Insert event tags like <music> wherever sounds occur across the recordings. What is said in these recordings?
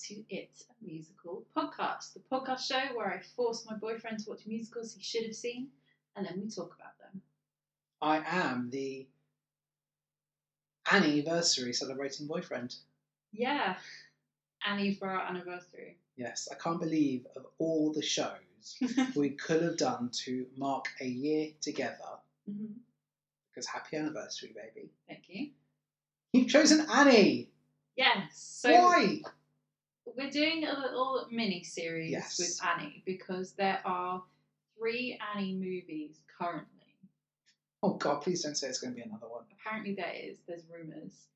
to It's a Musical podcast, the podcast show where I force my boyfriend to watch musicals he should have seen and then we talk about them. I am the anniversary celebrating boyfriend. Yeah, Annie for our anniversary. Yes, I can't believe of all <laughs> the shows we could have done to mark a year together, Mhm. because happy anniversary, baby. Thank you. You've chosen Annie. Yes, so Why? we're doing a little mini series Yes. with Annie because there are three Annie movies currently. Oh God, please don't say it's going to be another one. Apparently, there is, there's rumours.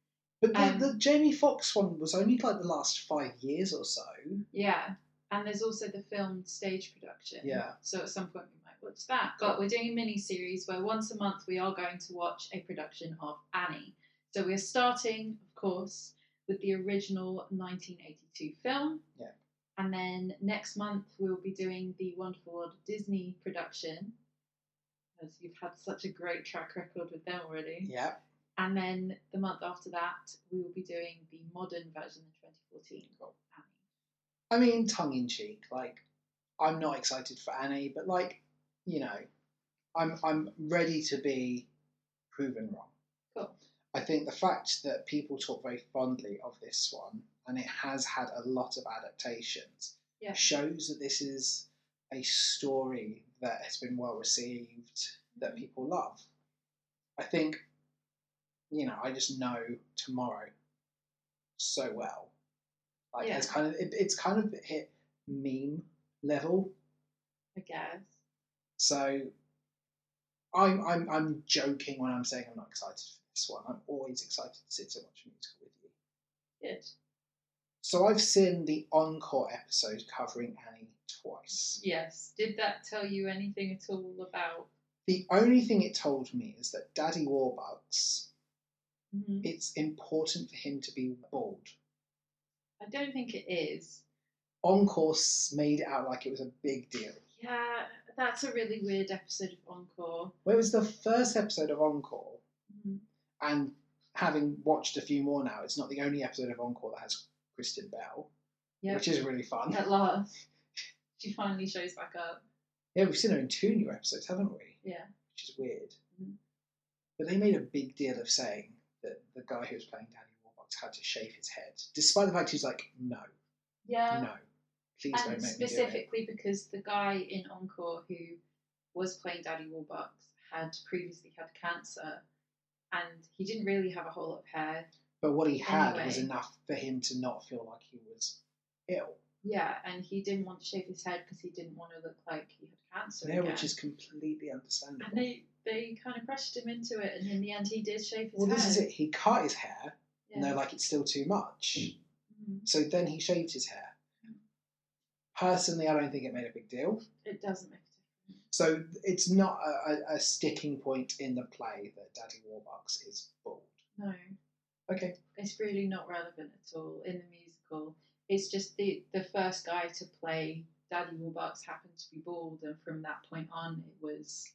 But the, Um, the Jamie Foxx one was only like the last five years or so. Yeah, and there's also the film stage production. Yeah. So at some point we might watch that. But we're doing a mini series where once a month we are going to watch a production of Annie. So we're starting, of course, with the original 1982 film. Yeah. And then next month we'll be doing the Wonderful World of Disney production. Because you've had such a great track record with them already. Yeah. And then the month after that, we will be doing the modern version of 2014 Cool. Annie. I mean, tongue in cheek. Like, I'm not excited for Annie, but like, you know, I'm I'm ready to be proven wrong. Cool. I think the fact that people talk very fondly of this one, and it has had a lot of adaptations, Yeah. shows that this is a story that has been well received, that people love. I think, you know, I just know tomorrow so well. Like Yeah. it's kind of it, it's kind of hit meme level. I guess. So I'm I'm I'm joking when I'm saying I'm not excited for this one. I'm always excited to sit and watch a musical with you. Good. So I've seen the encore episode covering Annie twice. Yes. Did that tell you anything at all about? The only thing it told me is that Daddy Warbucks, it's important for him to be bald. I don't think it is. Encore made it out like it was a big deal. Yeah, that's a really weird episode of Encore. Well, it was the first episode of Encore, and having watched a few more now, it's not the only episode of Encore that has Kristen Bell, Yeah. which is really fun. At last, <laughs> she finally shows back up. Yeah, we've seen her in two new episodes, haven't we? Yeah. Which is weird. Mhm. But they made a big deal of saying that the guy who was playing Daddy Warbucks had to shave his head, despite the fact he's like, no, Yeah. no, please don't and make me do it. specifically because the guy in Encore who was playing Daddy Warbucks had previously had cancer, and he didn't really have a whole lot of hair. But what he had was Anyway. enough for him to not feel like he was ill. Yeah, and he didn't want to shave his head because he didn't want to look like he had cancer. Yeah, again. which is completely understandable. And they they kind of pressured him into it, and in the end, he did shave his well, head. this is it. He cut his hair, Yeah. and they're like, it's still too much. Mhm. So then he shaved his hair. Personally, I don't think it made a big deal. It doesn't make a difference. So it's not a, a, a sticking point in the play that Daddy Warbucks is bald. No, Okay. it's really not relevant at all in the musical. It's just the the first guy to play Daddy Warbucks happened to be bald, and from that point on, it was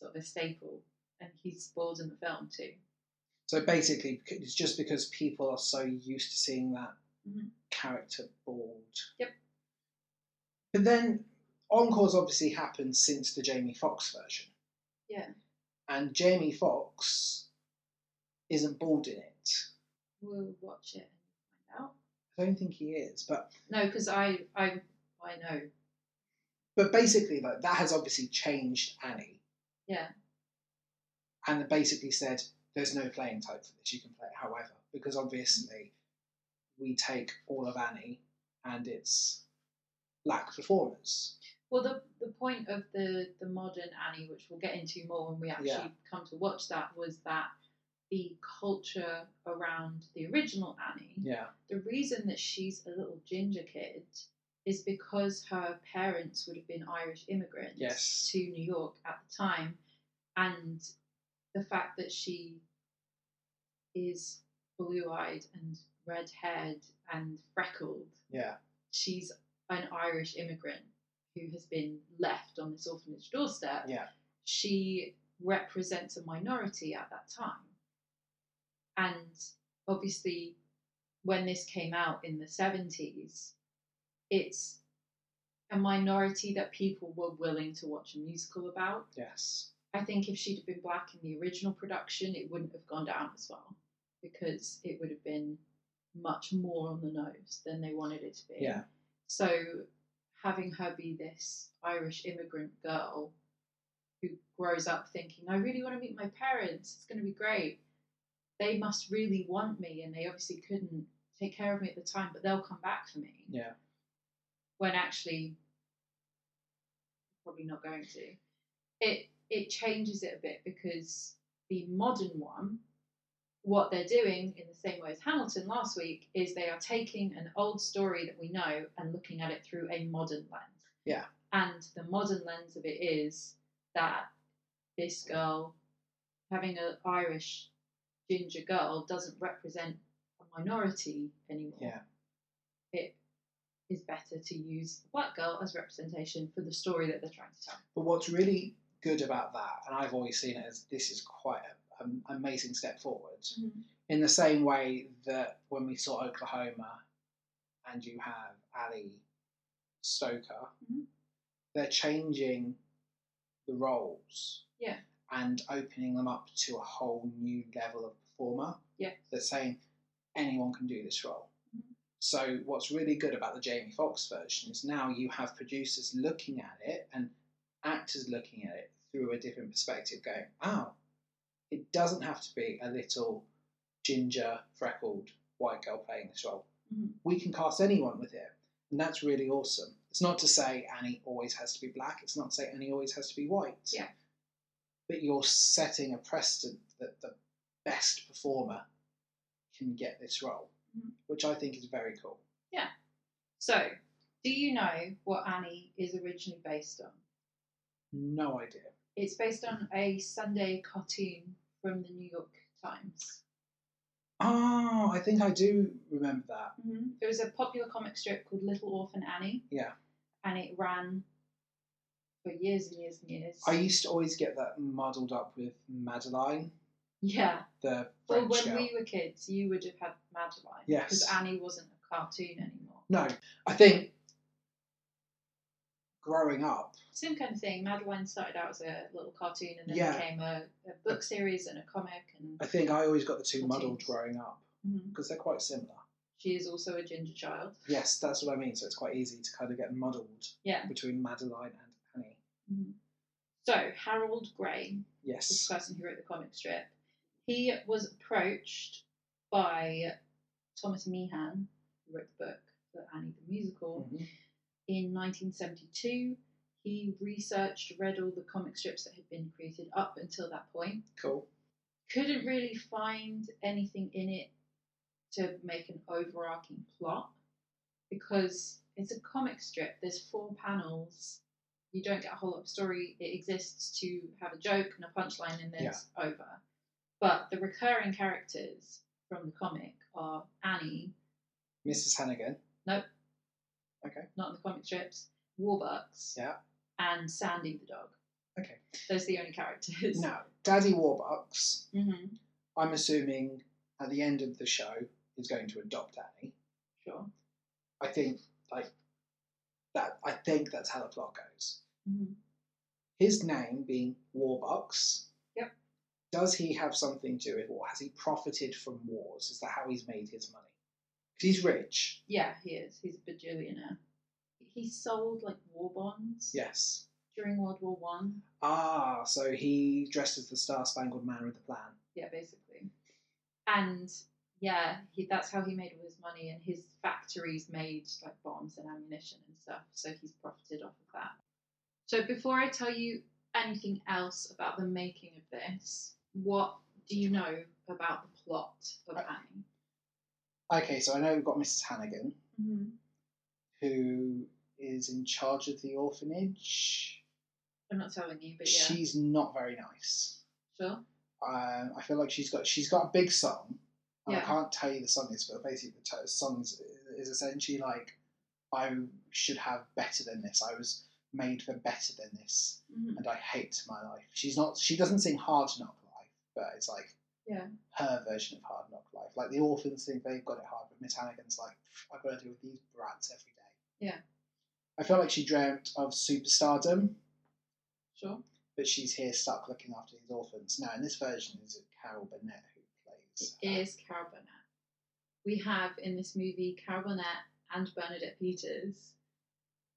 sort of a staple. And he's bald in the film too. So basically, it's just because people are so used to seeing that Mhm. character bald. Yep. But then Encore's obviously happened since the Jamie Foxx version. Yeah. And Jamie Foxx isn't bald in it. We'll watch it and find out. I don't think he is, but No, because I I I know. but basically like that has obviously changed annie Yeah. and basically said there's no playing type for this you can play it however because obviously we take all of annie and it's black performers Well, the the point of the the modern Annie, which we'll get into more when we actually Yeah. come to watch that, was that the culture around the original Annie. yeah The reason that she's a little ginger kid is because her parents would have been Irish immigrants Yes. to New York at the time, and the fact that she is blue-eyed and red-haired and freckled yeah she's an Irish immigrant who has been left on this orphanage doorstep. Yeah. She represents a minority at that time. And obviously, when this came out in the 70s, it's a minority that people were willing to watch a musical about. Yes. I think if she'd have been black in the original production, it wouldn't have gone down as well because it would have been much more on the nose than they wanted it to be. Yeah. So having her be this Irish immigrant girl who grows up thinking, I really want to meet my parents, it's going to be great. They must really want me, and they obviously couldn't take care of me at the time, but they'll come back for me. Yeah. When actually, probably not going to. It it changes it a bit because the modern one, what they're doing in the same way as Hamilton last week, is they are taking an old story that we know and looking at it through a modern lens. Yeah. And the modern lens of it is that this girl having an Irish ginger girl doesn't represent a minority anymore. Yeah. It is better to use the black girl as representation for the story that they're trying to tell. But what's really good about that, and I've always seen it as this is quite a- an amazing step forward. In the same way that when we saw Oklahoma and you have Ali Stoker, Mhm. they're changing the roles. Yeah. And opening them up to a whole new level of performer. Yeah. They're saying anyone can do this role. Mhm. So what's really good about the Jamie Foxx version is now you have producers looking at it and actors looking at it through a different perspective, going, "Oh, it doesn't have to be a little ginger, freckled white girl playing this role. Mhm. We can cast anyone with it, and that's really awesome." It's not to say Annie always has to be black. It's not to say Annie always has to be white. Yeah. But you're setting a precedent that the best performer can get this role, Mhm. which I think is very cool. So, do you know what Annie is originally based on? No idea. It's based on a Sunday cartoon from the New York Times. Oh, I think I do remember that. Mm-hmm. It was a popular comic strip called Little Orphan Annie. Yeah. And it ran for years and years and years. I used to always get that muddled up with Madeline, yeah. the Well, French when girl. we were kids, you would have had Madeline. Yes. Because Annie wasn't a cartoon anymore. No, I think growing up, Same kind of thing. Madeline started out as a little cartoon and then Yeah. became a, a book series and a comic. And I think I always got the two Cartoons. muddled growing up Mhm. because they're quite similar. she is also a ginger child. Yes, that's what I mean. So it's quite easy to kind of get muddled Yeah. between Madeline and Annie. So, Harold Gray, this Yes. person who wrote the comic strip, he was approached by Thomas Meehan, who wrote the book for Annie the Musical, Mhm. in 1972. He researched, read all the comic strips that had been created up until that point. Cool. Couldn't really find anything in it to make an overarching plot because it's a comic strip. There's four panels. You don't get a whole lot of story. It exists to have a joke and a punchline, and then it's over. But the recurring characters from the comic are Annie, Mrs. Hannigan. not in the comic strips, Warbucks, Yeah. and Sandy the dog. Okay. Those are the only characters. <laughs> Now, Daddy Warbucks, hmm I'm assuming at the end of the show, is going to adopt Annie. Sure. I think like that. I think that's how the plot goes. Mhm. His name being Warbucks. Yep. Does he have something to it, or has he profited from wars? Is that how he's made his money? 'Cause he's rich. Yeah, he is. He's a bajillionaire. He sold like war bonds Yes. during World War One. Ah, so he dressed as the Star Spangled Man with a plan. Yeah, basically. And yeah, he, that's how he made all his money, and his factories made like bombs and ammunition and stuff. So he's profited off of that. So before I tell you anything else about the making of this, what do you know about the plot of Annie? Okay, so I know we've got Mrs. Hannigan, Mm-hmm. who is in charge of the orphanage. I'm not telling you, but yeah, She's not very nice. sure. um, I feel like she's got she's got a big song. And I Yeah. can't tell you the song is, but basically the t- song is, is essentially like, I should have better than this. I was made for better than this, Mhm. and I hate my life. She's not. She doesn't sing hard knock life, but it's like Yeah. her version of hard knock life. Like the orphans think they've got it hard, but Miss Hannigan's like, I've got to deal with these brats every day. Yeah. I feel like she dreamt of superstardom, Sure. but she's here stuck looking after these orphans. Now, in this version, is it Carol Burnett who plays? It is Carol Burnett. We have in this movie Carol Burnett and Bernadette Peters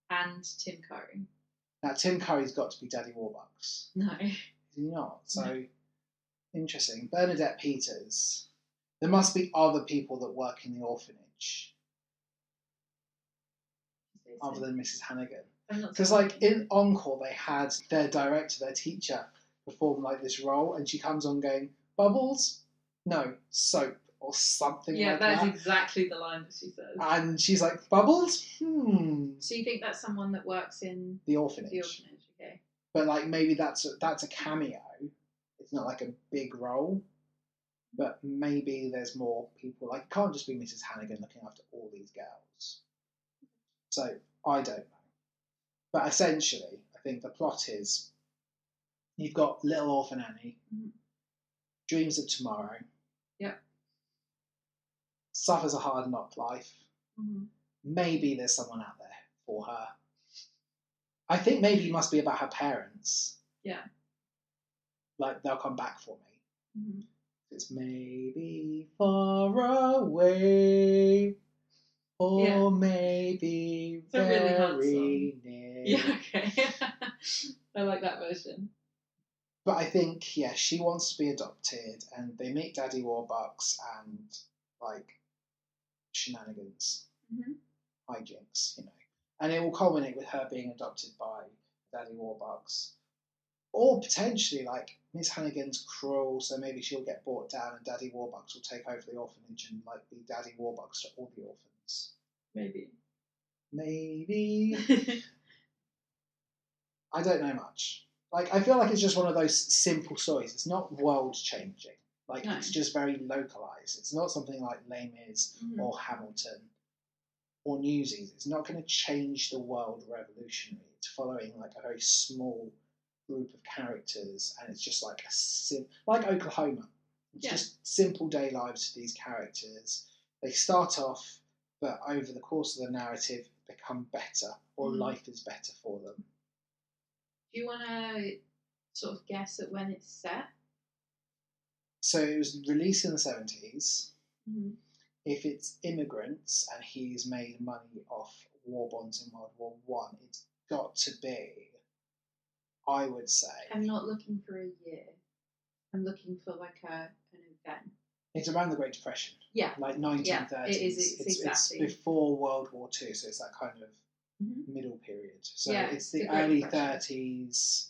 and Tim Curry. Now, Tim Curry's got to be Daddy Warbucks. <laughs> No. Is he not? So interesting. Bernadette Peters. There must be other people that work in the orphanage other than Mrs. Hannigan. I'm not Because like in Encore, they had their director, their teacher, perform like this role, and she comes on going bubbles, no soap or something yeah, like that's that. Um, exactly the line that she says. And she's like bubbles, hmm, so you think that's someone that works in the orphanage. the orphanage? Okay. But like maybe that's a, that's a cameo. It's not like a big role, but maybe there's more people. Like it can't just be Mrs. Hannigan looking after all these girls. So I don't know. But essentially, I think the plot is you've got little orphan Annie, Mhm. dreams of tomorrow, Yeah. suffers a hard knock life. hmm Maybe there's someone out there for her. I think maybe it must be about her parents. Yeah. Like they'll come back for me. hmm It's maybe far away, or Yeah. maybe It's a really hard very song. near. Yeah. Okay. <laughs> I like that version. But I think, yeah, she wants to be adopted, and they meet Daddy Warbucks and like shenanigans, Mhm. hijinks, you know. And it will culminate with her being adopted by Daddy Warbucks, or potentially like Miss Hannigan's cruel, so maybe she'll get brought down, and Daddy Warbucks will take over the orphanage and like be Daddy Warbucks to all the orphans. <laughs> Maybe. Mm-hmm. Maybe I don't know much. Like I feel like it's just one of those simple stories. It's not world changing. Like No. it's just very localized. It's not something like Les Mis Mhm. or Hamilton or Newsies. It's not going to change the world revolutionary. It's following like a very small group of characters, and it's just like a sim- like Oklahoma. It's Yeah. just simple day lives for these characters. They start off, but over the course of the narrative, become better, or Mhm. life is better for them. Do you want to sort of guess at when it's set? So it was released in the 70s. Mm-hmm. If it's immigrants and he's made money off war bonds in World War One, it's got to be, I would say, I'm not looking for a year. I'm looking for like a an event. it's around the Great Depression, Yeah. like 1930s. it is, it's exactly- before World War Two, so it's that kind of Mhm. middle period. So Yeah, it's it's the, the Great early Depression. 30s,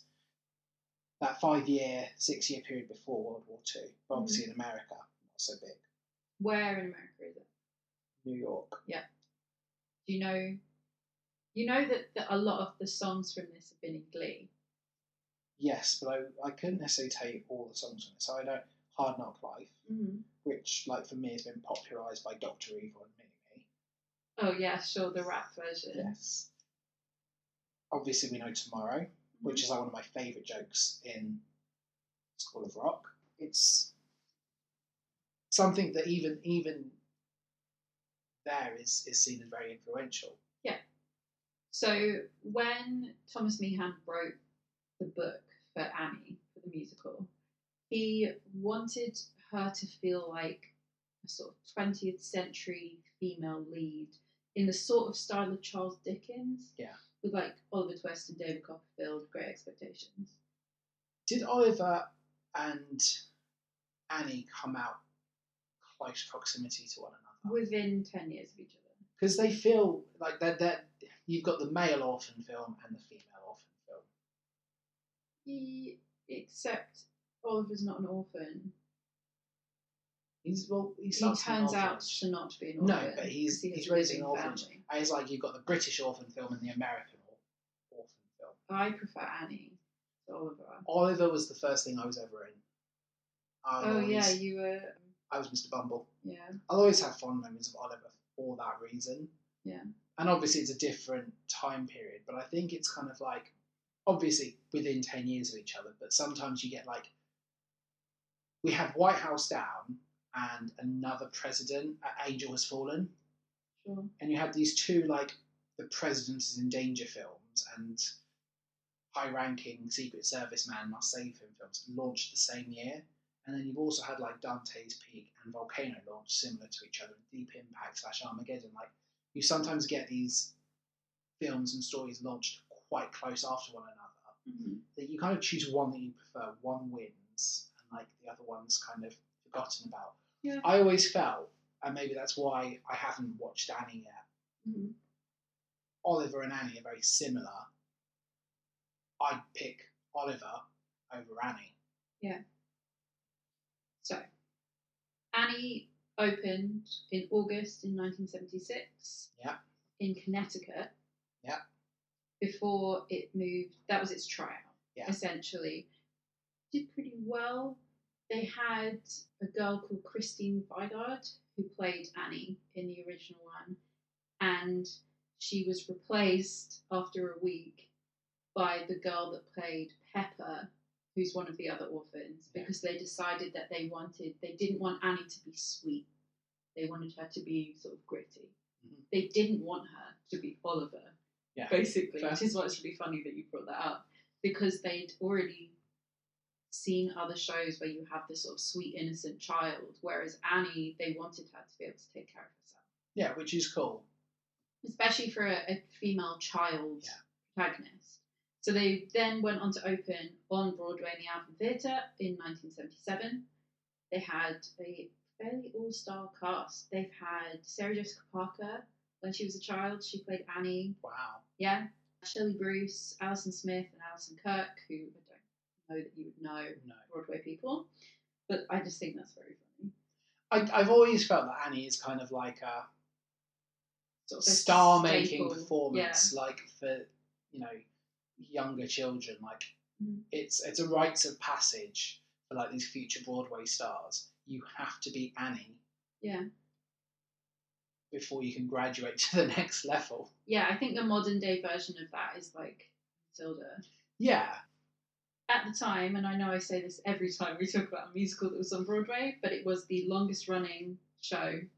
that five year, six year period before World War Two. Mm-hmm. But obviously in America, not so big. Where in America is it? New York. Do you know? You know that, that a lot of the songs from this have been in Glee. Yes, but I, I couldn't necessarily tell you all the songs from it. So I know Hard Knock Life, Mm-hmm. which like for me has been popularised by Doctor Evil and Mini Oh yeah, sure, the rap version. Me. Yes. Obviously, we know Tomorrow, which is like one of my favourite jokes in School of Rock. It's something that even even there is is seen as very influential. So when Thomas Meehan wrote the book for Annie for the musical, he wanted her to feel like a sort of 20th century female lead in the sort of style of Charles Dickens. Yeah. With like Oliver Twist and David Copperfield, Great Expectations. Did Oliver and Annie come out close proximity to one another? Within 10 years of each other. because they feel like that that you've got the male orphan film and the female orphan film. He, except Oliver's not an orphan. He's well, he, He starts in an turns out orphanage. to not be an No, orphan. but he's- 'cause he has he's a raised living an orphanage. family. And it's like you've got the British orphan film and the American or- orphan film. I prefer Annie to Oliver. Oliver was the first thing I was ever in. I Oh always, yeah, you were. I was Mr. Bumble. Yeah, I'll always have fond memories of Oliver for that reason. Yeah. And obviously, it's a different time period, but I think it's kind of like, obviously, within 10 years of each other, but sometimes you get like, we have White House Down and another president, uh, Angel Has Fallen, Sure. and you have these two like the president is in danger films and high-ranking Secret Service man must save him films launched the same year, and then you've also had like Dante's Peak and Volcano launch similar to each other, Deep Impact slash Armageddon. Like you sometimes get these films and stories launched quite close after one another Mm-hmm, that you kind of choose one that you prefer, one wins, and like the other one's kind of forgotten about. Yeah. I always felt, and maybe that's why I haven't watched Annie yet. Mhm. Oliver and Annie are very similar. I'd pick Oliver over Annie. So, Annie opened in August in 1976. Yeah. In Connecticut. Yeah. Before it moved, that was its tryout. Yeah. Essentially, did pretty well. They had a girl called Christine Vigard who played Annie in the original one, and she was replaced after a week by the girl that played Pepper who's one of the other orphans, Yeah. because they decided that they wanted, they didn't want Annie to be sweet. They wanted her to be sort of gritty. Mhm. They didn't want her to be Oliver, Yeah. basically, Fair. which is what's really funny that you brought that up, because they'd already seen other shows where you have this sort of sweet, innocent child, whereas Annie, they wanted her to be able to take care of herself, Yeah, which is cool. especially for a, a female child Yeah. protagonist. So they then went on to open on Broadway in the Alpha Theatre in 1977. They had a fairly all star cast. They've had Sarah Jessica Parker when she was a child, she played Annie. Wow. Yeah. Shirley Bruce, Alison Smith, and Alison Kirk, who I don't know that you would know No. Broadway people, but I just think that's very funny. I, I've always felt that Annie is kind of like a Sort of a star making staple. performance, like for, you know, younger children. Like, Mhm. it's, it's a rites of passage for like these future Broadway stars. You have to be Annie Yeah. before you can graduate <laughs> to the next level. Yeah. Yeah, I think the modern day version of that is like Matilda. Yeah. at the time, and I know I say this every time we talk about a musical that was on Broadway, but it was the longest running show on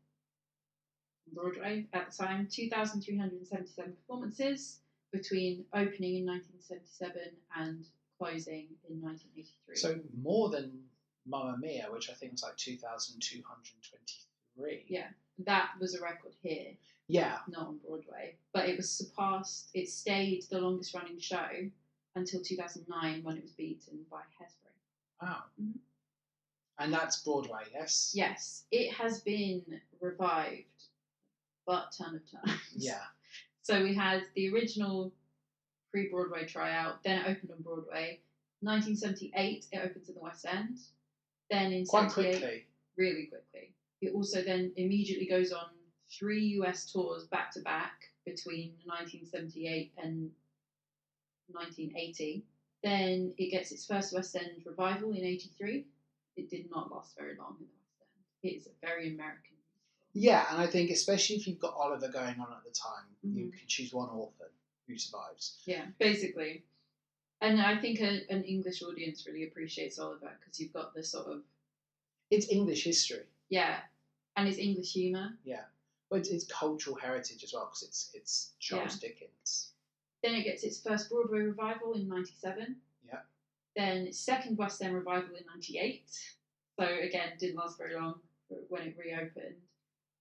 Broadway at the time 2,377 performances between opening in 1977 and closing in 1983. So more than Mamma Mia, which I think was like 2,223. Yeah. that was a record here, Yeah. not on Broadway, but it was surpassed, it stayed the longest running show until 2009 when it was beaten by Hairspray. Wow. Mhm. And that's Broadway, yes? Yes, it has been revived, but ton of times. Yeah. <laughs> So we had the original pre-Broadway tryout, then it opened on Broadway. 1978, it opens in the West End. Then in Quite 78 quickly. really quickly. It also then immediately goes on three US tours back to back between 1978 and 1980. Then it gets its first West End revival in 83. It did not last very long in the West End. It is a very American musical. Yeah, and I think especially if you've got Oliver going on at the time, you Mhm. can choose one orphan who survives. Yeah, basically. And I think a, an English audience really appreciates Oliver because you've got this sort of, It's English history, yeah, and it's English humour. but it's, it's cultural heritage as well because it's it's Charles Dickens. Then it gets its first Broadway revival in 97. Yeah. Then its second West End revival in 98. So again, didn't last very long when it reopened.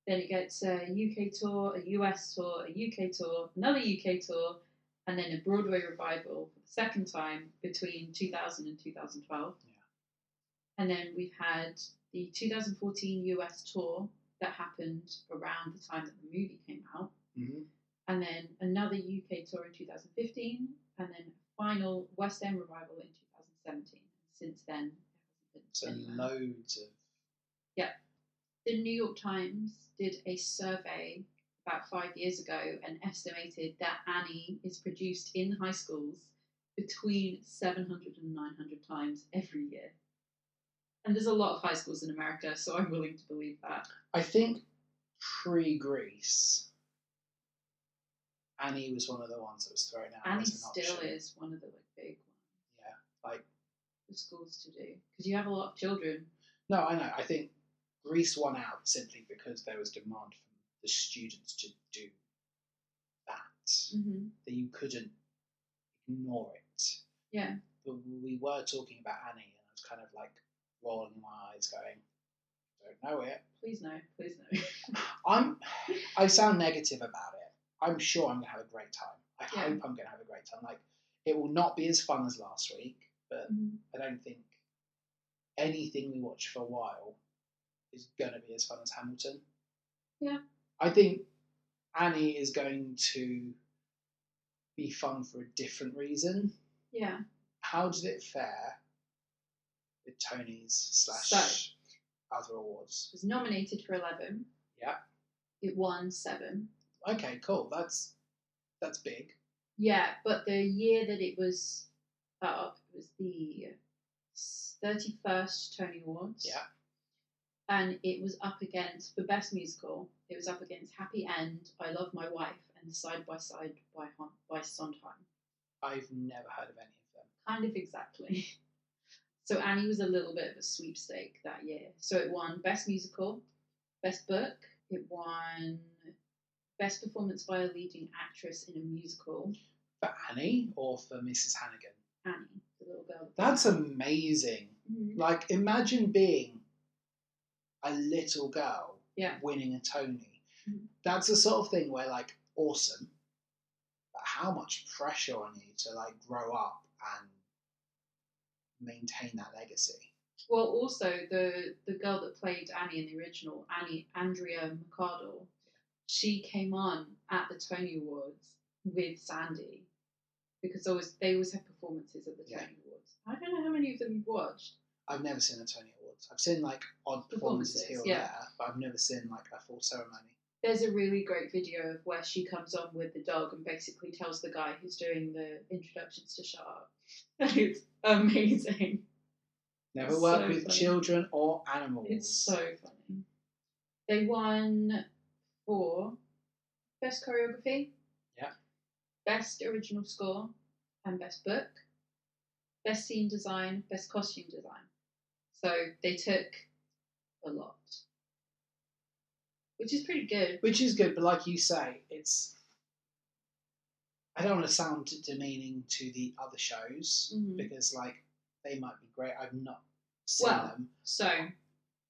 Then it gets a UK tour, a US tour, a UK tour, another UK tour, and then a Broadway revival for the second time between 2000 and 2012. Yeah. And then we've had the 2014 US tour that happened around the time that the movie came out Mm-hmm. and then another UK tour in 2015, and then a final West End revival in 2017. Since then, it So hasn't been anywhere. loads of the New York Times did a survey about five years ago and estimated that Annie is produced in high schools between 700 and 900 times every year. And there's a lot of high schools in America, so I'm willing to believe that. I think pre Greece, Annie was one of the ones that was thrown out. Annie as an still option. is one of the like big ones Yeah, like for schools to do because you have a lot of children. No, I know. I think Greece won out simply because there was demand from the students to do that. Mm-hmm. That you couldn't ignore it. Yeah. But we were talking about Annie, and I was kind of like rolling my eyes, going, "Don't know it." Please no. Please no. I'm. I sound negative about it. I'm sure I'm gonna have a great time. I Yeah. hope I'm gonna have a great time. Like, it will not be as fun as last week, but Mhm. I don't think anything we watch for a while is going to be as fun as Hamilton. Yeah. I think Annie is going to be fun for a different reason. Yeah. How did it fare with Tony's slash So- other awards? was nominated for 11. Yeah. It won seven. Okay, cool. That's that's big. Yeah, but the year that it was up it was the 31st Tony Awards. Yeah. And it was up against, for Best Musical, it was up against Happy End, I Love My Wife, and Side by Side by, Hon- by Sondheim. I've never heard of any of them. Kind of exactly. <laughs> So Annie was a little bit of a sweepstake that year. So it won Best Musical, Best Book, it won Best Performance by a Leading Actress in a Musical, For Annie or for Mrs. Hannigan? Annie, the little girl. That's amazing. Mhm. Like, imagine being a little girl Yeah. winning a Tony. Mhm. That's the sort of thing where, like, awesome, but how much pressure on you to, like, grow up and maintain that legacy. Well, also the the girl that played Annie in the original, Annie Andrea McCardle, she came on at the Tony Awards with Sandy because always they always had performances at the Yeah. Tony Awards. I don't know how many of them you've watched. I've never seen a Tony Awards. I've seen, like, odd performances, Performances, here or yeah. there, but I've never seen, like, a full ceremony. There's a really great video of where she comes on with the dog and basically tells the guy who's doing the introductions to shut <laughs> up. And it's amazing. Never It's work so with funny. children or animals. It's so funny. They won for best choreography, Yeah. best original score, and best book, best scene design, best costume design. So they took a lot, which is pretty good. Which is good, but like you say, it's. I don't want to sound demeaning to the other shows Mhm. because, like, they might be great. I've not seen Well, them. So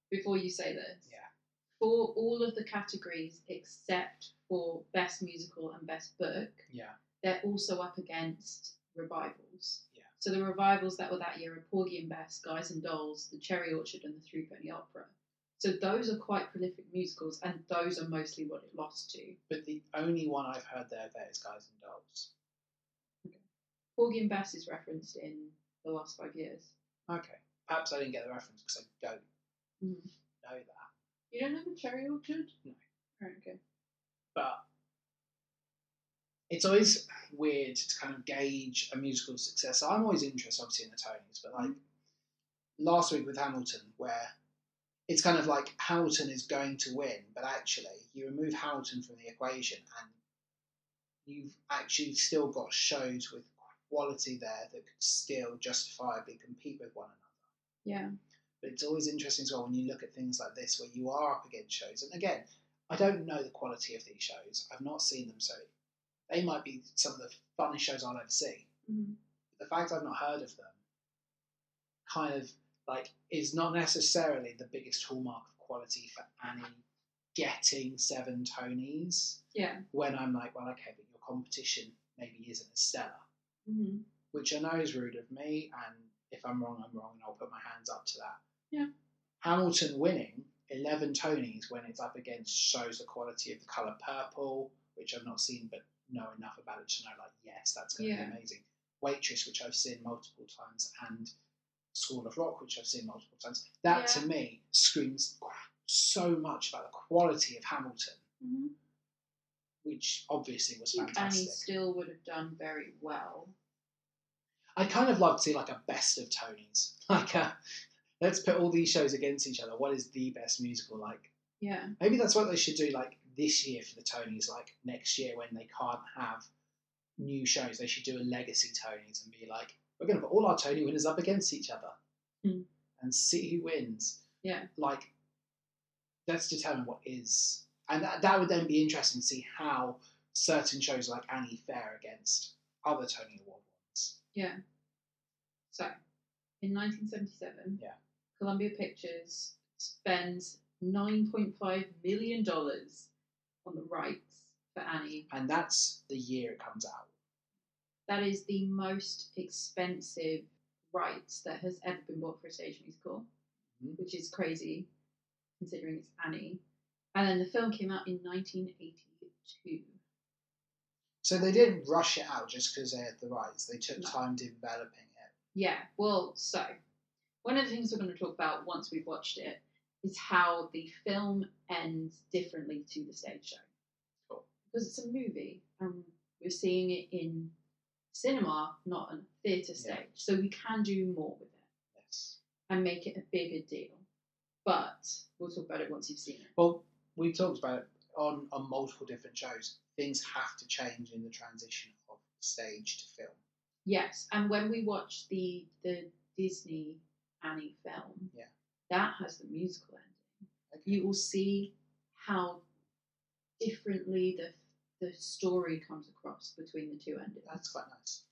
before you say this, Yeah. for all of the categories except for best musical and best book, Yeah, they're also up against revivals. Yeah. So the revivals that were that year are Porgy and Bess, Guys and Dolls, The Cherry Orchard, and The Three Penny Opera. So those are quite prolific musicals, and those are mostly what it lost to. but the only one I've heard there that is Guys and Dolls. Porgy and Bess is referenced in the last five years. Okay, perhaps I didn't get the reference because I don't Mhm. know that. You don't know The Cherry Orchard? No. Right, okay. But it's always weird to kind of gauge a musical success. I'm always interested, obviously, in the Tonys, but like last week with Hamilton, where it's kind of like Hamilton is going to win, but actually, you remove Hamilton from the equation and you've actually still got shows with quality there that could still justifiably compete with one another. Yeah. But it's always interesting as well when you look at things like this where you are up against shows. And again, I don't know the quality of these shows. I've not seen them, so they might be some of the funnest shows I'll ever see. Mhm. But the fact I've not heard of them kind of like is not necessarily the biggest hallmark of quality for Annie getting seven Tonys Yeah. when I'm like, well, okay, but your competition maybe isn't as stellar, Mhm. which I know is rude of me. And if I'm wrong, I'm wrong, and I'll put my hands up to that. Yeah. Hamilton winning 11 Tonys when it's up against shows the quality of the colour purple, which I've not seen but know enough about it to know, like, yes, that's going to Yeah. be amazing. Waitress, which I've seen multiple times, and School of Rock, which I've seen multiple times. That Yeah. to me screams qu- so much about the quality of Hamilton, Mhm. which obviously was I think Annie fantastic. still would have done very well. I'd kind of love to see like a best of Tonys. <laughs> Like, a, let's put all these shows against each other. What is the best musical? Like, Yeah. maybe that's what they should do. Like this year for the Tonys. Like next year when they can't have new shows, they should do a legacy Tonys and be like, we're going to put all our Tony winners up against each other Hmm. and see who wins. Yeah. Like, let's determine what is, and that, that would then be interesting to see how certain shows like Annie fare against other Tony Award ones. Yeah. So, in 1977, Yeah. Columbia Pictures spends 9.5 million dollars on the rights for Annie. And that's the year it comes out. That is the most expensive rights that has ever been bought for a stage musical, Mhm. which is crazy considering it's Annie. And then the film came out in 1982. So they didn't rush it out just because they had the rights. They took No. time developing it. Yeah, well, so one of the things we're going to talk about once we've watched it is how the film ends differently to the stage show. Cool. Because it's a movie and we're seeing it in cinema, not on a theatre Yeah. stage. So we can do more with it Yes. and make it a bigger deal. But we'll talk about it once you've seen it. Well, we've talked about it on, on multiple different shows. Things have to change in the transition of stage to film. Yes, and when we watch the the Disney Annie film, Yeah. that has the musical ending. Okay. you will see how differently the the story comes across between the two endings. That's quite nice.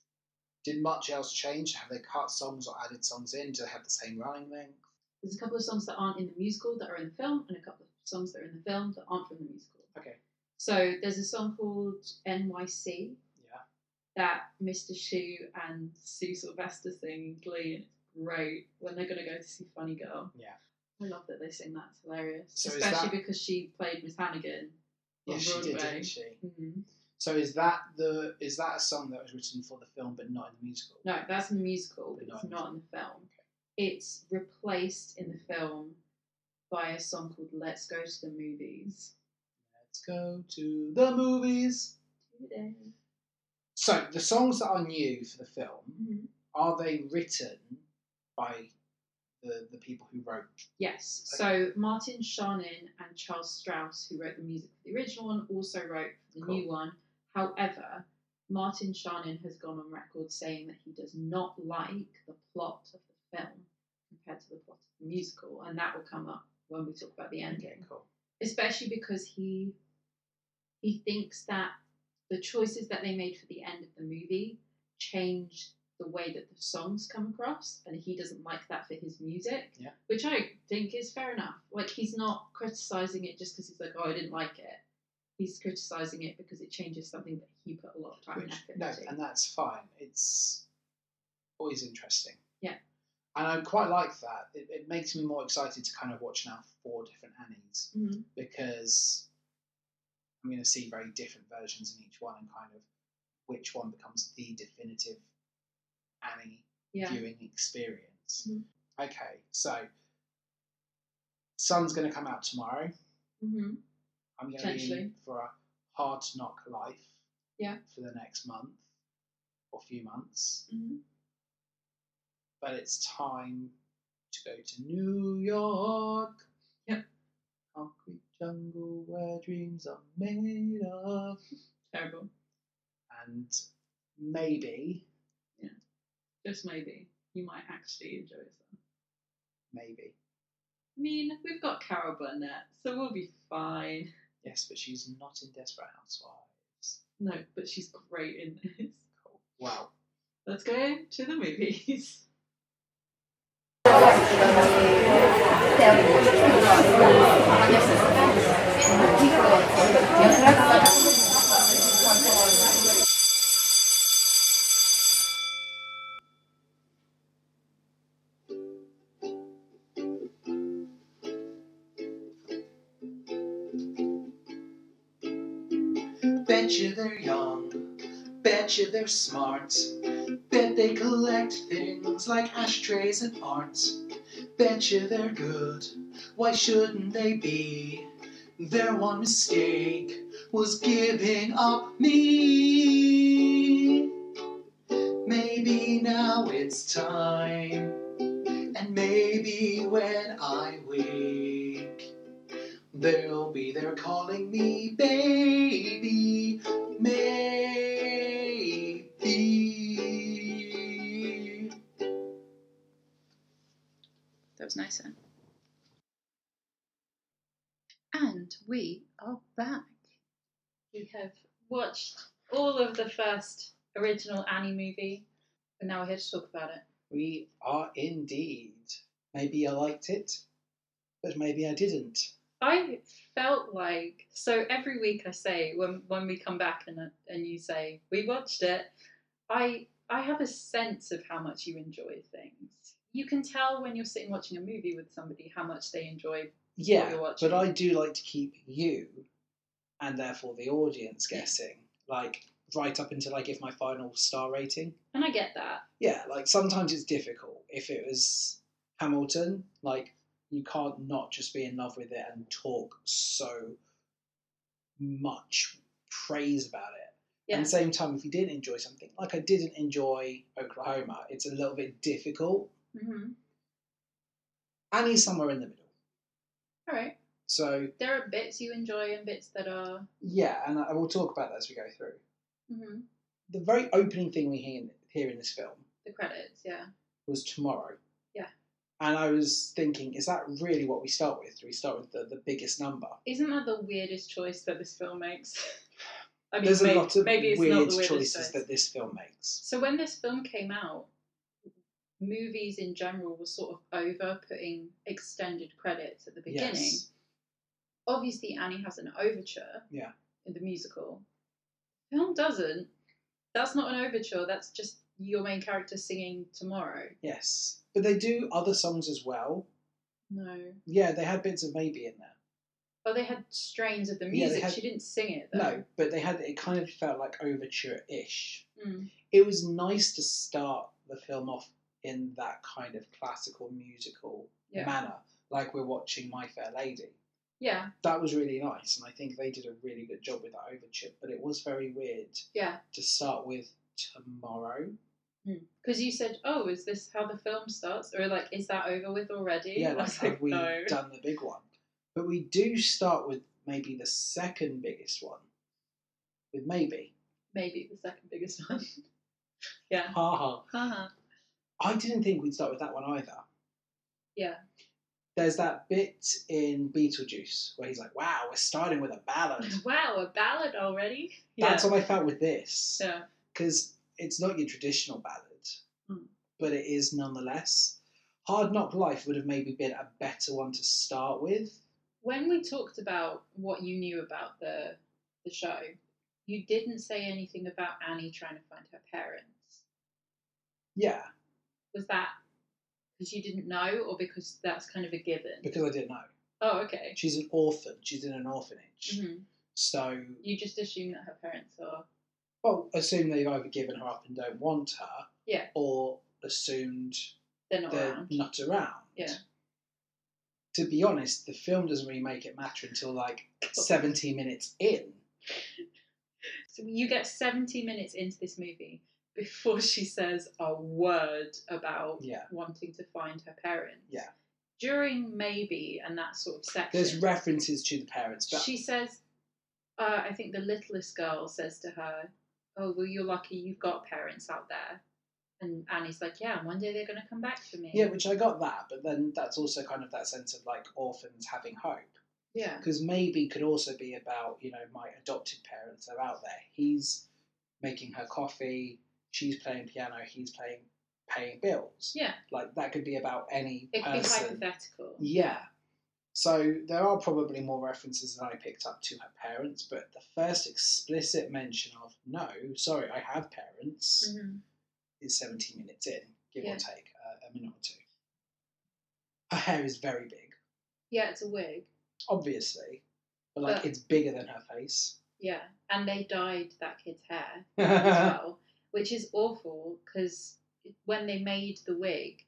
Did much else change? Have they cut songs or added songs in? Do they have the same running length? There's a couple of songs that aren't in the musical that are in the film, and a couple of songs that are in the film that aren't from the musical. Okay. So there's a song called NYC Yeah. that Mr. Shu and Sue Sylvester sing in Glee, and it's great when they're going to go to see Funny Girl. Yeah. I love that they sing that. It's hilarious, So is especially that- because she played Miss Hannigan. Yeah, On she did, Broadway. didn't she? Mhm. So is that the is that a song that was written for the film but not in the musical? No, that's in the musical, but No. it's not in the film. It's replaced in the film by a song called Let's Go to the Movies. Let's go to the movies. Today. So the songs that are new for the film Mm-hmm. are they written by the the people who wrote? Yes, so Martin Sharnin and Charles Strauss, who wrote the music for the original one, also wrote for the Cool. new one. However, Martin Sharnin has gone on record saying that he does not like the plot of the film compared to the plot of the musical, and that will come up when we talk about the ending. cool. especially because he he thinks that the choices that they made for the end of the movie changed the way that the songs come across and he doesn't like that for his music Yeah. which i think is fair enough like he's not criticizing it just because he's like oh i didn't like it he's criticizing it because it changes something that he put a lot of time Which- and no, effort into and that's fine. It's always interesting. Yeah. And I quite like that. It, it makes me more excited to kind of watch now four different Annies Mhm. because I'm going to see very different versions in each one and kind of which one becomes the definitive Annie yeah viewing experience. Mhm. Okay, so Sun's going to come out tomorrow. hmm I'm going to be in Potentially. for a hard knock life. Yeah. For the next month or few months, hmm but it's time to go to New York. Yep. Concrete jungle where dreams are made of, terrible and maybe, just maybe you might actually enjoy yourself maybe i mean we've got carol burnett so we'll be fine yes, but she's not in Desperate Housewives. No, but she's great in <laughs> this. Cool. Well, Let's go to the movies. bet you they're young, bet you they're smart, bet they collect things like ashtrays and art. Bet you they're good, why shouldn't they be? Their one mistake was giving up me. Maybe now it's time, and maybe when I wake, they'll be there calling me baby. Maybe. That was nicer. And we are back. We have watched all of the first original Annie movie, and now we're here to talk about it. We are indeed. Maybe I liked it, but maybe I didn't. I felt like so every week I say when when we come back and and you say we watched it, I I have a sense of how much you enjoy things. You can tell when you're sitting watching a movie with somebody how much they enjoy. Yeah, you're watching. but I do like to keep you and therefore the audience guessing, like right up until I give my final star rating. And I get that. Yeah, like sometimes it's difficult. If it was Hamilton, like you can't not just be in love with it and talk so much praise about it. Yeah. At the same time, if you didn't enjoy something, like I didn't enjoy Oklahoma, it's a little bit difficult. Mm-hmm. Annie's somewhere in the middle. All right. So, There are bits you enjoy and bits that are. yeah, and I will talk about that as we go through. hmm the very opening thing we hear in, hear in this film The credits, yeah. was tomorrow. Yeah. And I was thinking, is that really what we start with? Do we start with the, the biggest number? Isn't that the weirdest choice that this film makes? <laughs> I mean, There's may- a lot of maybe it's weird not the weirdest choices choice. that this film makes. So when this film came out, movies in general were sort of over putting extended credits at the beginning. Yes. Obviously, Annie has an overture. Yeah. In the musical, film doesn't. That's not an overture. That's just your main character singing tomorrow. Yes. But they do other songs as well. No. Yeah, they had bits of maybe in there. Oh, they had strains of the Yeah, they music. had- She didn't sing it though. No, but they had it kind of felt like overture ish. Mm. It was nice to start the film off in that kind of classical musical Yeah. manner, like we're watching My Fair Lady. Yeah. that was really nice, and I think they did a really good job with that overture. But it was very weird Yeah. to start with tomorrow. Because you said, "Oh, is this how the film starts?" Or like, "Is that over with already?" Yeah, And <laughs> I like was have we "No." done the big one? But we do start with maybe the second biggest one, with maybe. Maybe the second biggest one. yeah. Haha. <laughs> Haha. I didn't think we'd start with that one either. Yeah. There's that bit in Beetlejuice where he's like, "Wow, we're starting with a <laughs> ballad." Wow, a ballad already? That's what I felt with this. yeah. because it's not your traditional ballad, Mm. but it is nonetheless. Hard Knock Life would have maybe been a better one to start with. When we talked about what you knew about the the show, you didn't say anything about Annie trying to find her parents. Yeah, Was that because you didn't know, or because that's kind of a given? because I didn't know. Oh, okay. She's an orphan. She's in an orphanage. hmm So, You just assume that her parents are. well, assume they've either given her up and don't want her, Yeah. or assumed They're not they're around. not around. Yeah. To be honest, the film doesn't really make it matter until like 70 minutes in. So you get 70 minutes into this movie before <laughs> she says a word about Yeah. wanting to find her parents. Yeah. During maybe and that sort of section, There's references to the parents, but she says, uh, I think the littlest girl says to her, Oh, well, you're lucky you've got parents out there. And Annie's like, Yeah, and one day they're going to come back for me. Yeah, which I got that, but then that's also kind of that sense of like orphans having hope. Yeah. Because maybe could also be about, you know, my adopted parents are out there. He's making her coffee, she's playing piano, he's playing paying bills. Yeah. Like that could be about any It could be person. hypothetical. Yeah. So there are probably more references that I picked up to her parents, but the first explicit mention of no, sorry, I have parents Mhm. is 70 minutes in, give Yeah. or take uh, a minute or two. Her hair is very big, Yeah, it's a wig. obviously, but like But- it's bigger than her face. Yeah. And they dyed that kid's hair. <laughs> <laughs> as Uh-huh. well, which is awful because when they made the wig,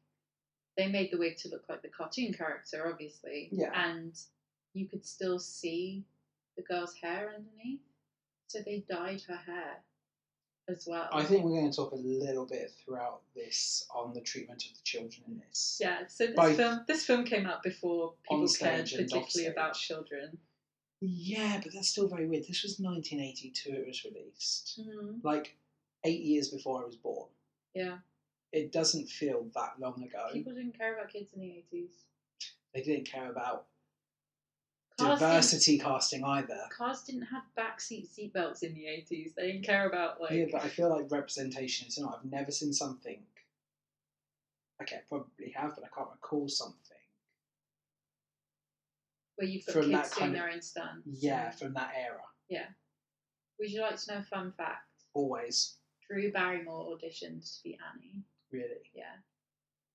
they made the wig to look like the cartoon character, obviously. Yeah. And you could still see the girl's hair underneath. So they dyed her hair as well. I think we're going to talk a little bit throughout this on the treatment of the children in this. Yeah, so this Both. film this film came out before On people cared stage and off particularly about stage. children. Yeah, but that's still very weird. This was 1982, it was released. Like eight years before I was born. Hmm. Yeah. It doesn't feel that long ago. People didn't care about kids in the eighties. They didn't care about Cars didn't- diversity casting either. Cars didn't have backseat seatbelts in the 80s. They didn't care about, like. yeah, but I feel like representation is not. I've never seen something. Okay, I probably have, but I can't recall something. where you've got from that kids doing kind of- their own stunts. Yeah, Hmm. from that era, Would you like to know a fun fact? always Drew Barrymore auditioned to be Annie. really. Yeah.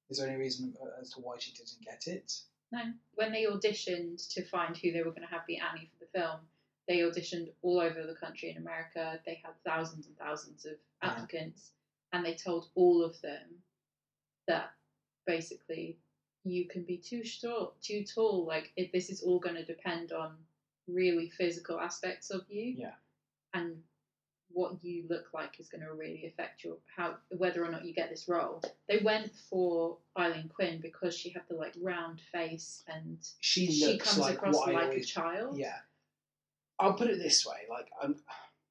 Is there any reason uh, as to why she didn't get it? No. When they auditioned to find who they were going to have be Annie for the film, they auditioned all over the country in America. They had thousands and thousands of Wow. applicants, and they told all of them that basically you can be too short, too tall. Like it, this is all going to depend on really physical aspects of you. Yeah. And what you look like is going to really affect your how whether or not you get this role. They went for Eileen Quinn because she had the like round face and She she looks comes like across what I like a always child. Yeah. I'll put it this way, like um,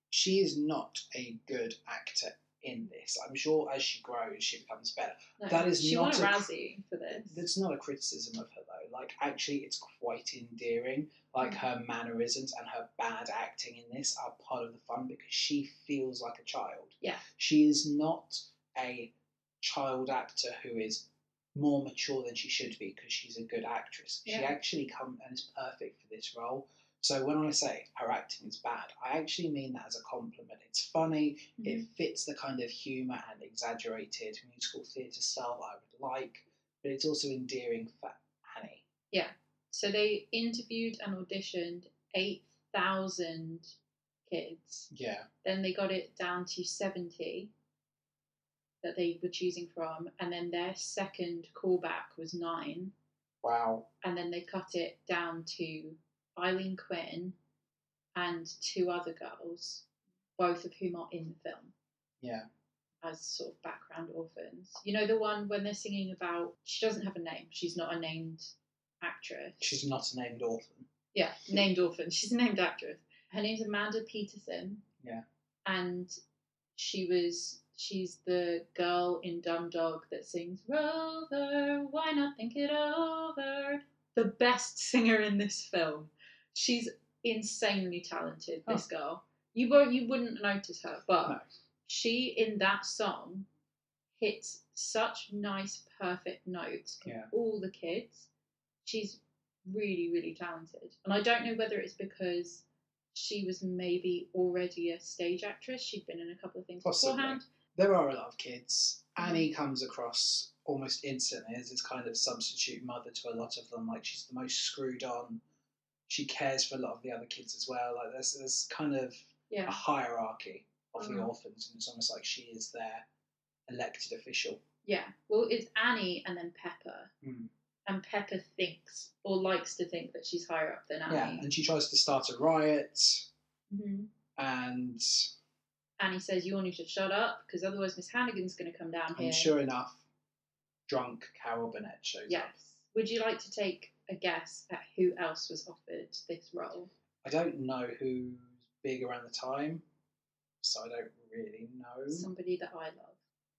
she is not a good actor in this. I'm sure as she grows she becomes better. No, That is she not won a a- Rousey for this. That's not a criticism of her though. Like actually it's quite endearing. Hmm. Like her mannerisms and her bad acting in this are part of the fun because she feels like a child. Yeah. She is not a child actor who is more mature than she should be because she's a good actress. She Yeah. actually come and is perfect for this role. So when I say her acting is bad, I actually mean that as a compliment. It's funny, it Mm-hmm. fits the kind of humour and exaggerated musical theatre style that I would like, but it's also endearing for Annie. So they interviewed and auditioned eight thousand kids. Yeah. Then they got it down to 70 that they were choosing from, and then their second callback was nine, Wow. and then they cut it down to Eileen Quinn and two other girls, both of whom are in the film Yeah. as sort of background orphans. You know, the one when they're singing about she doesn't have a name, she's not a named actress. She's not a named orphan. Yeah, named orphan. She's a named actress. Her name's Amanda Peterson. Yeah. And she was she's the girl in Dumb Dog that sings Rover, why not think it over? The best singer in this film. She's insanely talented, this girl. You won't you wouldn't notice her, but Oh. No. she in that song hits such nice, perfect notes from Yeah. all the kids. She's really, really talented. And I don't know whether it's because she was maybe already a stage actress. She'd been in a couple of things Possibly. beforehand. There are a lot of kids. Annie comes across almost instantly as this kind of substitute mother to a lot of them. Like she's the most screwed on. She cares for a lot of the other kids as well. Like there's there's kind of a Yeah. hierarchy of the Mhm. orphans, and it's almost like she is their elected official. Yeah. Well, it's Annie and then Pepper. Mm. And Pepper thinks or likes to think that she's higher up than Yeah, Annie. and she tries to start a riot, hmm and Annie says, You all need to shut up because otherwise Miss Hannigan's going to come down here. and sure enough, drunk Carol Burnett shows Yes. up. Would you like to take a guess at who else was offered this role? I don't know who's big around the time, so I don't really know. Somebody that I love.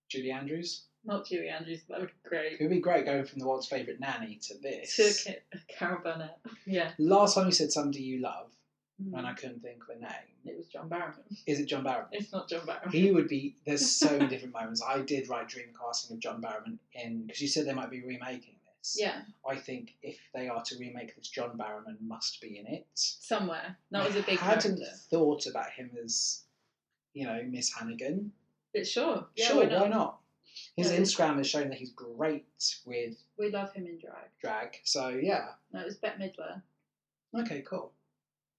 Julie Andrews. Not Julie Andrews, that would be great. It would be great going from the world's favourite nanny to this. To Ca- Carol Burnett. <laughs> Yeah. Last time you said somebody you love, and Mm. I couldn't think of a name. It was John Barrowman. Is it John Barrowman? It's not John Barrowman. He would be. There's so <laughs> many different moments. I did write dream casting of John Barrowman in because you said they might be remaking this. Yeah, I think if they are to remake this, John Barrowman must be in it. somewhere. That was a big I hadn't character. thought about him as, you know, Miss Hannigan. But sure. Yeah, sure, why not? His Yeah. Instagram has shown that he's great with We love him in drag. drag. So yeah, No, it was Bette Midler. okay, cool.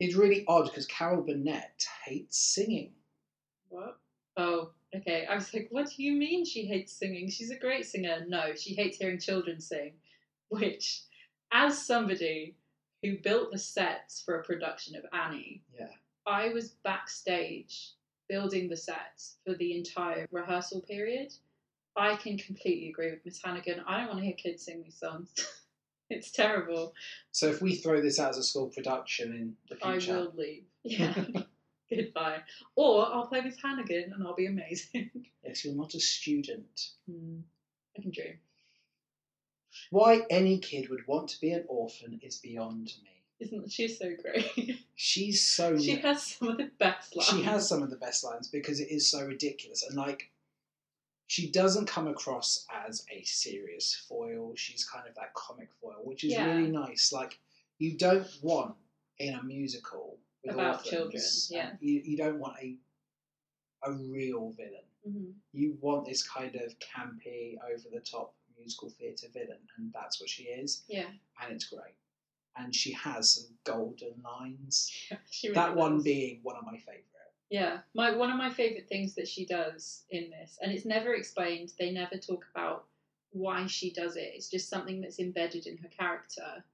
It's really odd because Carol Burnett hates singing. What? Oh, okay. I was like, what do you mean she hates singing? She's a great singer. No, she hates hearing children sing. <laughs> Which, as somebody who built the sets for a production of Annie, Yeah. I was backstage building the sets for the entire rehearsal period. I can completely agree with Miss Hannigan. I don't want to hear kids sing these songs. <laughs> it's terrible. So if we throw this out as a school production in the I future, will leave. <laughs> Yeah. Goodbye. Or I'll play Miss Hannigan and I'll be amazing. yes, you're not a student. Hmm. I can dream. Why any kid would want to be an orphan is beyond me. Isn't she's so great? She's so she has some of the best lines. Oh, she has some of the best lines because it is so ridiculous and like she doesn't come across as a serious foil she's kind of that comic foil which is Yeah. really nice like you don't want in a musical with About children, orphans, yeah. you, you don't want a a real villain hmm you want this kind of campy over the top musical theatre villain and that's what she is Yeah, <laughs> and it's great and she has some golden lines she really that one does. being one of my favourite Yeah, my one of my favorite things that she does in this, and it's never explained. They never talk about why she does it. It's just something that's embedded in her character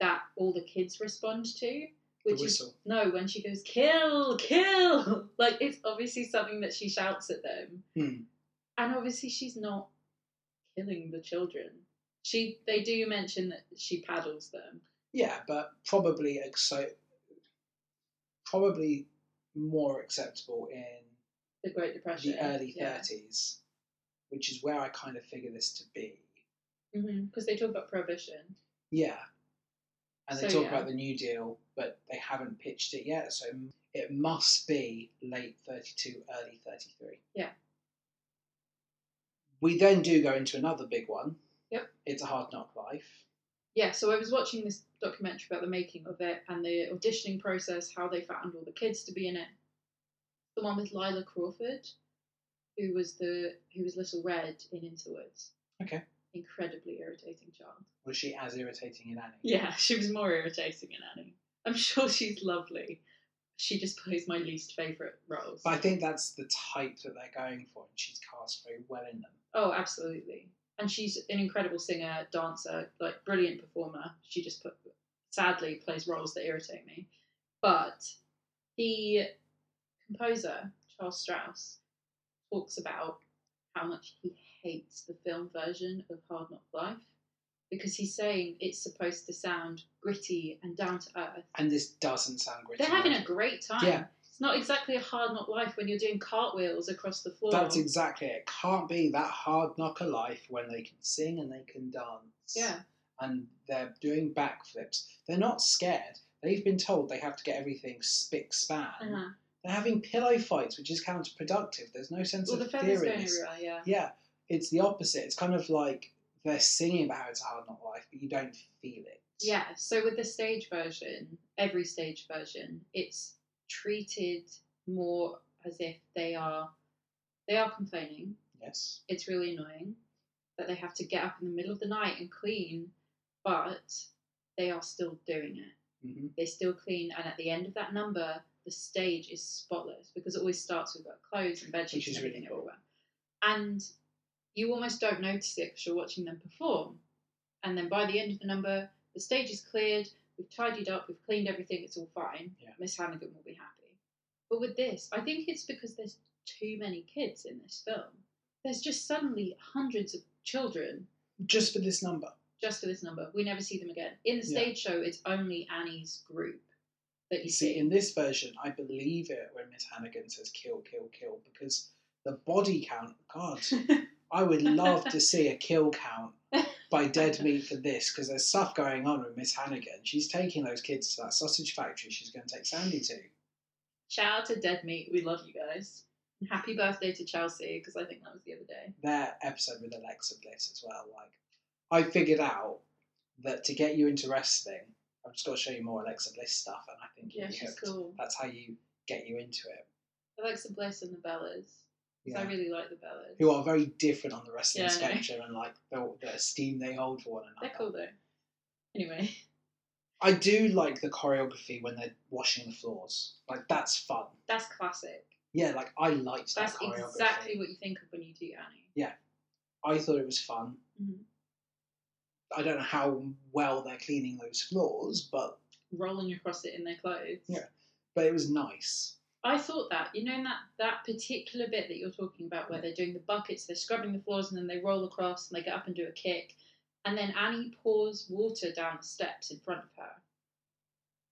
that all the kids respond to. the Which is whistle no, when she goes kill, kill, <laughs> like it's obviously something that she shouts at them, Hmm. and obviously she's not killing the children. She they do mention that she paddles them. Yeah, but probably exo- probably more acceptable in The Great Depression, the early yeah. thirties, which is where I kind of figure this to be. because Mm-hmm, they talk about prohibition. Yeah, and they So, talk yeah. about the New Deal, but they haven't pitched it yet, so it must be late thirty-two, early thirty-three. Yeah. We then do go into another big one. Yep. It's a hard knock life. yeah, so I was watching this documentary about the making of it and the auditioning process, how they found all the kids to be in it. The one with Lila Crawford, who was the who was Little Red in Into the Woods. Okay. Incredibly irritating child. Was she as irritating in Annie? Yeah, <laughs> she was more irritating in Annie. I'm sure she's lovely. She just plays my least favourite roles. But I think that's the type that they're going for, and she's cast very well in them. Oh, absolutely. And she's an incredible singer, dancer, like brilliant performer. She just put, sadly plays roles that irritate me. But the composer, Charles Strauss, talks about how much he hates the film version of Hard Knock Life because he's saying it's supposed to sound gritty and down to earth. And this doesn't sound great. They're having a great time. Yeah. It's not exactly a hard knock life when you're doing cartwheels across the floor. That's exactly it. Can't be that hard knock a life when they can sing and they can dance. yeah. And they're doing backflips. They're not scared. They've been told they have to get everything spick span. Uh-huh. They're having pillow fights, which is counterproductive. There's no sense Well, the of feathers fear going in this. everywhere, yeah. Yeah, it's the opposite. It's kind of like they're singing about how it's a hard knock life, but you don't feel it. Yeah, so with the stage version, every stage version, it's treated more as if they are they are complaining. Yes. It's really annoying that they have to get up in the middle of the night and clean, but they are still doing it. hmm They still clean and at the end of that number the stage is spotless because it always starts with like clothes and bed Which sheets is and everything really cool. everywhere. And you almost don't notice it because you're watching them perform. And then by the end of the number, the stage is cleared, we've tidied up, we've cleaned everything, it's all fine. Yeah. Miss Hannigan will be happy. But with this, I think it's because there's too many kids in this film. There's just suddenly hundreds of children Just for this number. just for this number. We never see them again. In the Yeah. stage show, it's only Annie's group that you You see. see, in this version, I believe it when Miss Hannigan says kill, kill, kill, because the body count, <laughs> God, I would love to see a kill count <laughs> by dead meat for this, because there's stuff going on with Miss Hannigan. She's taking those kids to that sausage factory she's going to take Sandy to. Shout out to Dead Meat. We love you guys. And happy birthday to Chelsea, because I think that was the other day. Their episode with Alexa Bliss as well. Like, I figured out that to get you into wrestling, I've just got to show you more Alexa Bliss stuff, and I think you'll Yeah, be she's hooked. cool. That's how you get you into it. Alexa Bliss and the Bellas. 'cause I really like the Bellas. who are very different on the wrestling Yeah, I know. spectrum and like the, the esteem they hold for one They're another. cool though. Anyway, <laughs> I do like the choreography when they're washing the floors. Like that's fun. that's classic. Yeah, like I liked That's that choreography. exactly what you think of when you do Annie. I thought it was fun. Mhm. I don't know how well they're cleaning those floors, but Rolling across it in their clothes. Yeah. but it was nice. I thought that, you know, in that, that particular bit that you're talking about where they're doing the buckets, they're scrubbing the floors and then they roll across and they get up and do a kick. And then Annie pours water down the steps in front of her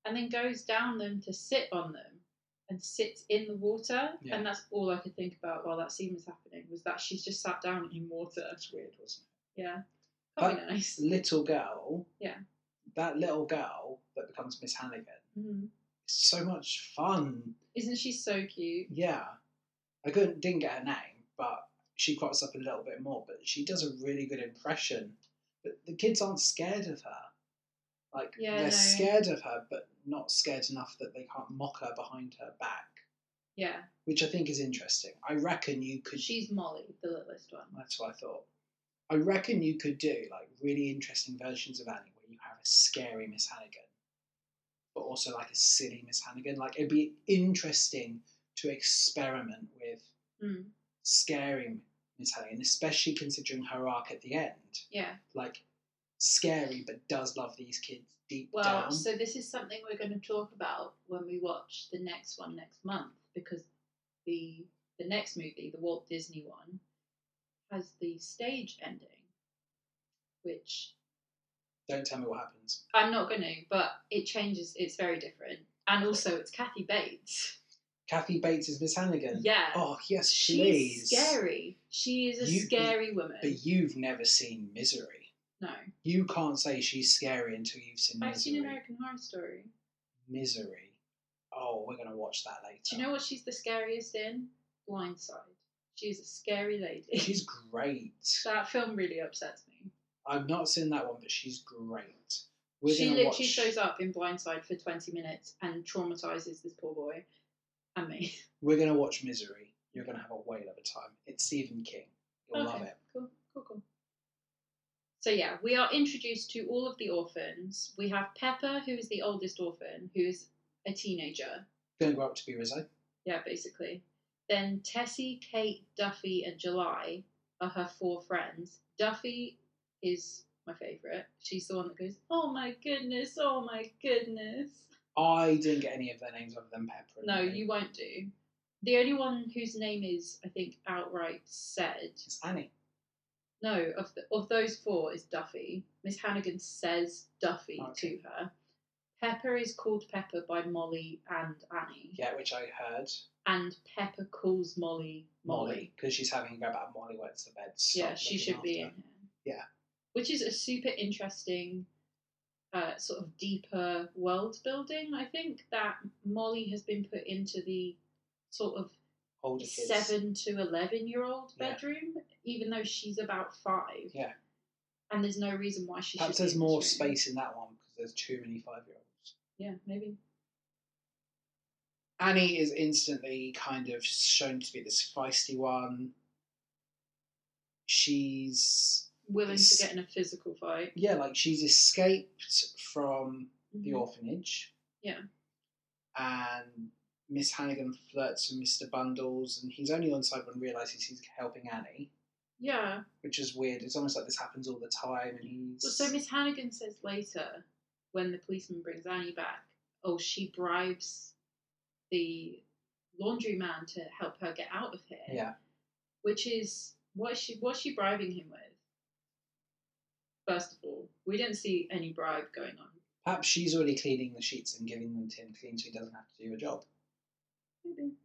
and then goes down them to sit on them and sits in the water. Yeah. And that's all I could think about while that scene was happening was that she's just sat down in water. That's weird, wasn't Yeah. That'd be nice. it? Little girl. Yeah. That little girl that becomes Miss Hannigan. Mhm. It's so much fun. Isn't she so cute? Yeah. I couldn't didn't get her name, but she crops up a little bit more, but she does a really good impression. But the kids aren't scared of her. Like Yeah, they're no. scared of her, but not scared enough that they can't mock her behind her back. Yeah, Which I think is interesting. I reckon you could she's Molly, the littlest one. That's what I thought. I reckon you could do like really interesting versions of Annie where you have a scary Miss Hannigan, but also like a silly Miss Hannigan. Like it'd be interesting to experiment with Mm. scaring Miss Hannigan, especially considering her arc at the end. Yeah. Like scary, but does love these kids deep Well, down. so this is something we're going to talk about when we watch the next one next month because the the next movie, the Walt Disney one, has the stage ending, which Don't tell me what happens. I'm not going to, but it changes. It's very different, and also it's Kathy Bates. Kathy Bates is Miss Hannigan. Yeah, Oh yes, she's please. scary. She is a You- scary woman. But you've never seen Misery. no, You can't say she's scary until you've seen I've Misery. seen American Horror Story. Misery. Oh, we're gonna watch that later. Do you know what she's the scariest in? Blindside. She's a scary <laughs> lady. She's great. <laughs> that film really upsets me. I've not seen that one, but she's great. We're she gonna literally watch. shows up in Blindside for 20 minutes and traumatizes this poor boy and me. <laughs> We're gonna watch Misery. You're gonna have a whale of a time. It's Stephen King. You'll love Okay, it. Cool, cool, cool. So, yeah, we are introduced to all of the orphans. We have Pepper, who is the oldest orphan, who's a teenager, Gonna grow up to be Rizzo. yeah, basically. Then Tessie, Kate, Duffy, and July are her four friends. Duffy is my favourite. She's the one that goes, Oh my goodness, oh my goodness. I didn't get any of their names other than Pepper. and No, Lily. you won't do. The only one whose name is, I think, outright said. It's Annie. No, of the, of those four is Duffy. Miss Hannigan says Duffy Ah, Okay. to her. Pepper is called Pepper by Molly and Annie, Yeah, which I heard and Pepper calls Molly Molly. Molly because she's having a go about Molly wets the bed. Stop yeah, she looking should be in after here. Yeah. which is a super interesting. Uh, sort of deeper world building. I think that Molly has been put into the sort of older kids. seven to eleven year old Yeah. bedroom, even though she's about five. Yeah. And there's no reason why she Perhaps should. there's be in more this room. space in that one because there's too many five-year-olds. Yeah, maybe. Annie is instantly kind of shown to be this feisty one. She's Willing This- to get in a physical fight. yeah, like she's escaped from the Mhm. orphanage. Yeah. And Miss Hannigan flirts with Mr. Bundles, and he's only on side when realizes he's helping Annie, Yeah. which is weird. It's almost like this happens all the time, and he's Well, so Miss Hannigan says later, when the policeman brings Annie back, oh, she bribes the laundry man to help her get out of here. yeah, Which is what is she what's she bribing him with? First of all, we didn't see any bribe going on. perhaps she's already cleaning the sheets and giving them to him clean, so he doesn't have to do a job. Maybe.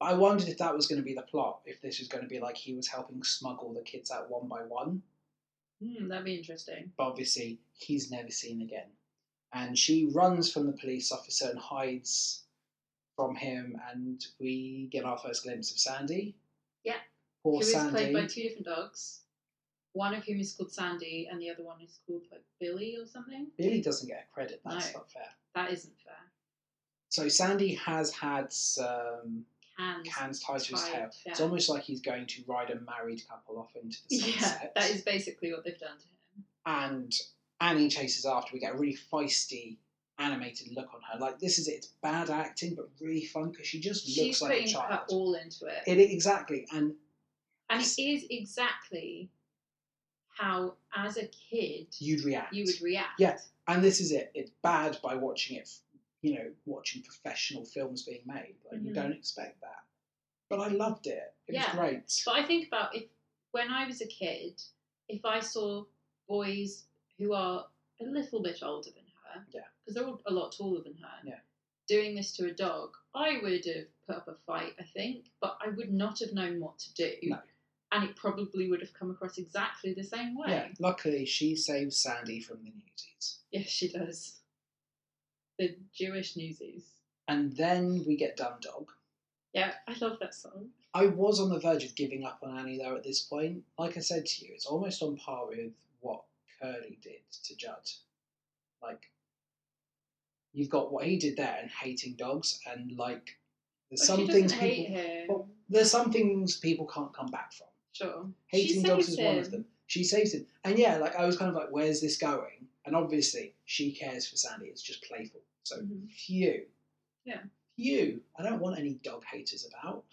I wondered if that was going to be the plot, if this was going to be like he was helping smuggle the kids out one by one, Hmm, that'd be interesting. but obviously he's never seen again. And she runs from the police officer and hides from him, and we get our first glimpse of Sandy. Yeah. Who Poor is Sandy. played by two different dogs, one of whom is called Sandy and the other one is called like Billy or something. Billy doesn't get a credit, that's No. not fair. That isn't fair. So Sandy has had some Cans. cans tied to his tied, tail. yeah. It's almost like he's going to ride a married couple off into the sunset. <laughs> yeah, that is basically what they've done to him. and Annie chases after. We get a really feisty, animated look on her. Like this is it. It's bad acting, but really fun because she just looks She's like a putting her child. all into it. It exactly, and and it is exactly how, as a kid, you'd react. you would react. Yeah. And this is it. It's bad by watching it. You know, watching professional films being made. Like you Mhm. don't expect that. But I loved it. It Yeah. was great. But I think about if when I was a kid, if I saw boys who are a little bit older than her, Yeah. because they're all a lot taller than her, Yeah. doing this to a dog, I would have put up a fight, I think, but I would not have known what to do, No. and it probably would have come across exactly the same way. Yeah. Luckily, she saves Sandy from the newsies. Yes, she does. the Jewish Newsies. And then we get Dumb Dog. Yeah, I love that song. I was on the verge of giving up on Annie though at this point. Like I said to you, it's almost on par with what Curly did to Judd. Like, you've got what he did there and hating dogs, and like, there's But some she things doesn't people Oh. hate him. Well, there's some things people can't come back from. Sure. Hating she dogs saves is one of him. them. She saves him. And yeah, like I was kind of like, where's this going? And obviously, she cares for Sandy. It's just playful. So, Mhm. phew. Yeah. Phew. I don't want any dog <laughs> haters about.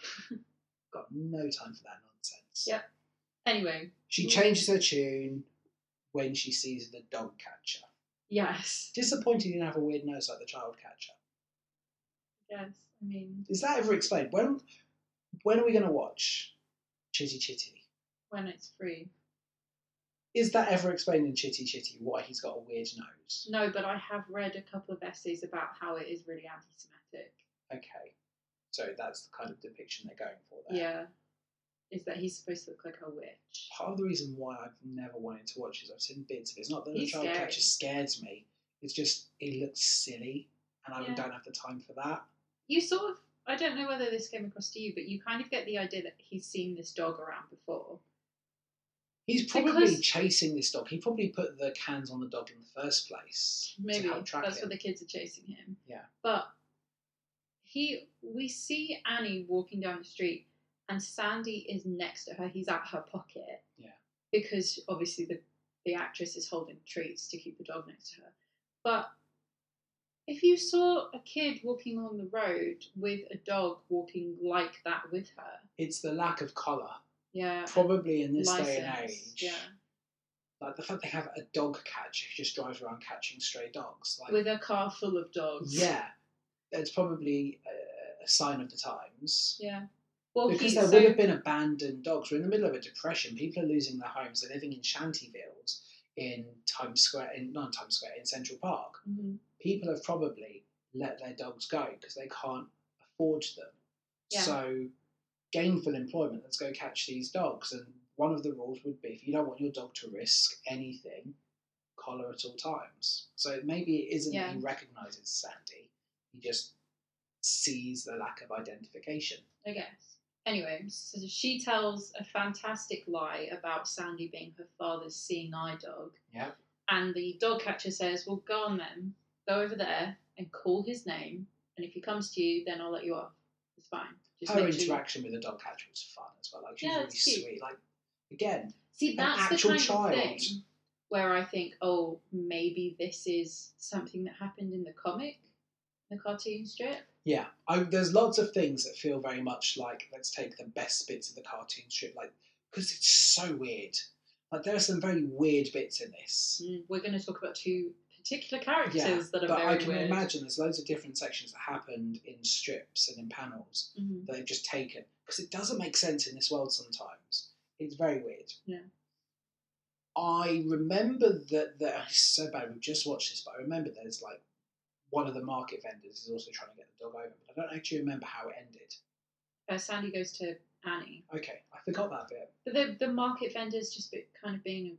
Got no time for that nonsense. Yeah. Anyway, She changes her tune when she sees the dog catcher. yes. Disappointed you don't have a weird nose like the child catcher. Yes. I mean, Is that ever explained? When when are we going to watch Chitty Chitty? when it's free. is that ever explained in Chitty Chitty why he's got a weird nose? No, but I have read a couple of essays about how it is really anti Semitic. Okay, so that's the kind of depiction they're going for there. Yeah. Is that he's supposed to look like a witch. Part of the reason why I've never wanted to watch is I've seen bits of it. It's not that He's the child scary. catcher scares me. It's just it looks silly, and I Yeah. don't have the time for that. You sort of, I don't know whether this came across to you, but you kind of get the idea that he's seen this dog around before. He's probably Because- chasing this dog. He probably put the cans on the dog in the first place. Maybe to help track that's him. what the kids are chasing him. Yeah. But he, we see Annie walking down the street, and Sandy is next to her. He's at her pocket. Yeah. Because obviously the the actress is holding treats to keep the dog next to her. But if you saw a kid walking on the road with a dog walking like that with her, It's the lack of collar, yeah, probably in this day and age. license, yeah, Like the fact they have a dog catcher who just drives around catching stray dogs. Like with a car full of dogs, Yeah, it's probably uh, a sign of the times. yeah. Well, Because he, there so- would have been abandoned dogs. We're in the middle of a depression. People are losing their homes. They're living in shantyvilles in Times Square, in not in Times Square, in Central Park. Mhm. People have probably let their dogs go because they can't afford them. Yeah. So, gainful employment. Let's go catch these dogs. And one of the rules would be if you don't want your dog to risk anything, collar at all times. So maybe it isn't that he recognizes Sandy. He just sees the lack of identification. I guess. Anyway, so she tells a fantastic lie about Sandy being her father's seeing eye dog. Yeah. And the dog catcher says, Well, go on then, go over there and call his name. And if he comes to you, then I'll let you off. It's fine. Just Her literally- Oh, interaction with the dog catcher was fun as well. Like she's Yeah, really it's cute. sweet. Like again, See, that's the actual kind child. of thing where I think, Oh, maybe this is something that happened in the comic, the cartoon strip. yeah. I, there's lots of things that feel very much like let's take the best bits of the cartoon strip, like because it's so weird. Like there are some very weird bits in this. Mm, We're going to talk about two particular characters that are but very I can weird. imagine there's loads of different sections that happened in strips and in panels Mhm. that they've just taken because it doesn't make sense in this world sometimes. It's very weird. Yeah. I remember that the <laughs> it's so bad we've just watched this, but I remember there's like one of the market vendors is also trying to get the dog over, but I don't actually remember how it ended. Uh, Sandy goes to Annie. Okay, I forgot that bit. But the the market vendor's just be, kind of being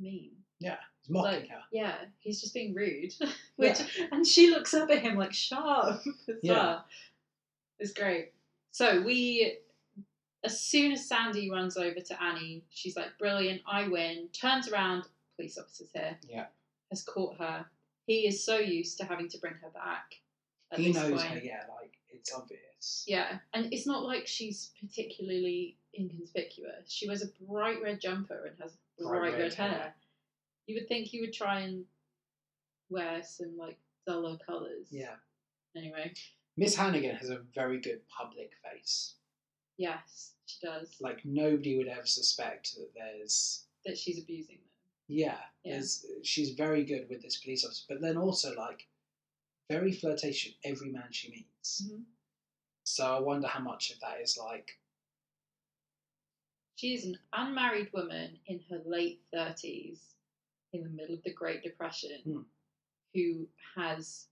mean. It's mocking Like, her. yeah, he's just being rude. <laughs> Which and she looks up at him like sharp <laughs> as Yeah. well. It's great. So we as soon as Sandy runs over to Annie, she's like, Brilliant, I win, turns around, police officer's here. Yeah. Has caught her. He is so used to having to bring her back. At he this knows point. her, yeah, like it's obvious. Yeah, and it's not like she's particularly inconspicuous. She wears a bright red jumper and has bright, red, hair. You would think you would try and wear some like duller colours. Yeah. Anyway, Miss Hannigan has a very good public face. yes, she does. like nobody would ever suspect that there's That she's abusing them. yeah, Yeah. there's she's very good with this police officer, but then also like very flirtatious with every man she meets. Mhm. So I wonder how much of that is like She is an unmarried woman in her late thirties, in the middle of the Great Depression, Hmm. who has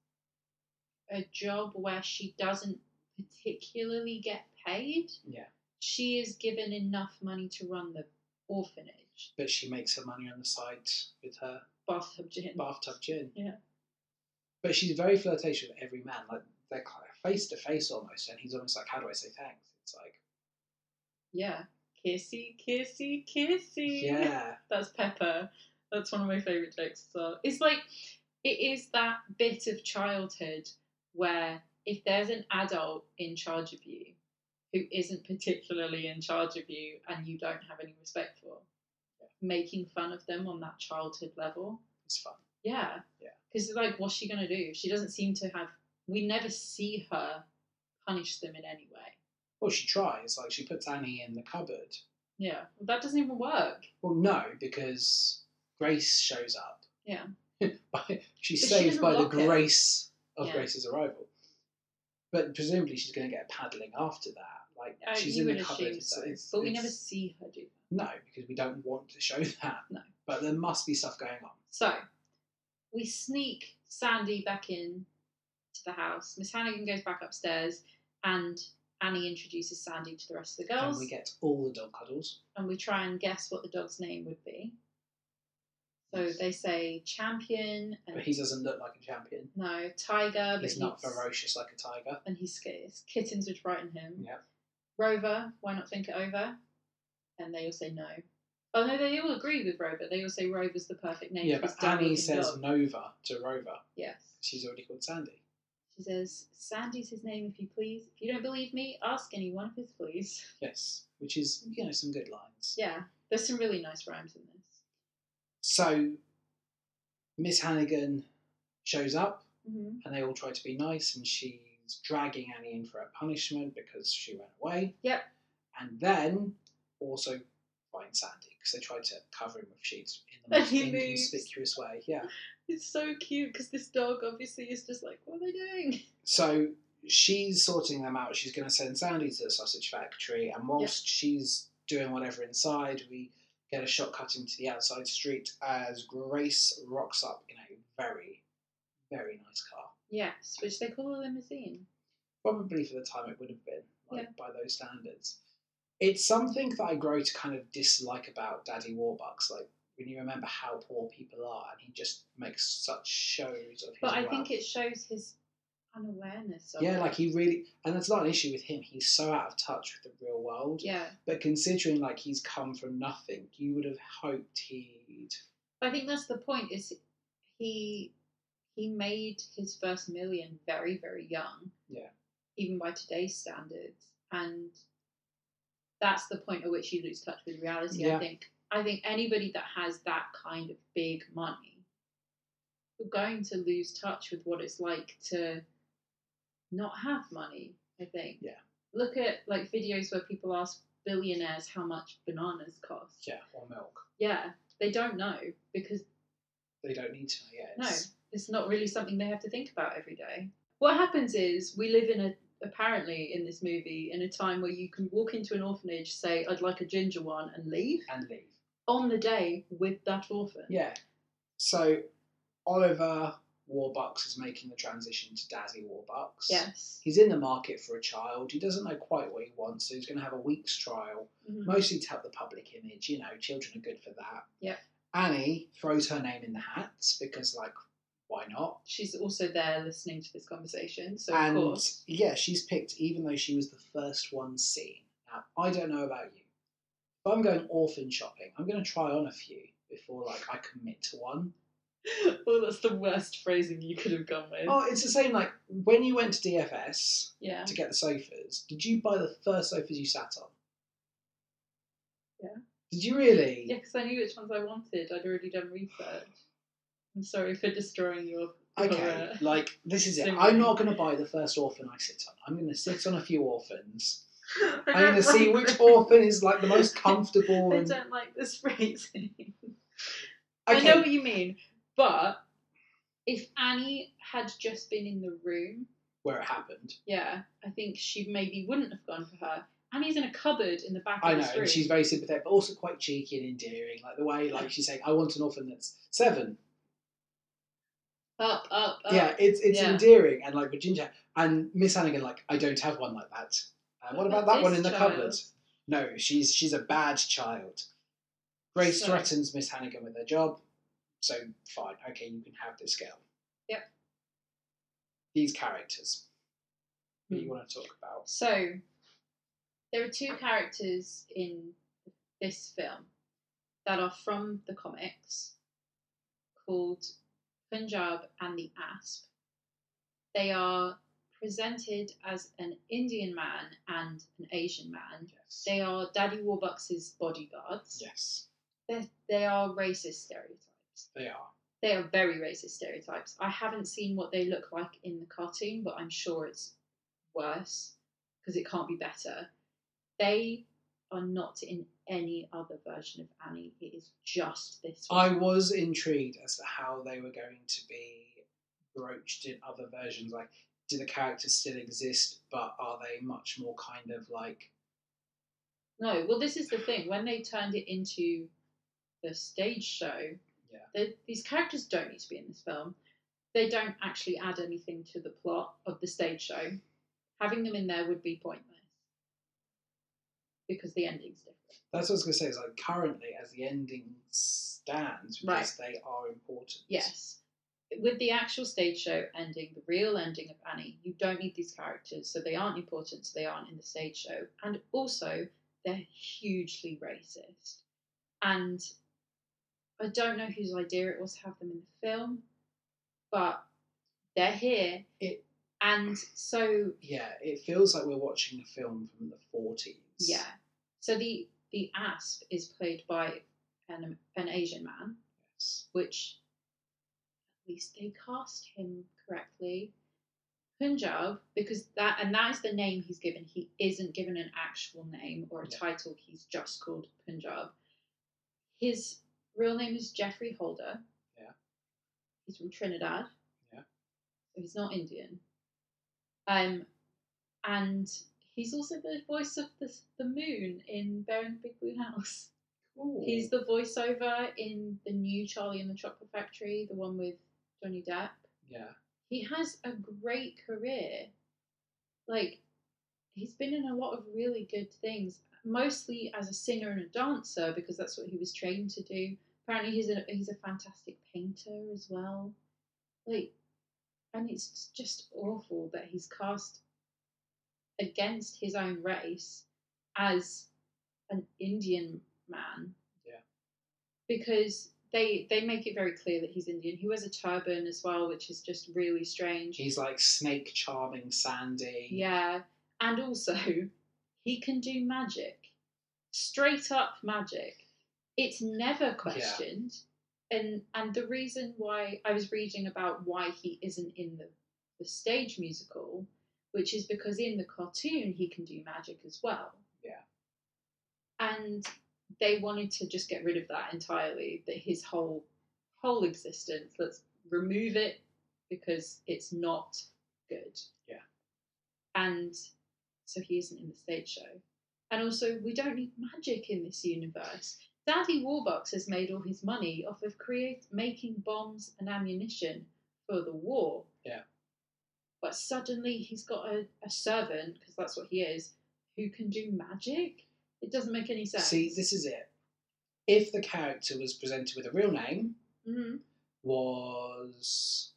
a job where she doesn't particularly get paid. yeah, she is given enough money to run the orphanage, but she makes her money on the side with her bathtub gin. bathtub gin. Yeah. But she's very flirtatious with every man. Like they're kind of face to face almost, and he's almost like, "How do I say thanks?" It's like, Yeah. Kissy, kissy, kissy. yeah, That's Pepper. That's one of my favourite jokes as well. It's like it is that bit of childhood where if there's an adult in charge of you who isn't particularly in charge of you and you don't have any respect for, making fun of them on that childhood level. it's fun. Yeah. Yeah. Because it's like, what's she gonna do? She doesn't seem to have. We never see her punish them in any way. Well, she tries. Like she puts Annie in the cupboard. Yeah. That doesn't even work. Well, no, because Grace shows up. Yeah. <laughs> By- she's But she saved doesn't by the lock it. grace of Yeah. Grace's arrival. But presumably she's going to get a paddling after that. Like Uh, she's you in would the cupboard. assume It's, so. it's- but we it's- never see her do that. No, because we don't want to show <laughs> that. No. But there must be stuff going on. So we sneak Sandy back in to the house. Miss Hannigan goes back upstairs, and Annie introduces Sandy to the rest of the girls, And we get all the dog cuddles. and we try and guess what the dog's name would be. So Yes. they say champion and But he doesn't look like a champion. no tiger, but He's not ferocious like a tiger. and he's scared. Kittens would frighten him. Yeah. Rover, why not think it over? And they all say no. Oh no, they all agree with Rover. They all say Rover's the perfect name yeah, for but this Annie down-looking says dog. Nova to Rover. yes. She's already called Sandy. She says, Sandy's his name, if you please. If you don't believe me, ask any one of his fleas. Yes, which is, you know, some good lines. <laughs> Yeah, there's some really nice rhymes in this. So Miss Hannigan shows up Mm-hmm. and they all try to be nice and she's dragging Annie in for her punishment because she ran away. Yep. And then also find Sandy because they tried to cover him with sheets in the And <laughs> most he moves. inconspicuous way. Yeah. It's so cute because this dog obviously is just like, what are they doing? <laughs> So she's sorting them out. She's going to send Sandy to the sausage factory, and whilst she's doing whatever inside, we get a shot cutting to the outside street as Grace rocks up in a very, very nice car. Yes, which they call a limousine. Probably for the time it would have been, like by those standards. It's something that I grow to kind of dislike about Daddy Warbucks, like when you remember how poor people are, and he just makes such shows of his. But I wealth. think it shows his unawareness of Yeah, it. like he really, and that's not an issue with him. He's so out of touch with the real world. Yeah. But considering like he's come from nothing, you would have hoped he'd. I think that's the point, is he he made his first million very, very young. Yeah. Even by today's standards. And that's the point at which you lose touch with reality, I Yeah. think. I think anybody that has that kind of big money, you're going to lose touch with what it's like to not have money, I think. Yeah. Look at like videos where people ask billionaires how much bananas cost. Yeah, or milk. Yeah, they don't know because They don't need to. Yeah. no, it's- it's not really something they have to think about every day. What happens is we live in a apparently in this movie in a time where you can walk into an orphanage, say I'd like a ginger one, and leave And leave. on the day with that orphan. Yeah. So Oliver Warbucks is making the transition to Daddy Warbucks. Yes. He's in the market for a child. He doesn't know quite what he wants, so he's going to have a week's trial. Mhm. mostly to help the public image. You know, children are good for that. Yeah. Annie throws her name in the hats because, like, why not? She's also there listening to this conversation, so and of course. <laughs> yeah, she's picked even though she was the first one seen. Now, I don't know about you, but I'm going orphan shopping. I'm going to try on a few before, like, I commit to one. well, that's the worst phrasing you could have gone with. Oh, it's the same. Like when you went to DFS Yeah. to get the sofas, did you buy the first sofas you sat on? Yeah. Did you really? Yeah, because I knew which ones I wanted. I'd already done research. I'm sorry for destroying your <laughs> Okay, Or, uh, like this is it. same I'm way. not going to buy the first orphan I sit on. I'm going to sit on a <laughs> few orphans. I I'm going to don't see like which this. orphan is like the most comfortable. I And... don't like this <laughs> phrasing. I know Okay, what you mean, but if Annie had just been in the room, where it happened. yeah, I think she maybe wouldn't have gone for her. Annie's in a cupboard in the back I of know, this room. and she's very sympathetic, but also quite cheeky and endearing. Like the way, like she's saying, "I want an orphan that's seven. up, up, up. yeah, it's it's Oh, yeah. endearing, and like with Ginger and Miss Hannigan, like I don't have one like that. Uh, what What about about that one this in the child? cupboard? No, she's she's a bad child. Grace So- threatens Miss Hannigan with her job, so fine, okay, you can have this girl. Yep. these characters that Hmm. you want to talk about. So, there are two characters in this film that are from the comics called Punjab and the Asp. They are presented as an Indian man and an Asian man. Yes. They are Daddy Warbucks' bodyguards. yes, They're, they are racist stereotypes. they are. They are very racist stereotypes. I haven't seen what they look like in the cartoon, but I'm sure it's worse because it can't be better. They are not in any other version of Annie. It is just this I one. was intrigued as to how they were going to be broached in other versions. Like, do the characters still exist, but are they much more kind of like No, well, this is the thing. When they turned it into the stage show, Yeah. the- these characters don't need to be in this film. They don't actually add anything to the plot of the stage show. Having them in there would be pointless because the ending's different. That's what I was going to say. Is like currently, as the ending stands, because they are important. Yes. With the actual stage show ending, the real ending of Annie, you don't need these characters, so they aren't important, so they aren't in the stage show. And also, they're hugely racist. And I don't know whose idea it was to have them in the film, but they're here. It- and so, Yeah, it feels like we're watching a film from the forties. yeah. So the, the asp is played by an, an Asian man. Yes. which at least they cast him correctly. Punjab, because that and that is the name he's given. He isn't given an actual name or a Yeah. title. He's just called Punjab. His real name is Jeffrey Holder. Yeah. He's from Trinidad. Yeah. So he's not Indian. Um, and he's also the voice of the the moon in Bear in the Big Blue House. Ooh. He's the voiceover in the new Charlie and the Chocolate Factory, the one with Johnny Depp. yeah. He has a great career. Like, he's been in a lot of really good things, mostly as a singer and a dancer because that's what he was trained to do. Apparently, he's a he's a fantastic painter as well. Like, and it's just awful that he's cast against his own race as an Indian man. Yeah. Because they they make it very clear that he's Indian. He wears a turban as well, which is just really strange. He's like snake charming Sandy. Yeah, and also <laughs> he can do magic, straight up magic. It's never questioned, and and the reason why I was reading about why he isn't in the the stage musical, which is because in the cartoon he can do magic as well. Yeah. and they wanted to just get rid of that entirely. That his whole whole existence, let's remove it because it's not good and so he isn't in the stage show. And also, we don't need magic in this universe. Daddy Warbucks has made all his money off of create making bombs and ammunition for the war. Yeah. But suddenly he's got a, a servant because that's what he is who can do magic. It doesn't make any sense. See, this is it. If the character was presented with a real name, Mhm. was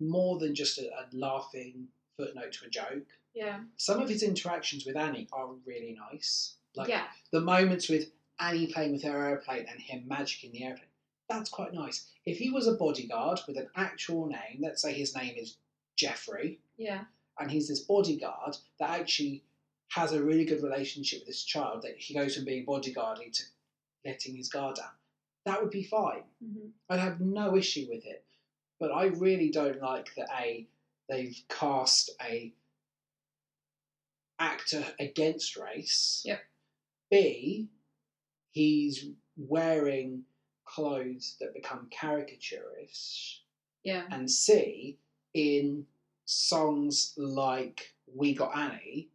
more than just a, a laughing footnote to a joke. Yeah. Some of his interactions with Annie are really nice. Like yeah. the moments with Annie playing with her airplane and him magicking the airplane. That's quite nice. If he was a bodyguard with an actual name, let's say his name is Jeffrey, Yeah. and he's this bodyguard that actually has a really good relationship with this child, that he goes from being bodyguarding to letting his guard down. That would be fine. Mhm. I'd have no issue with it. But I really don't like that a they've cast a actor against race. Yep. B he's wearing clothes that become caricaturish. Yeah. And C in songs like We Got Annie,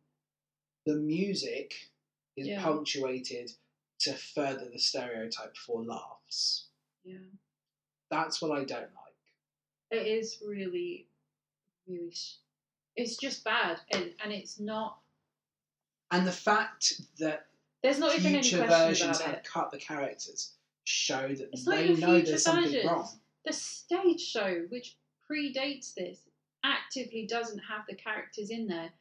the music is Yeah. punctuated to further the stereotype for laughs. Yeah. That's what I don't like. it is really really sh- it's just bad and, and it's not And the fact that there's not even any future question versions about have it cut the characters show that It's not they even know future there's something versions. wrong. the stage show which predates this, actively doesn't have the characters in there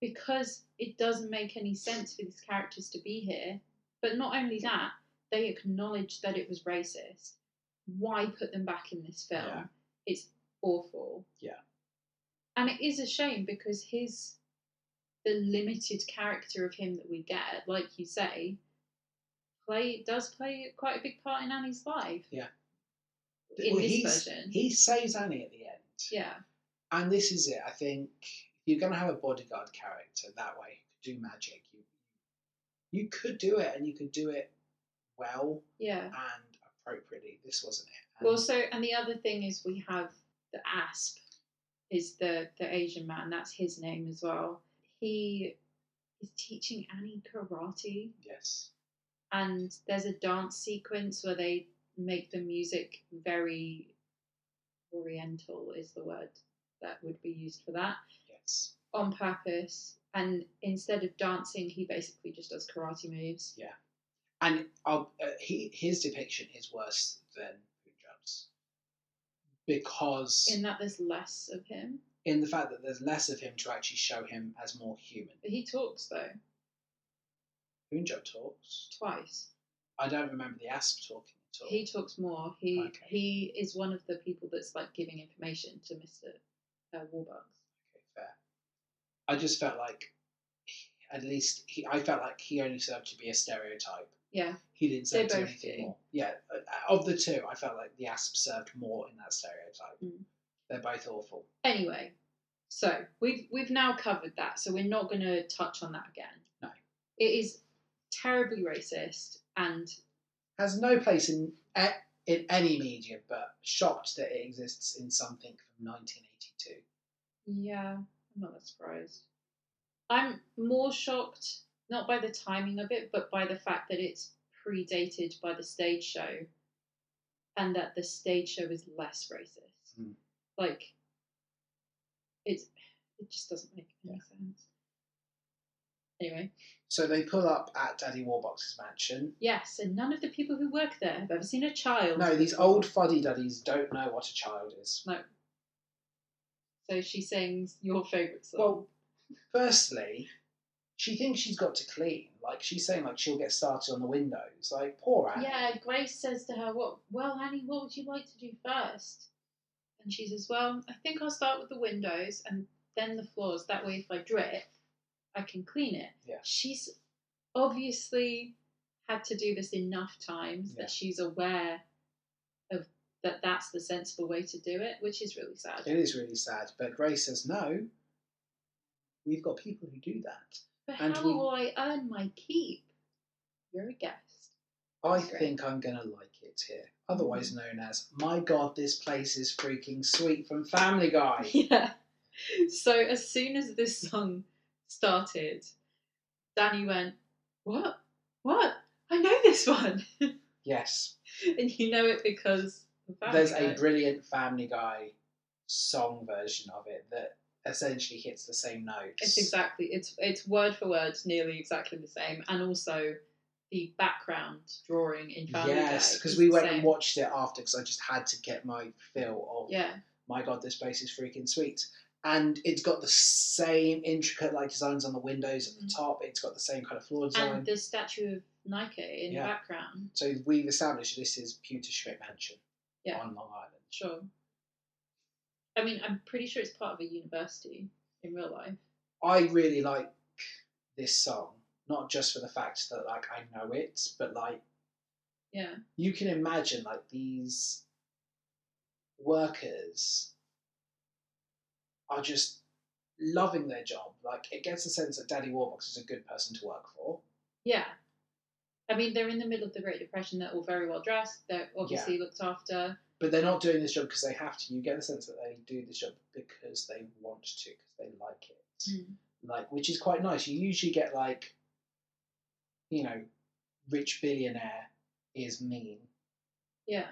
because it doesn't make any sense for these characters to be here. But not only that, they acknowledge that it was racist. Why put them back in this film? Yeah. It's awful. Yeah. And it is a shame because his the limited character of him that we get, like you say, play does play quite a big part in Annie's life. Yeah. In Well, this he's- version. He saves Annie at the end. yeah. And this is it. I think you're going to have a bodyguard character that way who could do magic. You, you could do it, and you could do it well Yeah. and appropriately. This wasn't it. And Well, so and the other thing is we have the asp is the the Asian man. That's his name as well. He is teaching Annie karate, yes, and there's a dance sequence where they make the music very oriental. Is the word that would be used for that yes, on purpose? And instead of dancing, he basically just does karate moves. and I'll, uh, he his depiction is worse than Punjab's because In that, there's less of him. in the fact that there's less of him to actually show him as more human. But he talks though Punjab talks. twice. I don't remember the asp talking at all. He talks more. He Okay. he is one of the people that's like giving information to Mister uh, Warbucks. Okay, fair. I just felt like, he- at least he, I felt like he only served to be a stereotype. Yeah, He didn't They serve to both anything do. more. Yeah, uh, of the two, I felt like the Asp served more in that stereotype. Mm. They're both awful. Anyway, so we've we've now covered that, so we're not going to touch on that again. No. it is terribly racist, and Has no place in eh, in any media, but shocked that it exists in something from 1982. yeah, I'm not that surprised. I'm more shocked not by the timing of it, but by the fact that it's predated by the stage show, and that the stage show is less racist. Mm. Like, it's it just doesn't make any sense. Anyway, So they pull up at Daddy Warbucks' mansion. yes, and none of the people who work there have ever seen a child. No, these old fuddy duddies don't know what a child is. So she sings your favourite song. Well, firstly, she thinks she's got to clean. Like she's saying, like she'll get started on the windows. Like poor Annie. Yeah, Grace says to her, "What? Well, Annie, what would you like to do first? And she says, "Well, I think I'll start with the windows and then the floors. That way, if I drip, I can clean it." Yeah. She's obviously had to do this enough times Yeah. that she's aware of that. That's the sensible way to do it, which is really sad. It is really sad. But Grace says, no, we've got people who do that. But and how we- will I earn my keep? You're a guest. I That's great. Mm. think I'm going to like it here. Otherwise known as, my God, this place is freaking sweet from Family Guy. <laughs> yeah. So as soon as this song started, Danny went, What? What? I know this one. <laughs> yes, and you know it because of Family there's a Guy. brilliant Family Guy song version of it that essentially hits the same notes. it's exactly it's it's word for word nearly exactly the same. And also the background drawing in Family Guy. Yes, because is we the went and same. watched it after because I just had to get my fill of Yeah. my god, this place is freaking sweet. And it's got the same intricate like designs on the windows at the Mhm. top. It's got the same kind of floor design. And the statue of Nike in Yeah. the background. so we've established this is Pewter Street Mansion Yeah. on Long Island. Sure. I mean, I'm pretty sure it's part of a university in real life. I really like this song, not just for the fact that like I know it, but like Yeah. you can imagine like these workers are just loving their job. Like it gets the sense that Daddy Warbucks is a good person to work for. Yeah. I mean, they're in the middle of the Great Depression. They're all very well dressed. They're obviously looked after. but they're not doing this job because they have to. You get the sense that they do this job because they want to, because they like it, like which is quite nice. You usually get like, you know, rich billionaire is mean. Yeah.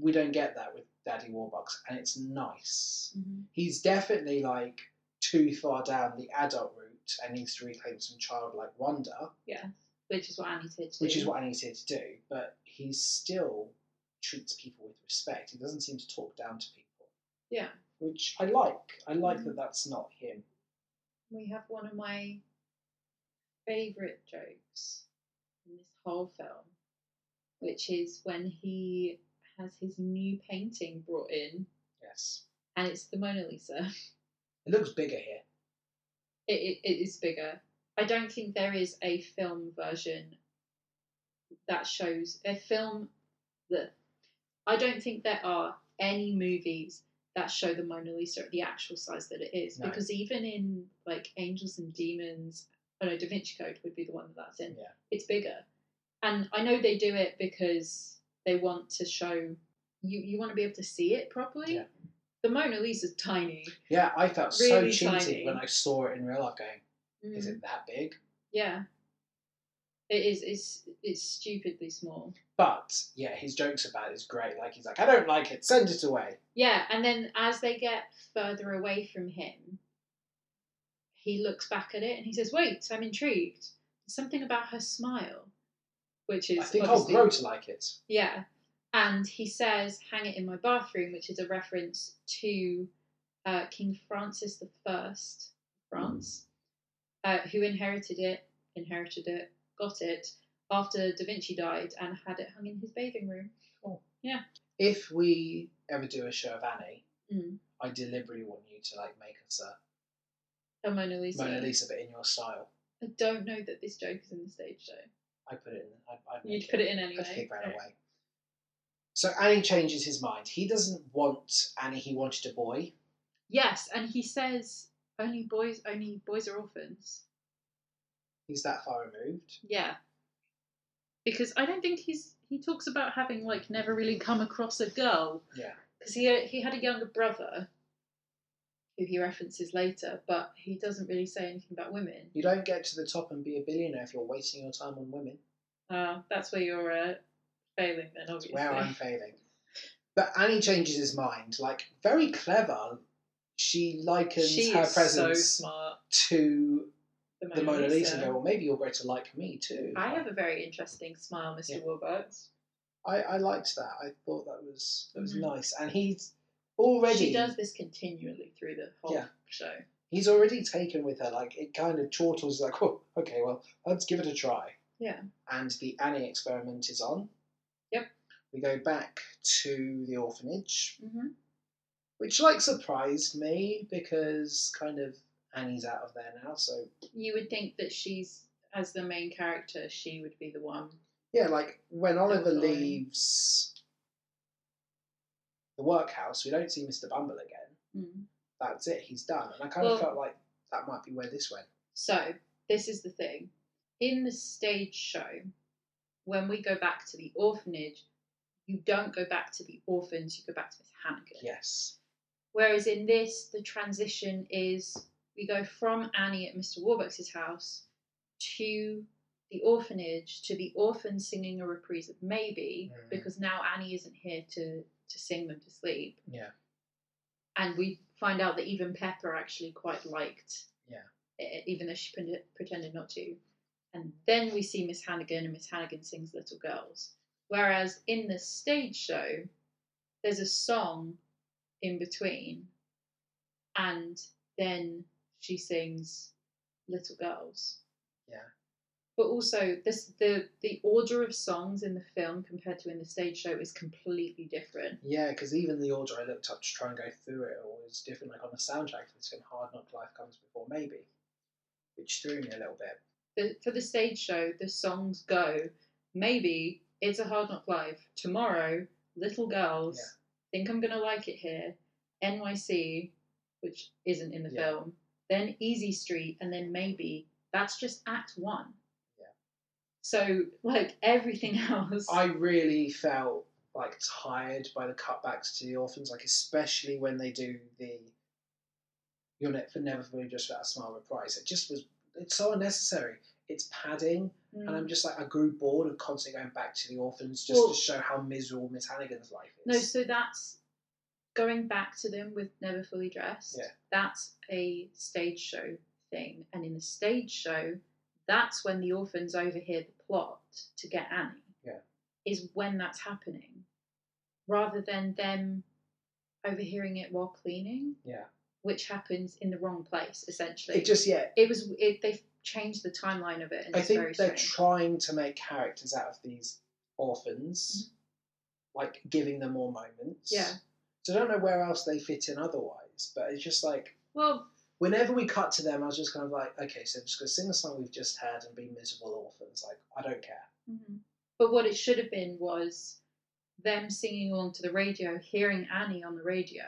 We don't get that with Daddy Warbucks, and it's nice. He's definitely like too far down the adult route and needs to reclaim some childlike wonder, Yeah. Which is what Annie said to which do. is what Annie's here to do. But he still treats people with respect. He doesn't seem to talk down to people. Yeah. Which I like. I like Mm. that that's not him. we have one of my favourite jokes in this whole film, which is when he has his new painting brought in, Yes. and it's the Mona Lisa. It looks bigger here. It, it, it is bigger. I don't think there is a film version that shows a film that. I don't think there are any movies that show the Mona Lisa at the actual size that it is, No. because even in like Angels and Demons, I know Da Vinci Code would be the one that that's in. Yeah. It's bigger, and I know they do it because they want to show you. You want to be able to see it properly. Yeah. The Mona Lisa's tiny. Yeah, I felt Really Mm. so cheated tiny. when I saw it in real life going, is it that big? Yeah. It is it's it's stupidly small. But yeah, his jokes about it is great. Like he's like, I don't like it, send it away. Yeah, and then as they get further away from him, he looks back at it and he says, Wait, I'm intrigued. Something about her smile. Which is I think I'll obviously- grow to like it. Yeah. And he says, hang it in my bathroom, which is a reference to uh, King Francis I, France, uh, who inherited it, inherited it, got it after Da Vinci died and had it hung in his bathing room. If we ever do a show of Annie, Mm. I deliberately want you to like make us a A Mona Lisa. Mona Lisa, but in your style. I don't know that this joke is in the stage show. I put it in. I, I'd make You'd put it in I'd anyway. figure out a way. So Annie changes his mind. He doesn't want Annie. He wanted a boy. Yes, and he says, only boys, only boys are orphans. He's that far removed. Yeah. Because I don't think he's he talks about having like never really come across a girl. Yeah. Because he he had a younger brother who he references later, but he doesn't really say anything about women. You don't get to the top and be a billionaire if you're wasting your time on women. Uh, that's where you're uh, failing then, obviously. <laughs> where I'm failing. But Annie changes his mind. Like very clever, she likens she her is so presence smart. to The Mona, the Mona Lisa Lisa. and go, well, maybe you'll grow to like me too. I have a very interesting smile, Mr. Yeah. Warburts. I, I liked that. I thought that was that was Mhm. nice. And he's already She does this continually through the whole Yeah. show. he's already taken with her. Like it kind of chortles like, oh, okay, well, let's give it a try. Yeah. And the Annie experiment is on. Yep. We go back to the orphanage. Mm-hmm. which like surprised me because kind of Annie's out of there now, so You would think that she's, as the main character, she would be the one yeah, like when Oliver Sorry. leaves the workhouse, we don't see Mr. Bumble again. Mm. That's it, he's done. And I kind Well- of felt like that might be where this went. So, this is the thing. In the stage show, when we go back to the orphanage, you don't go back to the orphans, you go back to Miss Hannigan. Yes. Whereas in this, the transition is we go from Annie at Mr. Warbucks' house to the orphanage, to the orphan singing a reprise of Maybe, Mhm. because now Annie isn't here to, to sing them to sleep. Yeah. and we find out that even Pepper actually quite liked. Yeah. It, even though she pretended, pretended not to. And then we see Miss Hannigan, and Miss Hannigan sings Little Girls. Whereas in the stage show, there's a song in between, and then she sings Little Girls. Yeah. But also, this the the order of songs in the film compared to in the stage show is completely different. Yeah, because even the order I looked up to try and go through it all was different. Like on the soundtrack for this film, Hard Knock Life comes before Maybe, which threw me a little bit. the, for the stage show, the songs go maybe it's a hard knock life tomorrow, little girls think I'm gonna like it here, NYC, which isn't in the Yeah. film, then Easy Street, and then maybe that's just Act One. Yeah. So like everything <laughs> else, I really felt like tired by the cutbacks to the orphans, like especially when they do the "You'll ne- for never forget just without a smile" reprise. It just was it's so unnecessary. It's padding, Mm. and I'm just like I grew bored of constantly going back to the orphans just Well- to show how miserable Miss Hannigan's life No, is. so that's going back to them with Never Fully Dressed. Yeah. That's a stage show thing. And in the stage show, that's when the orphans overhear the plot to get Annie. Yeah. Is when that's happening. Rather than them overhearing it while cleaning. Yeah. Which happens in the wrong place, essentially. It just yeah. It was. It, they've changed the timeline of it, and I it's very think they're strange. trying to make characters out of these orphans, like giving them more moments. Mm-hmm. Yeah. So I don't know where else they fit in otherwise, but it's just like well, whenever we cut to them, I was just kind of like, okay, so just gonna sing the song we've just had and be miserable orphans. Like I don't care. Mm-hmm. Mhm. But what it should have been was them singing along to the radio, hearing Annie on the radio,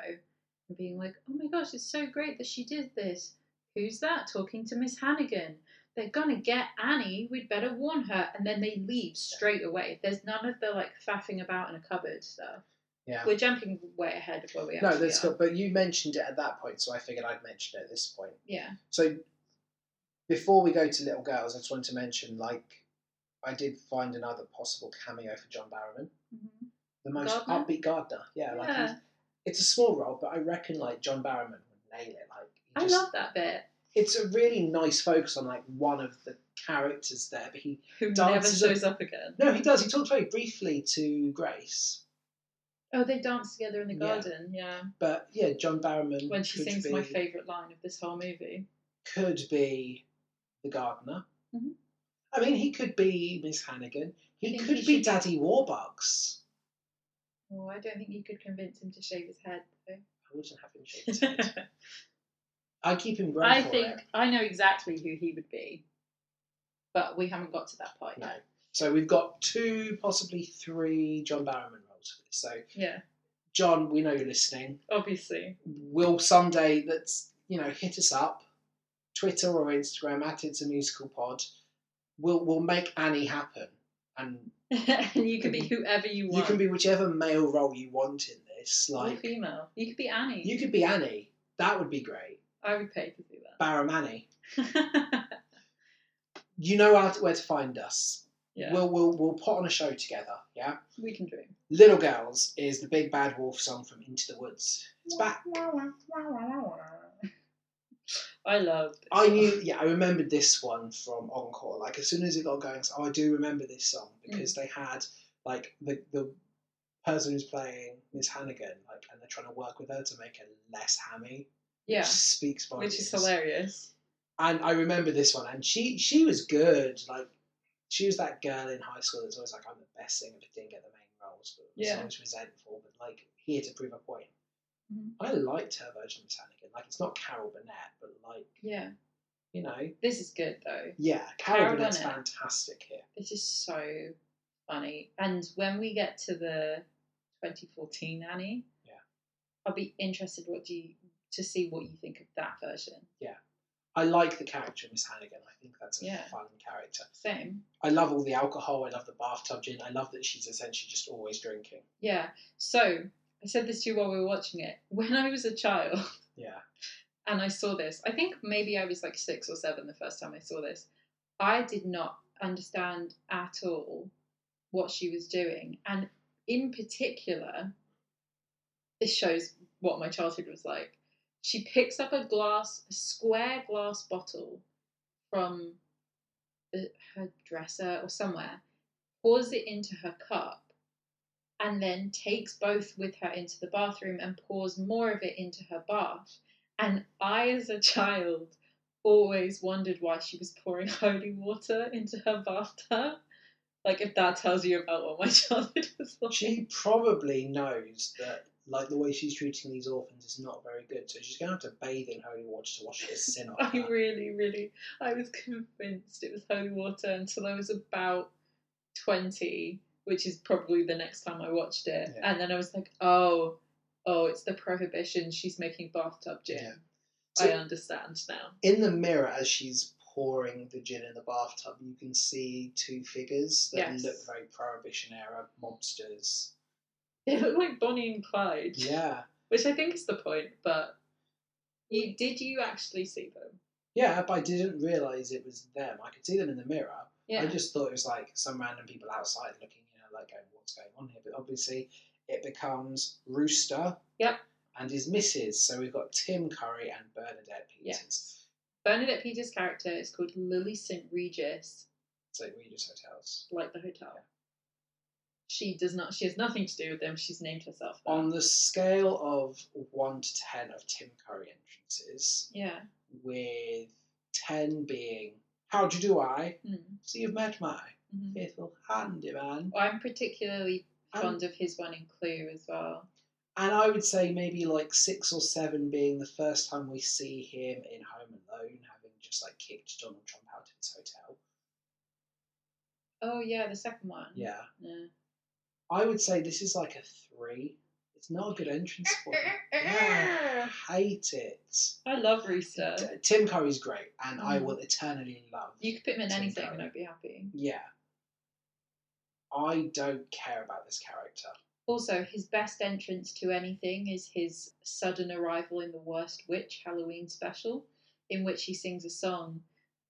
and being like, oh my gosh, it's so great that she did this. Who's that talking to Miss Hannigan? They're gonna get Annie, we'd better warn her. And then they leave straight away. There's none of the like faffing about in a cupboard stuff. Yeah. We're jumping way ahead of where we no, actually that's are. good. But you mentioned it at that point, so I figured I'd mention it at this point. Yeah. So before we go to Little Girls, I just wanted to mention like I did find another possible cameo for John Barrowman, the most Gardner? upbeat Gardener. Yeah, like Mm-hmm. Yeah. he's- it's a small role, but I reckon like John Barrowman would nail it. Like he I just- love that bit. it's a really nice focus on like one of the characters there, but he Who never Dances shows up again. no, he does. He talks very briefly to Grace, Oh, they dance together in the Yeah. garden, yeah. but yeah, John Barrowman When she could sings be, my favourite line of this whole movie. could be the gardener. Mhm. I mean, he could be Miss Hannigan. He think could he be should- Daddy Warbucks. Oh, I don't think you could convince him to shave his head. <laughs> Though. I wouldn't have him shave his head. <laughs> I keep him growing. I for think it. I know exactly who he would be, but we haven't got to that part No. yet. So we've got two, possibly three John Barrowman roles for this. So Yeah, John, we know you're listening. obviously. Will someday that's you know hit us up, Twitter or Instagram at it's a musical pod. We'll we'll make Annie happen, and <laughs> and you could be whoever you want. you can be whichever male role you want in this. Or Like female. You could be Annie. you could be Annie. That would be great. I would pay to do <laughs> Barham Annie. that. You know how to, where to find us. yeah, We'll we'll we'll put on a show together. Yeah. we can dream. Little Girls is the Big Bad Wolf song from Into the Woods. It's back. I love. this I song. knew, yeah, I remembered this one from Encore. Like, as soon as it got going, I was, oh, I do remember this song Mm. because they had, like, the, the person who's playing Miss Hannigan, like, and they're trying to work with her to make her less hammy. Yeah, Which speaks volumes. which is hilarious. And I remember this one, and she she was good. Like, she was that girl in high school that's always like, I'm the best singer, but didn't get the main roles, but was Yeah. always resentful, but like here to prove a point. Mhm. I liked her version of Miss Hannigan. Like, it's not Carol Burnett, but like Yeah, you know, this is good though. yeah, Carol, Carol Burnett's Burnett. fantastic here. This is so funny. And when we get to the 2014 Annie, Yeah. I'll be interested what do you to see what you think of that version. I like the character of Miss Hannigan. I think that's a Yeah. fun character. Same. I love all the alcohol. I love the bathtub gin. I love that she's essentially just always drinking. Yeah. So I said this to you while we were watching it. <laughs> When I was a child Yeah, and I saw this, I think maybe I was like six or seven the first time I saw this. I did not understand at all what she was doing. And in particular, this shows what my childhood was like. She picks up a glass, a square glass bottle from the, her dresser or somewhere, pours it into her cup, and then takes both with her into the bathroom and pours more of it into her bath. And I, as a child, always wondered why she was pouring <laughs> holy water into her bathtub. Like, if that tells you about what my <laughs> childhood was like. she probably knows that like the way she's treating these orphans is not very good, so she's gonna have to bathe in holy water to wash <laughs> this sin off. I her. really, really, I was convinced it was holy water until I was about 20, which is probably the next time I watched it. Yeah. And then I was like, oh, oh, it's the prohibition. She's making bathtub gin. Yeah. I So- understand now. <laughs> in the mirror as she's pouring the gin in the bathtub, you can see two figures that Yes. look very prohibition era mobsters. They look like Bonnie and Clyde, Yeah, which I think is the point, but you did you actually see them? yeah, but I didn't realize it was them. I could see them in the mirror. Yeah. I just thought it was like some random people outside looking, you know, like going, "What's going on here?" But obviously, it becomes Rooster. Yep. And his missus. So we've got Tim Curry and Bernadette Peters. Bernadette Peters' character is called Lily St. Regis, So Regis Hotels. like the hotel. She does not. She has nothing to do with them. She's named herself. that. On the scale of one to ten of Tim Curry entrances, yeah. with ten being "How do you do, I?" Mm. So you've met my Mhm. faithful handyman, Well, I'm particularly Um, fond of his one in Clue as well. and I would say maybe like six or seven being the first time we see him in Home Alone, having just like kicked Donald Trump out of his hotel. Oh yeah, the second one. Yeah, Yeah. I would say this is like a three. It's not a good entrance <laughs> for him. Yeah, I hate it. <laughs> I love Rooster. T- Tim Curry's great, and I Mm. will eternally love. You could put him in Tim anything, Curry. and I'd be happy. Yeah. I don't care about this character. Also, his best entrance to anything is his sudden arrival in the Worst Witch Halloween special, in which he sings a song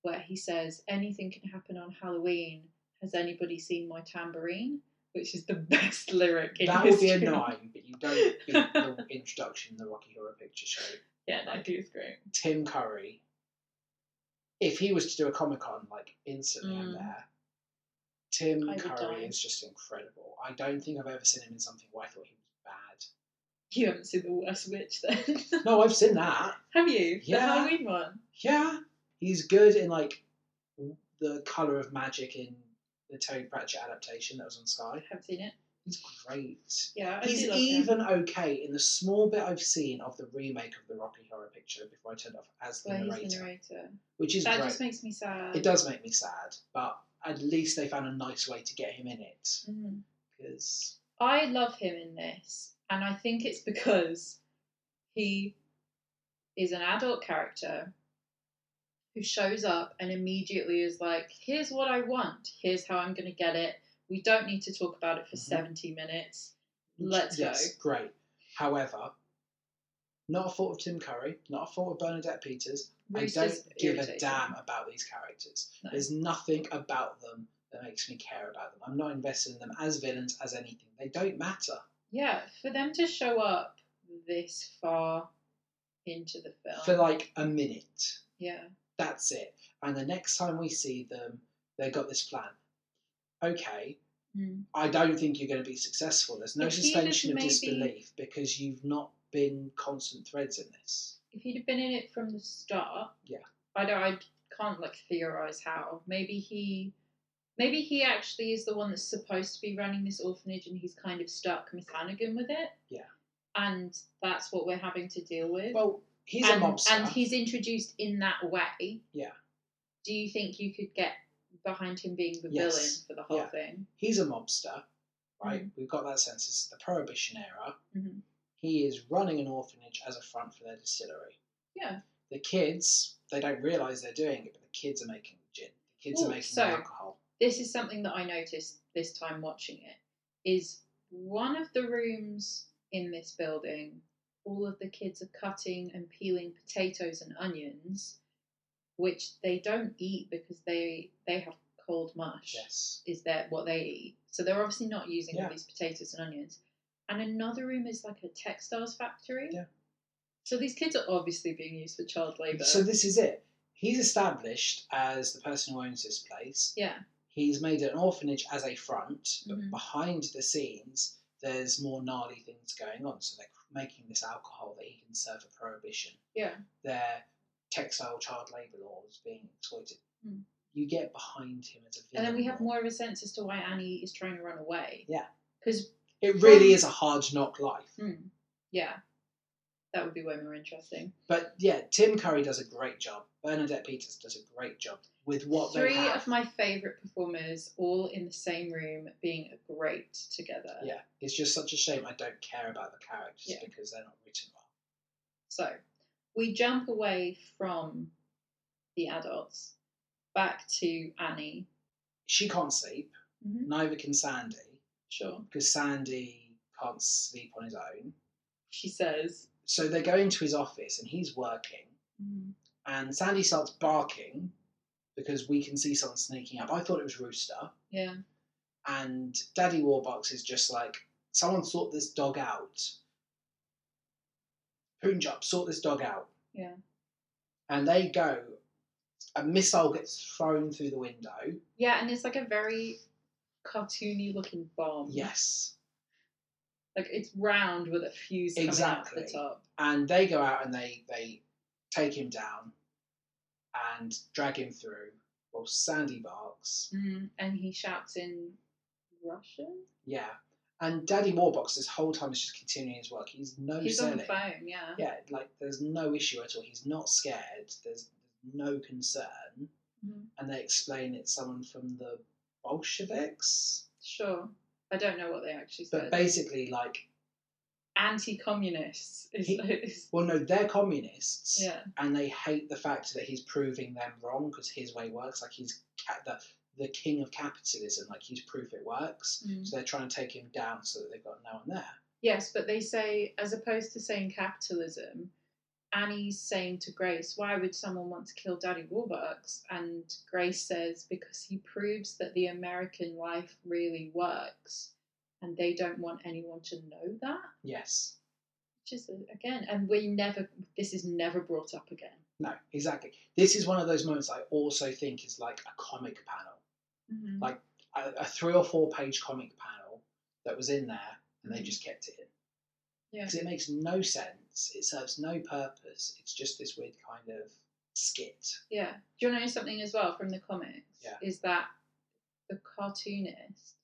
where he says, Anything can happen on Halloween. Has anybody seen my tambourine? Which is the <laughs> best lyric in that would history. be a nine, but you don't beat the introduction in the Rocky Horror Picture Show. Yeah, that dude's great. Tim Curry, if he was to do a Comic Con, like instantly I'm Mm. there. Tim I would Curry die. is just incredible. I don't think I've ever seen him in something where I thought he was bad. You haven't seen The Worst Witch then? <laughs> No, I've seen that. Have you? The Yeah. Halloween one. Yeah, he's good in like the color of magic in the Terry Pratchett adaptation that was on I Sky. haven't seen it. He's great. Yeah, I He's do love him. even okay in the small bit I've seen of the remake of the Rocky Horror Picture before I turned off as the Where narrator, he's the narrator. which is That great. just makes me sad. it does make me sad, but at least they found a nice way to get him in it Mhm. because I love him in this, and I think it's because he is an adult character who shows up and immediately is like, here's what I want, here's how I'm going to get it. We don't need to talk about it for Mhm. 70 minutes. Let's yes, great. However, not a fault of Tim Curry, not a fault of Bernadette Peters. go. I Rooster's don't give a irritating. damn about these characters. No. There's nothing about them that makes me care about them. I'm not invested in them as villains as anything. They don't matter. Yeah, for them to show up this far into the film. for like a minute. yeah. That's it. And the next time we see them, they've got this plan. Okay, I don't think you're going to be successful. There's no If he suspension of had maybe- disbelief because you've not been constant threads in this. if he'd have been in it from the start, Yeah. I don't, I can't like theorize how. Maybe he, maybe he actually is the one that's supposed to be running this orphanage, and he's kind of stuck Miss Hannigan with it. Yeah. and that's what we're having to deal with. Well, he's and, a mobster. and he's introduced in that way. Yeah. Do you think you could get behind him being the Yes. villain for the whole Yeah. thing? he's a mobster, right? Mm-hmm. We've got that sense. It's the Prohibition era. Mhm. He is running an orphanage as a front for their distillery. Yeah. The kids, they don't realise they're doing it, but the kids are making the gin. The kids Ooh, are making so- the alcohol. this is something that I noticed this time watching it is one of the rooms in this building all of the kids are cutting and peeling potatoes and onions which they don't eat because they they have cold mush Yes. is that what they eat so they're obviously not using Yeah. all these potatoes and onions and another room is like a textiles factory Yeah. so these kids are obviously being used for child labor So this is it. He's established as the person who owns this place. yeah He's made an orphanage as a front, but Mhm. behind the scenes, there's more gnarly things going on. So they're making this alcohol that he can serve for prohibition. Yeah. Their textile child labour laws being exploited. Mm. You get behind him as a and villain. then we have more of a sense as to why annie is trying to run away Yeah. because It really is a hard knock life. Hmm. Yeah. That would be way more interesting. But yeah, Tim Curry does a great job. Bernadette Peters does a great job with what Three they have. of my favourite performers all in the same room being great together. Yeah, it's just such a shame I don't care about the characters Yeah. because they're not written well. So we jump away from the adults back to Annie. She can't sleep, Mhm. neither can Sandy, Sure. because Sandy can't sleep on his own. She says, So they go into his office and he's working, and Sandy starts barking because we can see someone sneaking up. I thought it was Rooster, Yeah. and Daddy Warbucks is just like, Someone sort this dog out. Punjab, sort this dog out. Yeah. And they go, a missile gets thrown through the window. Yeah, and it's like a very cartoony looking bomb. Yes. Like it's round with a fuse coming Exactly. out the top. And they go out and they they take him down and drag him through. Well, Sandy barks. Mm, and he shouts in Russian? Yeah. And Daddy Warbox this whole time is just continuing his work. He's no He's on silly. the phone, yeah. Yeah, like there's no issue at all. He's not scared. There's no concern. Mhm. And they explain it's someone from the Bolsheviks. Sure. I don't know what they actually But said. basically, like, Anti communists is, <laughs> He- is well, no, they're communists. yeah. and they hate the fact that he's proving them wrong because his way works. Like he's ca- the the king of capitalism. Like he's proof it works. Mm. So they're trying to take him down so that they've got no one there. Yes, but they say, as opposed to saying capitalism, Annie's saying to Grace, why would someone want to kill Daddy Warbucks? And Grace says, because he proves that the American life really works and they don't want anyone to know that. Yes. Which is, again, and we never, this is never brought up again. No. Exactly. This is one of those moments I also think is like a comic panel, Mm-hmm. a, a three or four page comic panel that was in there, and they just kept it in Yeah. because it makes no sense. It serves no purpose. It's just this weird kind of skit. Yeah. Do you know something as well from the comics? Yeah. Is that the cartoonist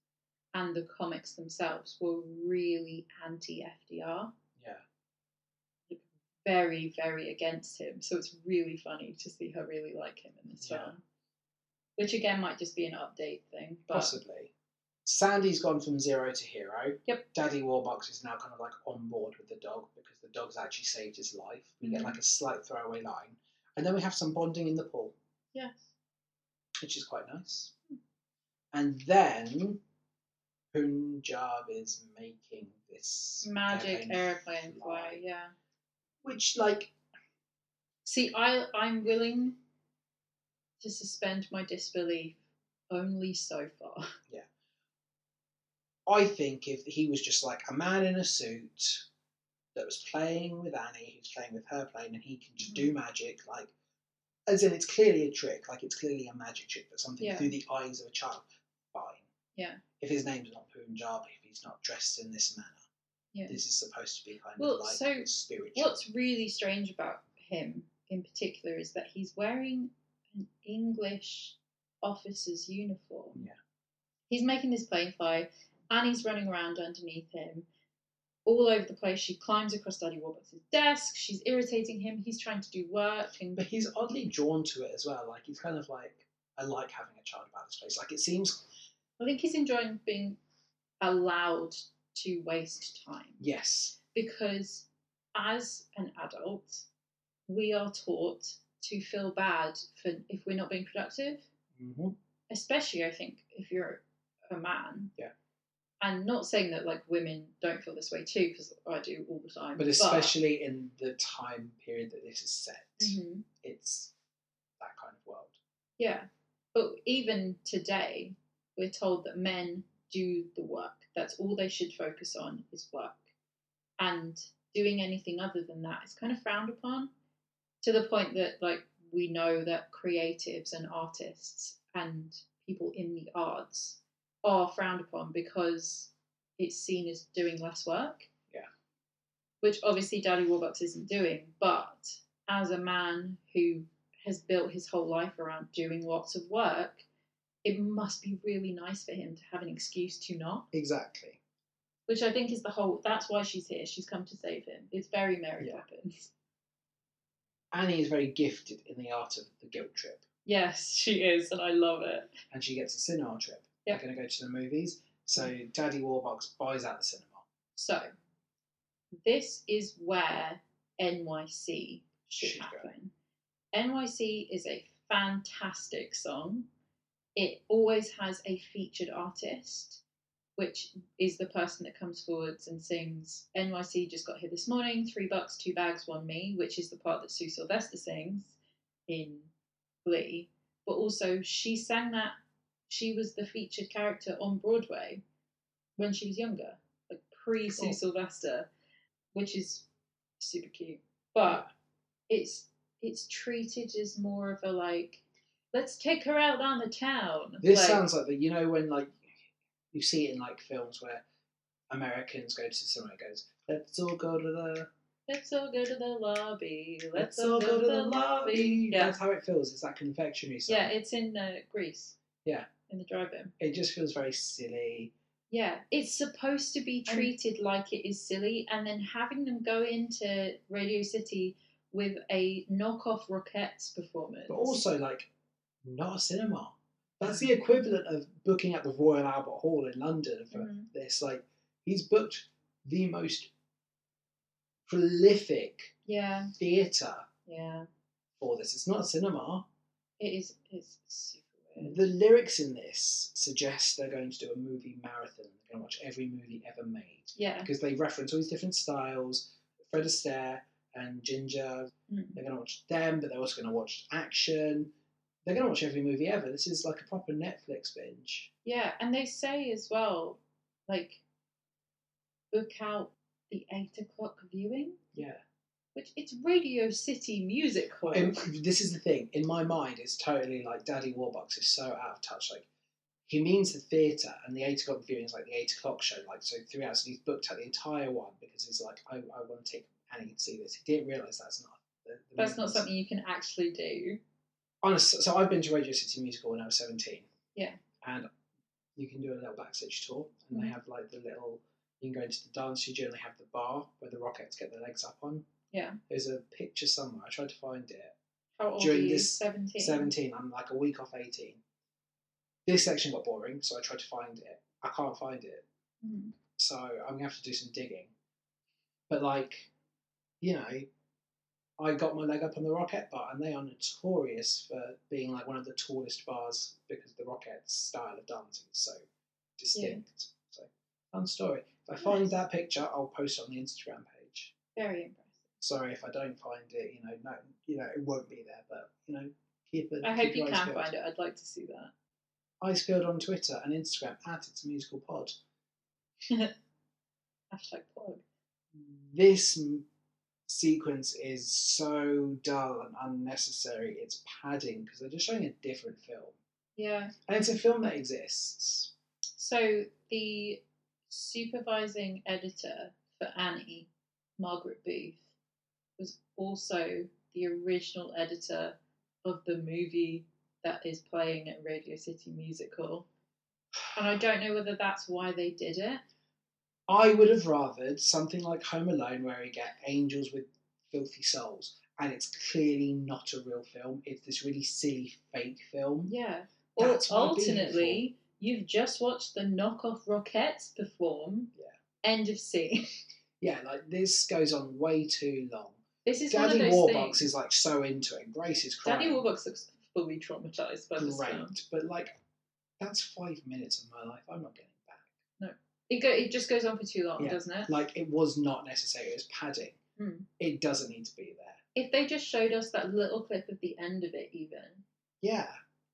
and the comics themselves were really anti FDR, Yeah. very, very against him. So it's really funny to see her really like him in this Yeah. film. Which again might just be an update thing. But Possibly. Sandy's gone from zero to hero. Yep. Daddy Warbucks is now kind of like on board with the dog because the dog's actually saved his life. We get Mhm. like a slight throwaway line. And then we have some bonding in the pool, yes. which is quite nice. And then Punjab is making this Magic airplane airplane fly, yeah. Which, like, See, I I'm willing to suspend my disbelief only so far. I think if he was just like a man in a suit that was playing with Annie, who's playing with her plane, and he can just do Mm. magic, like, as in it's clearly a trick, like it's clearly a magic trick, but something Yeah. through the eyes of a child, fine. Yeah. If his name's not Punjab, if he's not dressed in this manner, Yeah. this is supposed to be kind Well, of like so spiritual. What's really strange about him in particular is that he's wearing an English officer's uniform. Yeah. He's making this plane fly. Annie's running around underneath him, all over the place. She climbs across Daddy Warbucks' desk. She's irritating him. He's trying to do work. And But he's oddly drawn to it as well. Like, he's kind of like, I like having a child about this place. Like, it seems, I think he's enjoying being allowed to waste time. yes, because as an adult, we are taught to feel bad for if we're not being productive, hmm especially I think if you're a man. Yeah. And not saying that like women don't feel this way too, because I do all the time. but especially in the time period that this is set. Mhm. it's that kind of world. yeah. But even today, we're told that men do the work. That's all they should focus on is work. And doing anything other than that is kind of frowned upon to the point that, like, we know that creatives and artists and people in the arts are frowned upon because it's seen as doing less work. Yeah. Which obviously Daddy Warbucks isn't doing, but as a man who has built his whole life around doing lots of work, it must be really nice for him to have an excuse to not Exactly. which I think is the whole. That's why she's here. She's come to save him. It's very Mary Yeah. Poppins. <laughs> Annie is very gifted in the art of the guilt trip, Yes, she is, and I love it. and she gets a cinema trip. Yeah. They're going to go to the movies. So Daddy Warbucks buys out the cinema. So, this is where NYC should Should go. happen. NYC is a fantastic song. It always has a featured artist, which is the person that comes forwards and sings NYC just got here this morning, three bucks, two bags, one me, which is the part that Sue Sylvester sings in Glee. But also, she sang that, she was the featured character on Broadway when she was younger, like pre Sue Cool. Sylvester, which is super cute. But it's it's treated as more of a like let's take her out on the town This like, sounds like the you know when like You see it in like films where Americans go to the cinema and goes, let's all go to the, Let's all go to the lobby. let's all go to the lobby. Yeah, That's how it feels. It's that confectionery song. yeah. It's in uh, Greece. Yeah. In the drive-in. it just feels very silly. Yeah, it's supposed to be And- treated like it is silly, and then having them go into Radio City with a knockoff Rockettes performance. but also like not a cinema. That's the equivalent of booking at the Royal Albert Hall in London for Mhm. this. Like he's booked the most prolific yeah, theatre yeah. for this. It's not cinema. It is. It's super weird. The lyrics in this suggest they're going to do a movie marathon. They're going to watch every movie ever made Yeah. because they reference all these different styles. Fred Astaire and Ginger. Mm. They're going to watch them, but they're also going to watch action. They're going to watch every movie ever. This is like a proper Netflix binge. Yeah, and they say as well, like, book out the eight o'clock viewing, Yeah. which it's Radio City Music Hall. And this is the thing. In my mind, it's totally like Daddy Warbucks is so out of touch. Like he means the theatre, and the eight o'clock viewing is like the eight o'clock show. Like so, three hours. And he's booked out the entire one because he's like, I, I want to take Annie to see this. He didn't realise that's not. The, the That's not reasons. something you can actually do. Honest. So I've been to Radio City Musical when I was seventeen. Yeah. And you can do a little backstage tour, and Mm-hmm. they have like the little. You can go into the dance studio, and they have the bar where the Rockettes get their legs up on. Yeah. There's a picture somewhere. I tried to find it. How old During are you? this 17. 17. I'm like a week off 18. This section got boring, so I tried to find it. I can't find it, Mm. so I'm gonna have to do some digging. But like, you know, I got my leg up on the Rocket Bar, and they are notorious for being like one of the tallest bars because the Rocket's style of dancing is so distinct. So, fun story. If I find Nice. that picture, I'll post it on the Instagram page. Very impressive. Sorry if I don't find it. You know, no, you know, it won't be there. But you know, keep it. I keep hope you your eyes can peeled. find it. I'd like to see that. Ice Field on Twitter and Instagram at It's a Musical Pod. Hashtag plug. This m- sequence is so dull and unnecessary. It's padding because they're just showing a different film, Yeah. and it's a film that exists. So the supervising editor for Annie, Margaret Booth, was also the original editor of the movie that is playing at Radio City Music Hall. And I don't know whether that's why they did it. I would have rathered something like Home Alone, where you get angels with filthy souls, and it's clearly not a real film. It's this really silly fake film. Yeah. Or That's what I'd be here alternately, you've just watched the knockoff Rockettes perform. Yeah. End of scene. <laughs> Yeah, like this goes on way too long. This is Daddy one of those Warbucks things. is like so into it. Grace is crying. Daddy Warbucks looks fully traumatized by this film. great, but like that's five minutes of my life. I'm not getting back. It go, it just goes on for too long, Yeah. doesn't it? Like it was not necessary. It was padding. Hmm. It doesn't need to be there. If they just showed us that little clip of the end of it, even Yeah.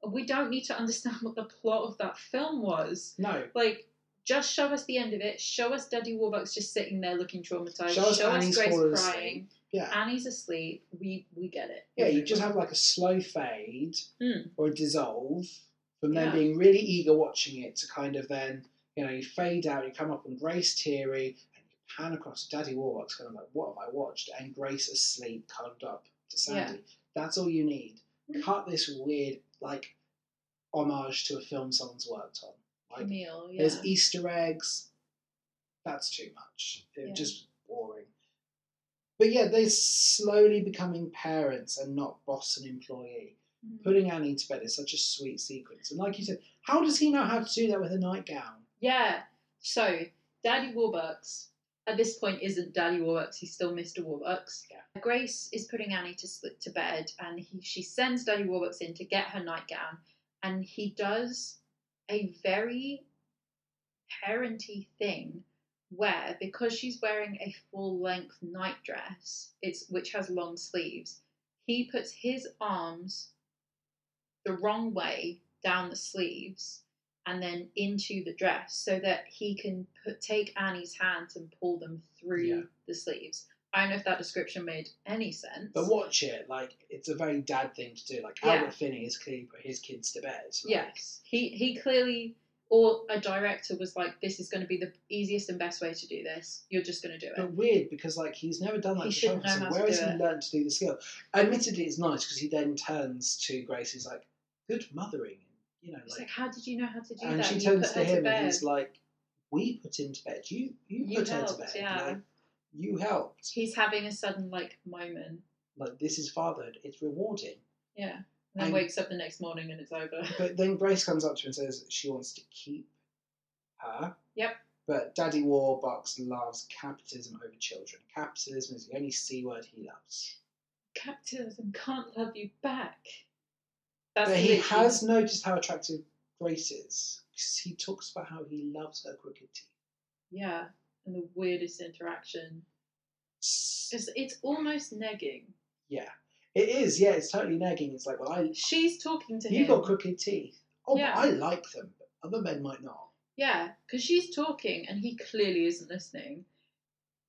we don't need to <laughs> understand what the plot of that film was. No. Like, just show us the end of it. Show us Daddy Warbucks just sitting there looking traumatized. Show us Annie's Grace fallen crying. asleep. Yeah. Annie's asleep. We we get it. Yeah. You just have like a slow fade Hmm. or a dissolve from them Yeah. being really eager watching it to kind of then you know you fade out. You come up on Grace teary and you pan across to Daddy Warbucks, kind of like what have I watched? And Grace asleep, cuddled up to Sandy. That's all you need. Hmm. Cut this weird like homage to a film someone's worked on. Like, Camille. Yeah. There's Easter eggs. That's too much. It Yeah. just boring. But yeah, they're slowly becoming parents and not boss and employee. Mhm. Putting Annie to bed is such a sweet sequence. And like you said, how does he know how to do that with a nightgown? Yeah. So Daddy Warbucks at this point isn't Daddy Warbucks. He's still Mr. Warbucks. Yeah. Grace is putting Annie to sleep to bed, and he, she sends Daddy Warbucks in to get her nightgown, and he does a very parenty thing where because she's wearing a full length nightdress, it's which has long sleeves, he puts his arms the wrong way down the sleeves and then into the dress so that he can put, take Annie's hands and pull them through Yeah. the sleeves. I don't know if that description made any sense. But watch it, like it's a very dad thing to do. Like Yeah. Albert Finney has clearly put his kids to bed. Like, Yes, he he clearly or a director was like, "This is going to be the easiest and best way to do this. You're just going to do it." But weird because like he's never done that He before. shouldn't know so how to where has do he it. learned to do the skill? Admittedly, it's nice because he then turns to Grace. He's like, "Good mothering," you know. It's like, how did you know how to do and that? she You turns put to her him bed. and he's like, "We put him to bed. You you, You put her helped, to bed. yeah. Like, you helped. He's having a sudden like moment. Like this is fatherhood. It's rewarding." Yeah. And then And- wakes up the next morning and it's over. <laughs> But then Grace comes up to him and says she wants to keep her. Yep. But Daddy Warbucks loves capitalism over children. Capitalism is the only c word he loves. Capitalism can't love you back. That's but he literally- has noticed how attractive Grace is because he talks about how he loves her crooked Yeah. And the weirdest interaction. teeth. It's, it's almost negging. Yeah, it is. Yeah, it's totally nagging. It's like, well, I She's talking to you him. got crooked teeth. Oh, Yeah. but I like them, but other men might not. Yeah, because she's talking and he clearly isn't listening.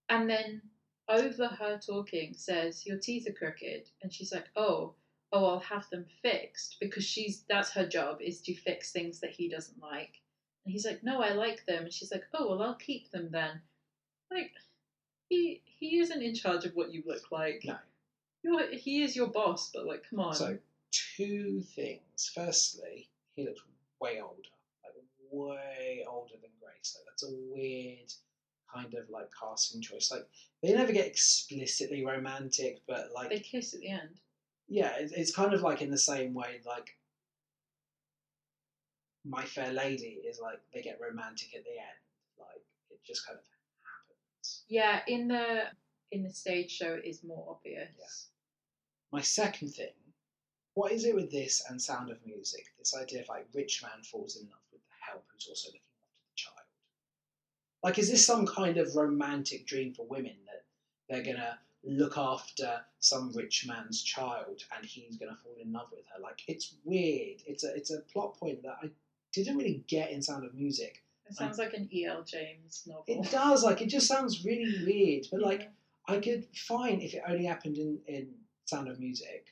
And then over her talking says, Your teeth are crooked. And she's like, Oh, oh, I'll have them fixed because she's that's her job is to fix things that he doesn't like. And he's like, No, I like them. And she's like, Oh, well, I'll keep them then. Like, he he isn't in charge of what you look like. No. You're, he is your boss, but like, come on. So, two things. Firstly, he looks way older, like way older than Grace. Like that's a weird kind of like casting choice. Like they never get explicitly romantic, but like they kiss at the end. yeah, it's, it's kind of like in the same way like My Fair Lady is like they get romantic at the end. Like it just kind of happens. Yeah, in the in the stage show it is more obvious. My second thing, what is it with this and Sound of Music? This idea of like rich man falls in love with the help who's also looking after the child. Like, is this some kind of romantic dream for women that they're gonna look after some rich man's child and he's gonna fall in love with her? Like, it's weird. It's a it's a plot point that I didn't really get in Sound of Music. It sounds like an E.L. James novel. It does like it just sounds really weird, but like I could fine if it only happened in, in Sound of Music.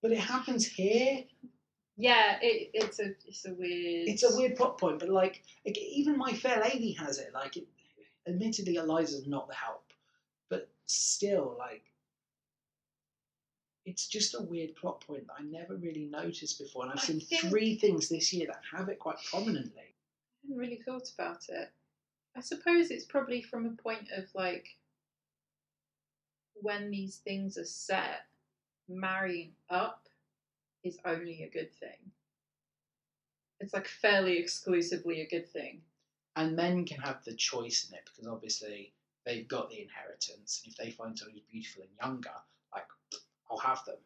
But it happens here. yeah, it, it's a it's a weird. It's a weird plot point, but like, like even My Fair Lady has it. Like, it, admittedly, Eliza's not the help, but still, like, it's just a weird plot point that I never really noticed before. And I've I seen think- three things this year that have it quite prominently. I hadn't really thought about it. I suppose it's probably from a point of like when these things are set, marrying up is only a good thing. It's like fairly exclusively a good thing. And men can have the choice in it because obviously they've got the inheritance, and if they find someone who's beautiful and younger, like, I'll have them.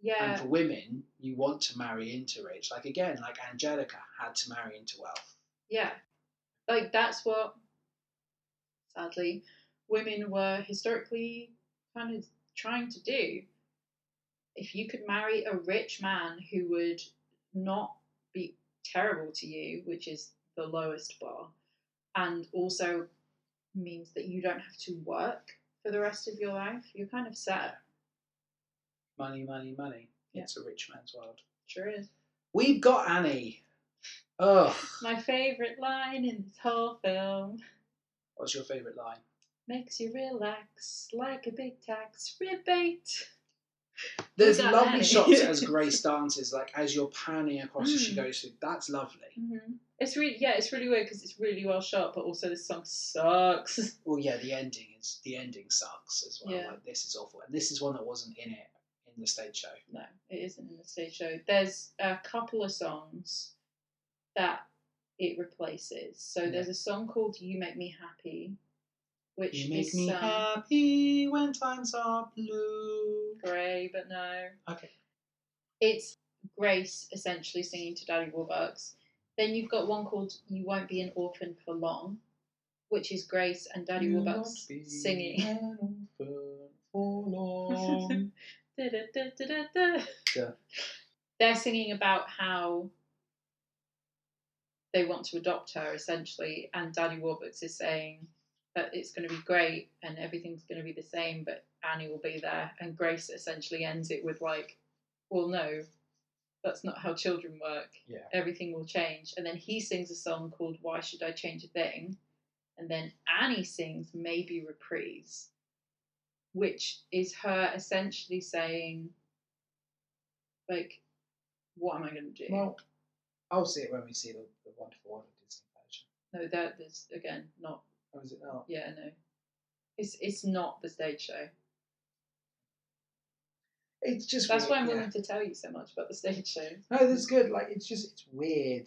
Yeah, and for women, you want to marry into rich. Like again, like Angelica had to marry into wealth. yeah. Like that's what, sadly, women were historically kind of trying to do. If you could marry a rich man who would not be terrible to you, which is the lowest bar, and also means that you don't have to work for the rest of your life, you're kind of set. Money, money, money. Yeah. It's a rich man's world. Sure is. We've got Annie. Oh, My favourite line in this whole film. what's your favourite line? Makes you relax like a big tax rebate. There's got lovely Annie. shots <laughs> as Grace dances, like as you're panning across as she Mm. goes through. That's lovely. Mm-hmm. hmm It's really yeah, it's really weird because it's really well shot, but also this song sucks. <laughs> Well, yeah, the ending is the ending sucks as well. Yeah. Like this is awful, and this is one that wasn't in it in the stage show. No, it isn't in the stage show. There's a couple of songs that it replaces. So Yeah. there's a song called "You Make Me Happy," which You make is me sung happy when times are blue. grey, but no, Okay. it's Grace essentially singing to Daddy Warbucks. Then you've got one called "You Won't Be an Orphan for Long," which is Grace and Daddy You won't Warbucks be singing. an orphan for long. <laughs> Da-da-da-da-da-da. Yeah. They're singing about how they want to adopt her essentially, and Daddy Warbucks is saying that it's going to be great and everything's going to be the same, but Annie will be there. And Grace essentially ends it with, like, well, no, that's not how children work. Yeah. Everything will change. And then he sings a song called Why Should I Change a Thing? And then Annie sings Maybe Reprise, which is her essentially saying, like, what am I going to do? Well, I'll see it when we see the, the wonderful one of Disney version. no, that, that's, again, not, Oh, is it not? yeah, no. It's, it's not the stage show. It's just That's why weird, I'm yeah. willing to tell you so much about the stage show. No, that's good. Like it's just it's weird.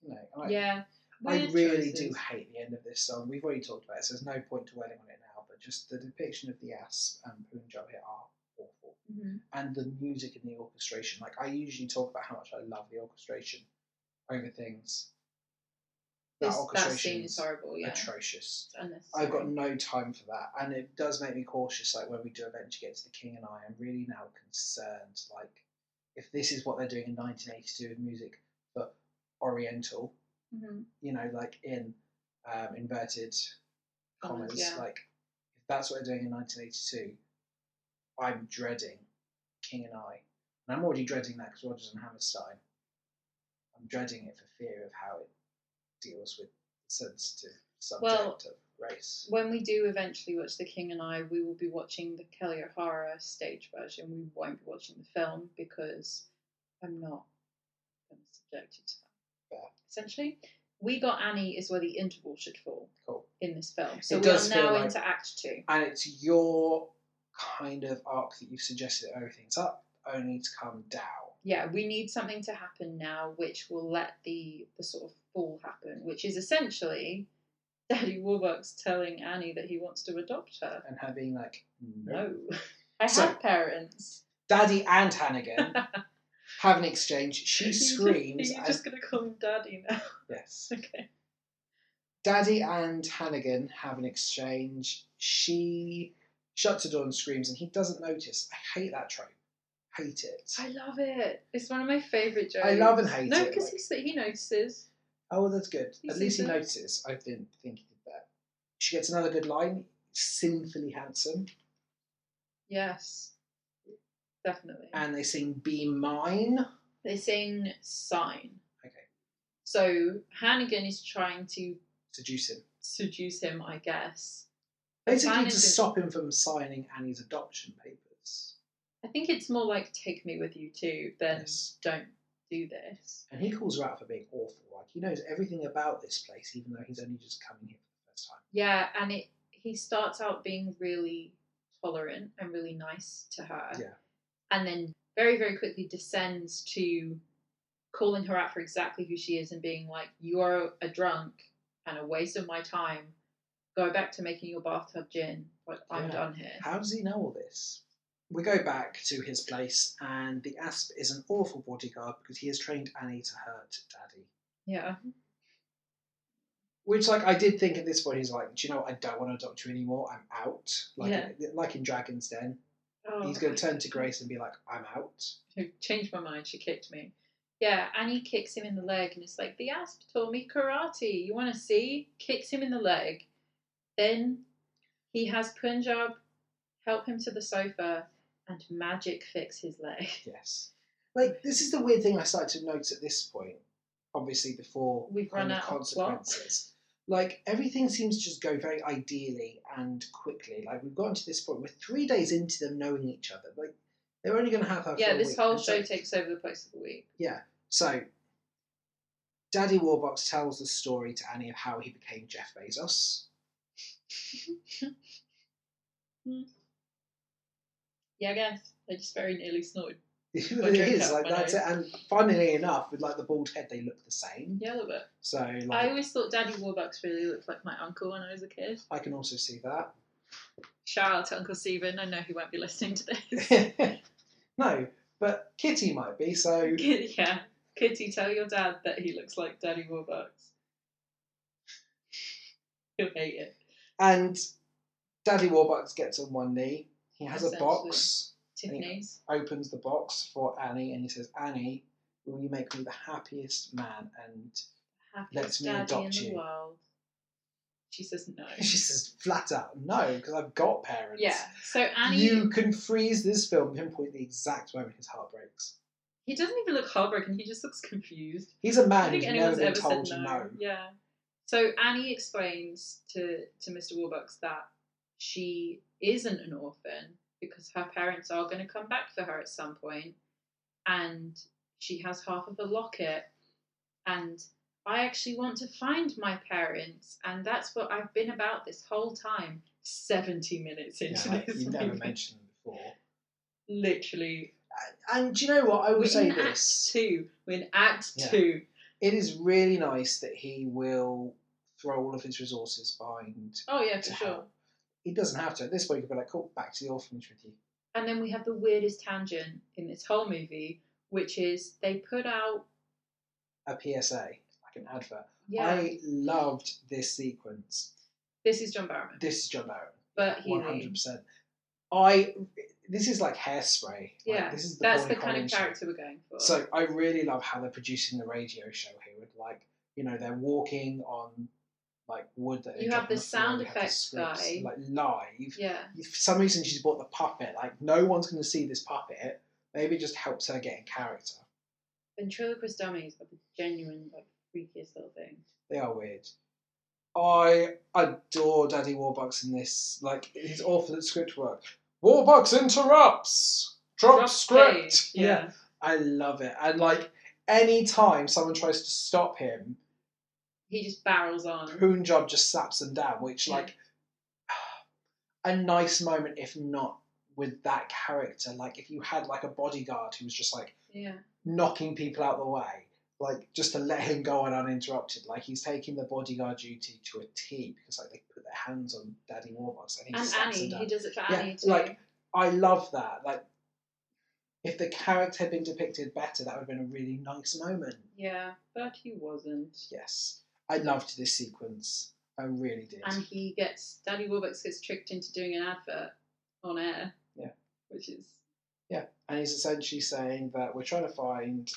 You know, like, yeah. I Weird really do choices. hate the end of this song. We've already talked about it, so there's no point dwelling on it now. But just the depiction of the asp and Punjab here are awful, Mhm. and the music and the orchestration. Like I usually talk about how much I love the orchestration over things. That This- that orchestration scene is is horrible, yeah. atrocious. It's unnecessary. I've got no time for that, and it does make me cautious. Like when we do eventually get to the King and I, I'm really now concerned. Like if this is what they're doing in 1982 with music, but Oriental, Mhm. you know, like in um, inverted commas, Commas, yeah. like if that's what they're doing in 1982, I'm dreading King and I, and I'm already dreading that because Rogers and Hammerstein. I'm dreading it for fear of how it deals with sensitive subject Well, of race. When we do eventually watch The King and I, we will be watching the Kelly O'Hara stage version. We won't be watching the film because I'm not going to subject you to that. Fair. Essentially, We Got Annie is where the interval should fall Cool. in this film. So It we are does feel now like- into Act Two. and it's your kind of arc that you've suggested that everything's up only to come down yeah, we need something to happen now which will let the the sort of fall happen, which is essentially Daddy Warbucks telling Annie that he wants to adopt her. and her being like no No. <laughs> I So- have parents. daddy and <laughs> hannigan have an exchange she screams Are you and, just gonna call him daddy now? yes <laughs> okay. daddy and hannigan have an exchange she shuts the door and screams and he doesn't notice i hate that trope hate it I love it. It's one of my favourite jokes. I love and hate No, it, because like- he sa- he notices. oh well that's good He at least sees he it. notices i didn't think he did that she gets another good line sinfully handsome Yes. Definitely. and they sing be mine they sing sign. okay So Hannigan is trying to seduce him seduce him, I guess. Basically, Sign to is in- stop him from signing Annie's adoption papers. I think it's more like take me with you too than Yes. don't do this. And he calls her out for being awful. Like, he knows everything about this place, even though he's only just coming here for the first time. Yeah, and it he starts out being really tolerant and really nice to her. Yeah. And then very, very quickly descends to calling her out for exactly who she is and being like, You are a drunk and a waste of my time. Go back to making your bathtub gin. Like I'm Yeah. done here. How does he know all this? We go back to his place, and the asp is an awful bodyguard because he has trained Annie to hurt Daddy. Yeah. Which, like, I did think at this point, he's like, "Do you know what? I don't want to adopt you anymore. I'm out." Like, Yeah. like in Dragon's Den, Oh. he's going to turn to Grace and be like, "I'm out." who changed my mind. She kicked me. Yeah, Annie kicks him in the leg and it's like, the asp taught me karate. You want to see? Kicks him in the leg. Then he has Punjab help him to the sofa and magic fix his leg. <laughs> Yes. Like this is the weird thing I started to notice at this point. Obviously, before We've kind run of out of consequences. like everything seems to just go very ideally and quickly. Like we've gotten to this point. We're three days into them knowing each other. Like they're only going to have her. for yeah, a this week. whole And so- show takes over the place of the week. So, Daddy Warbucks tells the story to Annie of how he became Jeff Bezos. <laughs> Yeah, I guess. I just very nearly snorted. it Well, drink is up, like my that's it. And funnily enough, with like the bald head, they look the same. Yeah, a little bit. So I like always thought Daddy Warbucks really looked like my uncle when I was a kid. I can also see that. Shout out to Uncle Stephen. I know he won't be listening to this. <laughs> no, but Kitty might be. So Kid- yeah. Kitty, tell your dad that he looks like Daddy Warbucks. He'll hate it. and Daddy Warbucks gets on one knee. He has a Essentially. box, Tiffany's. opens the box for Annie, and he says, "Annie, will you make me the happiest man?" And Let Happiest me daddy adopt in the you. world. She says <laughs> no. she says flat out, "No, because I've got parents." yeah. So Annie You can freeze this film, pinpoint the exact moment his heart breaks. He doesn't even look heartbroken. He just looks confused. He's a I man think who's never anyone's been ever told said no. no. Yeah. So Annie explains to to Mr. Warbucks that she isn't an orphan because her parents are going to come back for her at some point, and she has half of a locket, and. I actually want to find my parents, and that's what I've been about this whole time. 70 minutes Yeah, into like, this. you've never movie. mentioned them before. Literally. And do you know what? I will We're say in this. Act 2. We're in Act Yeah. 2. It is really nice that he will throw all of his resources behind Oh, yeah, for to sure. help. He doesn't have to. At this point, you could be like, cool, back to the orphanage with you. And then we have the weirdest tangent in this whole movie, which is they put out. A PSA, like an advert. Yeah, I loved this sequence. this is John Barrowman. This is John Barron. But he One hundred percent. I. This is like hairspray. Like, Yeah, this is the that's Pauline the kind Collins of show. character we're going for. So I really love how they're producing the radio show here with like you know they're walking on like wood that they You drop have the on floor, sound you have the effects scripts, guy. like live. yeah, For some reason she's bought the puppet. Like no one's going to see this puppet. Maybe it just helps her get in character. ventriloquist dummies are the genuine, like, freakiest little thing. They are weird. I adore Daddy Warbucks in this. Like his awful script work. Warbucks interrupts. Drop, Rough script. Cage, Yeah. I love it. And like any time someone tries to stop him, He just barrels on. Punjab just slaps them down, which Yeah. like <sighs> a nice moment, if not with that character. Like if you had like a bodyguard who was just like Yeah. knocking people out the way, like just to let him go on uninterrupted. Like he's taking the bodyguard duty to a T because like they put their hands on Daddy Warbucks and he And slaps Annie, them he down. does it for Yeah, Annie too. like- I love that. Like if the character had been depicted better, that would have been a really nice moment. yeah, but he wasn't. Yes. I loved this sequence. I really did. and he gets Daddy Warbucks gets tricked into doing an advert on air. Yeah. Which is and he's essentially saying that we're trying to find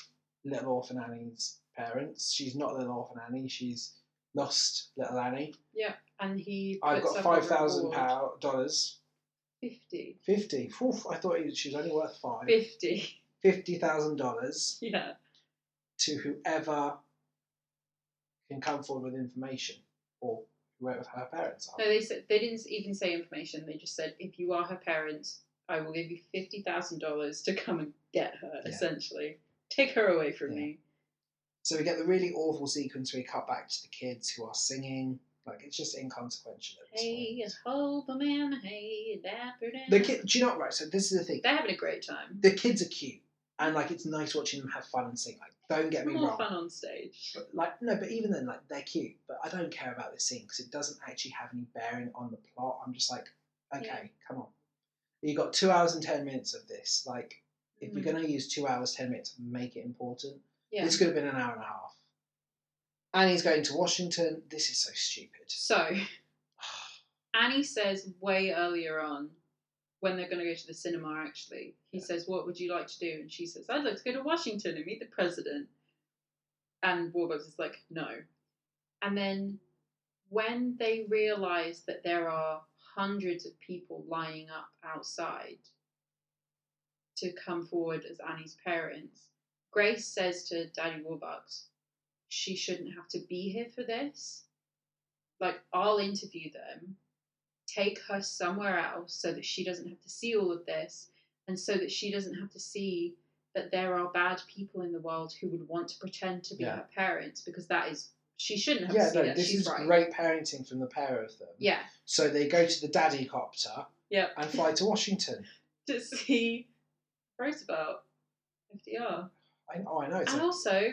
little orphan Annie's parents. She's not little orphan Annie. She's lost little Annie. and he I've puts up got a five thousand reward. pound dollars. Fifty. Fifty. Oof, I thought he- she was only worth five. Fifty. <laughs> Fifty thousand dollars Yeah. to whoever can come forward with information or whoever her parents are. No, they said they didn't even say information, they just said if you are her parents, I will give you fifty thousand dollars to come and get her, Yeah. essentially. Take her away from Yeah. me. So we get the really awful sequence where we cut back to the kids who are singing. Like it's just inconsequential. at this Hey, point. hope man, hey, dapper The Dan. kid. Do you know right? So this is the thing. They're having a great time. the kids are cute and like it's nice watching them have fun and sing. Like don't get me More wrong, fun on stage. but like no, but even then like they're cute. But I don't care about this scene because it doesn't actually have any bearing on the plot. I'm just like, okay, Yeah. come on. You got two hours and ten minutes of this. Like if Mhm. you're gonna use two hours ten minutes, make it important. Yeah. This could have been an hour and a half. And he's going to Washington. This is so stupid. So, <sighs> Annie says way earlier on, when they're going to go to the cinema, actually, he says, What would you like to do? And she says, I'd like to go to Washington and meet the president. And Warbucks is like, No. And then when they realize that there are hundreds of people lining up outside to come forward as Annie's parents, Grace says to Daddy Warbucks, She shouldn't have to be here for this like I'll interview them, take her somewhere else so that she doesn't have to see all of this, and so that she doesn't have to see that there are bad people in the world who would want to pretend to be Yeah. her parents because that is she shouldn't have Yeah, to see no, that. this She's is right. great parenting from the pair of them. Yeah, So they go to the daddy copter yeah. and fly to Washington. to see Roosevelt, FDR, I, oh, I know. It's and like, also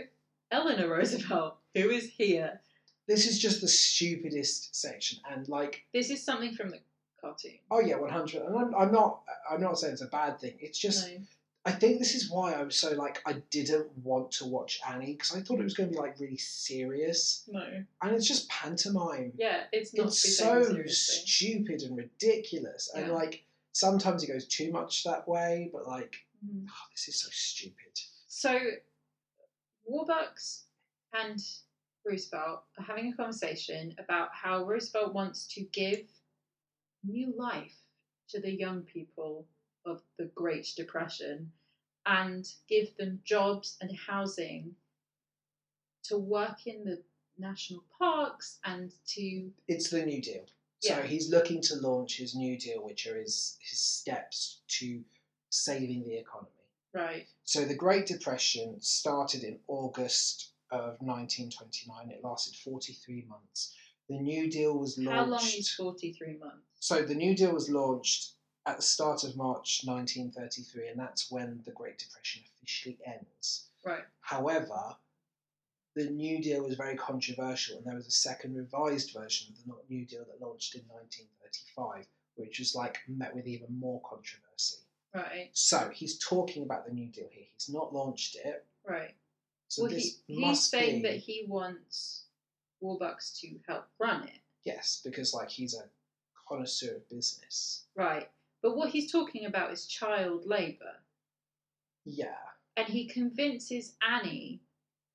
Eleanor Roosevelt, who is here. this is just the stupidest section and like This is something from the cartoon. oh yeah 100 and I'm, I'm not i'm not saying it's a bad thing it's just No. i think this is why i was so like i didn't want to watch annie because i thought it was going to be like really serious No. and it's just pantomime Yeah, it's not to be it's taken so seriously. stupid and ridiculous and Yeah. like sometimes it goes too much that way but like Mhm. oh, this is so stupid So, Warbucks and Roosevelt are having a conversation about how Roosevelt wants to give new life to the young people of the Great Depression and give them jobs and housing to work in the national parks and to It's the New Deal. So Yeah. he's looking to launch his New Deal, which are his, his steps to saving the economy. right So the Great Depression started in August of 1929. It lasted 43 months. The New Deal was launched. how long is 43 months So the New Deal was launched at the start of March 1933, and that's when the Great Depression officially ends. right However, the New Deal was very controversial, and there was a second revised version of the no- New Deal that launched in 1935, which was like met with even more controversy. right So he's talking about the New Deal here. He's not launched it. right So well this he, he's must saying be that he wants warbucks to help run it yes, because like he's a connoisseur of business. right but what he's talking about is child labor Yeah, and he convinces annie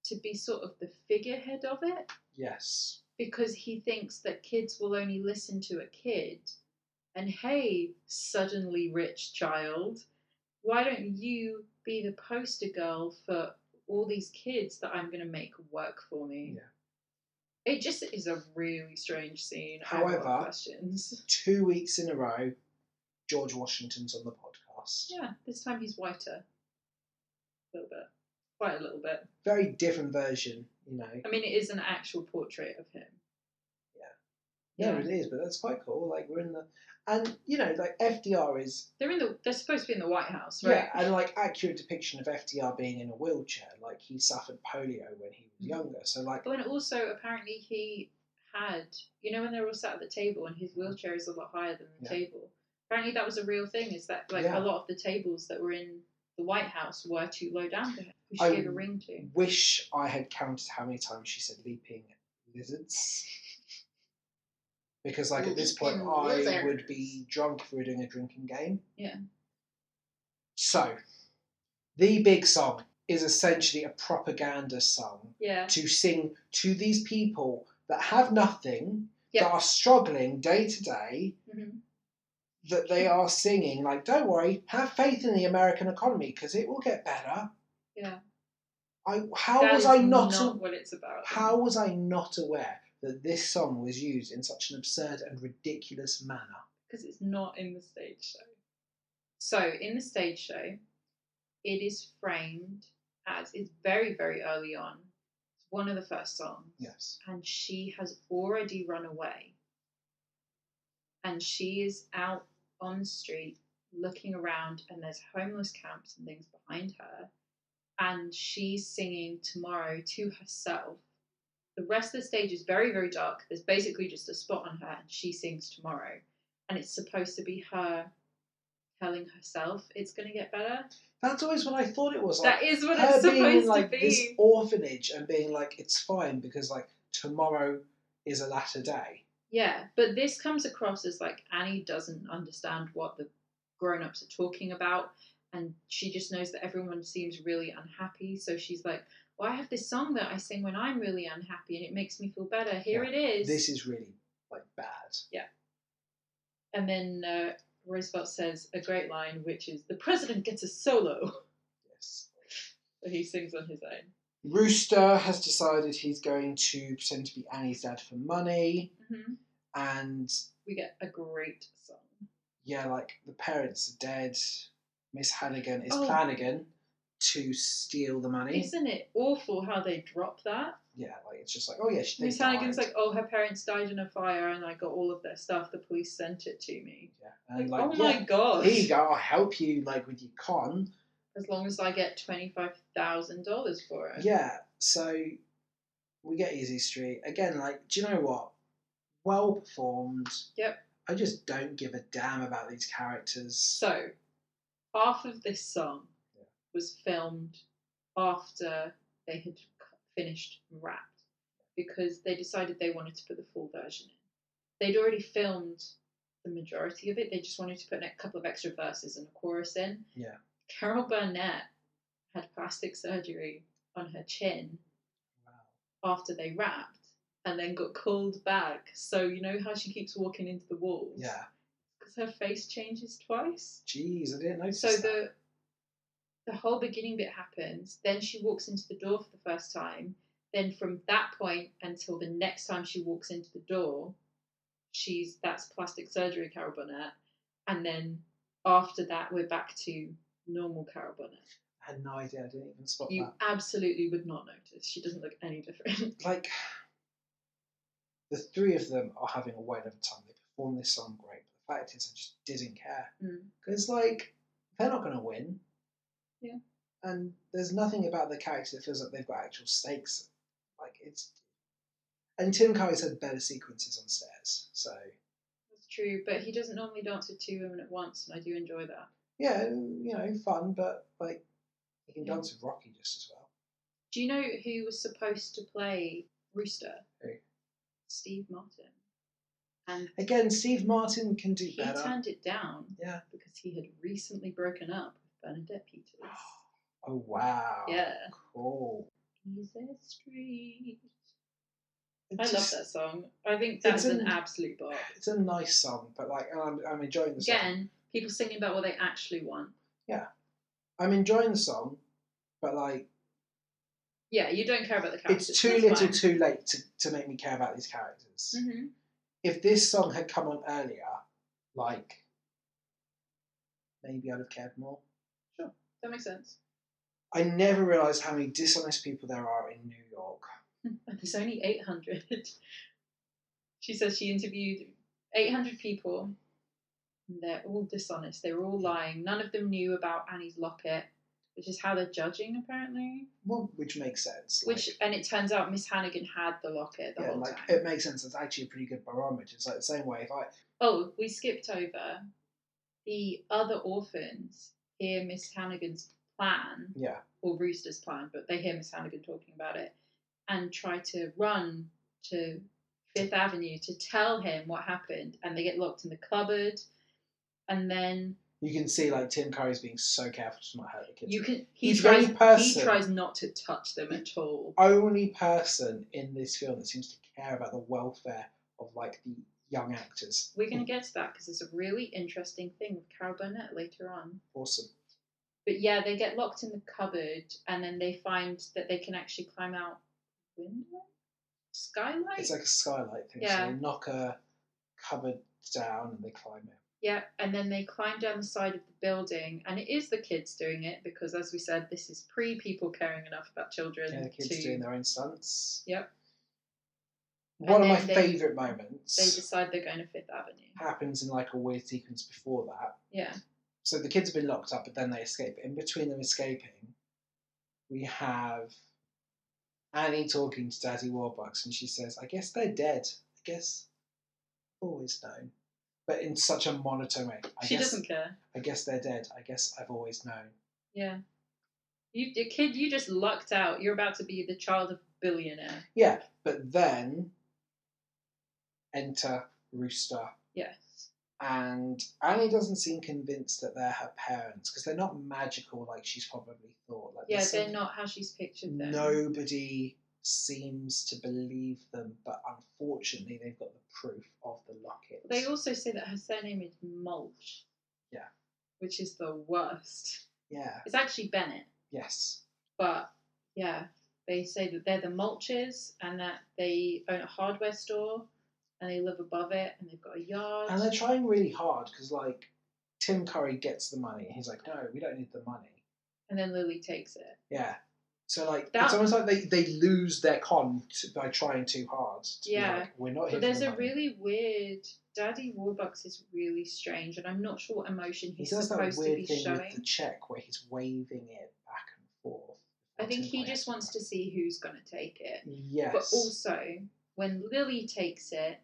to be sort of the figurehead of it yes, because he thinks that kids will only listen to a kid. And hey, suddenly rich child, why don't you be the poster girl for all these kids that I'm going to make work for me? yeah. It just is a really strange scene. I have a lot However- of questions. two weeks in a row, George Washington's on the podcast. Yeah, this time he's whiter. A little bit. Quite a little bit. Very different version, you know. I mean, it is an actual portrait of him. Yeah, yeah. it is, but that's quite cool. Like we're in the, and you know, like FDR is They're in the. They're supposed to be in the White House, right? yeah, and like accurate depiction of FDR being in a wheelchair. Like he suffered polio when he was Mhm. younger, so like Oh, and also apparently he had, you know, when they were all sat at the table and his wheelchair is a lot higher than the Yeah. table. Apparently that was a real thing. Is that like Yeah. a lot of the tables that were in the White House were too low down for him, which I- she gave a ring to. wish I had counted how many times she said leaping lizards. Because like at this point Leaping I would lizards. be drunk if we were doing a drinking game. Yeah. So the big song is essentially a propaganda song Yeah, to sing to these people that have nothing, Yeah. that are struggling day to day, Mhm. that they are singing like, "Don't worry, have faith in the American economy because it will get better." Yeah. I how That was is I not, a- what it's about. how was I not aware that this song was used in such an absurd and ridiculous manner? because it's not in the stage show. So in the stage show, it is framed as it's very very early on. It's one of the first songs. Yes. and she has already run away. And she is out on the street looking around, and there's homeless camps and things behind her. And she's singing tomorrow to herself. The rest of the stage is very, very dark. There's basically just a spot on her, and she sings tomorrow. And it's supposed to be her telling herself it's going to get better. That's always what I thought it was. Like, That is what her it's being in supposed like to be. this orphanage and being like, it's fine because like tomorrow is a latter day. Yeah, but this comes across as like Annie doesn't understand what the grown ups are talking about, and she just knows that everyone seems really unhappy. So she's like, Well, I have this song that I sing when I'm really unhappy, and it makes me feel better. Here Yeah, it is. This is really like bad. And then uh, Roosevelt says a great line, which is, The president gets a solo. <laughs> Yes. that he sings on his own. Rooster has decided he's going to pretend to be Annie's dad for money, hmm and We get a great song. yeah, like the parents are dead. Miss Hannigan is Oh. planning to steal the money. Isn't it awful how they drop that? yeah, like it's just like, oh yeah, she. Miss they died. Hannigan's like, Oh, her parents died in a fire, and I got all of their stuff. The police sent it to me. yeah, and Like, like, oh yeah, my gosh. here you go, I'll help you like with your con. As long as I get $25,000 for it. Yeah, so we get Easy Street again. Like, do you know what? Well performed. Yep. I just don't give a damn about these characters. So, half of this song Yeah. was filmed after they had c- finished and wrapped because they decided they wanted to put the full version in. They'd already filmed the majority of it, they just wanted to put in a couple of extra verses and a chorus in. Yeah. Carol Burnett had plastic surgery on her chin Wow. after they wrapped and then got called back. So you know how she keeps walking into the walls? Yeah. Because her face changes twice. Jeez, I didn't notice. So that. the the whole beginning bit happens. Then she walks into the door for the first time. Then from that point until the next time she walks into the door, she's that's plastic surgery Carol Burnett. And then after that, we're back to normal Carol Burnett. I had no idea. I didn't even spot You absolutely would not notice. She doesn't look any different. <laughs> that. Like, the three of them are having a whale of a time. They perform this song great, but the fact is, I just didn't care Mm. because, like, they're not going to win. Yeah. And there's nothing about the character that feels like they've got actual stakes. Like it's, and Tim Curry's had better sequences on stairs, so That's true, but he doesn't normally dance with two women at once, and I do enjoy that. yeah, you know, fun, but like he can Yeah. dance with Rocky just as well. Do you know who was supposed to play Rooster? Who? Steve Martin. And Again, Steve Martin can do he better. turned it down Yeah. because he had recently broken up with Bernadette Peters. <gasps> Oh wow. Yeah. Cool. He's a street. It I love just- that song. I think that's It's an an- absolute bop. It's a nice song, but like I'm, I'm enjoying the song. Again, people singing about what they actually want. I'm enjoying the song, but like Yeah, you don't care about the characters. it's too little, too late to, to make me care about these characters. hmm If this song had come on earlier, like maybe I'd have cared more. That makes sense. I never realised how many dishonest people there are in New York. and there's only 800. <laughs> she says she interviewed 800 people, and they're all dishonest. They were all lying. None of them knew about Annie's locket, which is how they're judging, apparently. Well, which makes sense. Which, like- and it turns out Miss Hannigan had the locket the yeah, whole like time. it makes sense. It's actually a pretty good barometer. It's like the same way if I Oh, we skipped over the other orphans hear Miss Hannigan's plan yeah. or Rooster's plan, but they hear Miss Hannigan talking about it and try to run to Fifth Avenue to tell him what happened, and they get locked in the cupboard. And then You can see like Tim Curry's being so careful to not hurt the kids. you can he He's tries very person. he tries not to touch them at all. Only person in this film that seems to care about the welfare of like the young actors. We're going to get to that because it's a really interesting thing with Carol Burnett later on. Awesome. But yeah, they get locked in the cupboard, and then they find that they can actually climb out window skylight. It's like a skylight thing. Yeah. So they knock a cupboard down and they climb it. Yeah, and then they climb down the side of the building, and it is the kids doing it because, as we said, this is pre people caring enough about children. Yeah, the kids to, doing their own stunts. Yep. One And of my then they- favourite They moments decide they're going to Fifth Avenue. happens in like a weird sequence before that. Yeah, So the kids have been locked up, but then they escape. In between them escaping, we have Annie talking to Daddy Warbucks, and she says, "I guess they're dead. I guess I've always known." But in such a monotone way. I she guess, doesn't care. I guess they're dead. I guess I've always known. Yeah, you the kid, you just lucked out. You're about to be the child of a billionaire. Yeah, but then enter Rooster, Yes, and Annie doesn't seem convinced that they're her parents because they're not magical like she's probably thought. Like yeah, there's they're something- not how she's pictured them. nobody seems to believe them, but unfortunately, they've got the proof of the locket. They also say that her surname is Mulch. Yeah. which is the worst. yeah, It's actually Bennett. yes, But yeah, they say that they're the mulchers and that they own a hardware store and they live above it and they've got a yard. and they're trying really hard because like Tim Curry gets the money, and he's like, "No, we don't need the money." and then Lily takes it. Yeah, so like That- it's almost like they they lose their con t by trying too hard. To be Yeah. like, we're not. Here But for there's the a money." really weird Daddy Warbucks is really strange and I'm not sure what emotion he he's does that supposed to weird be thing with the showing. check where he's waving it back and forth. I think Tim he Curry just has wants to see who's gonna take it. Yes, But also, when Lily takes it,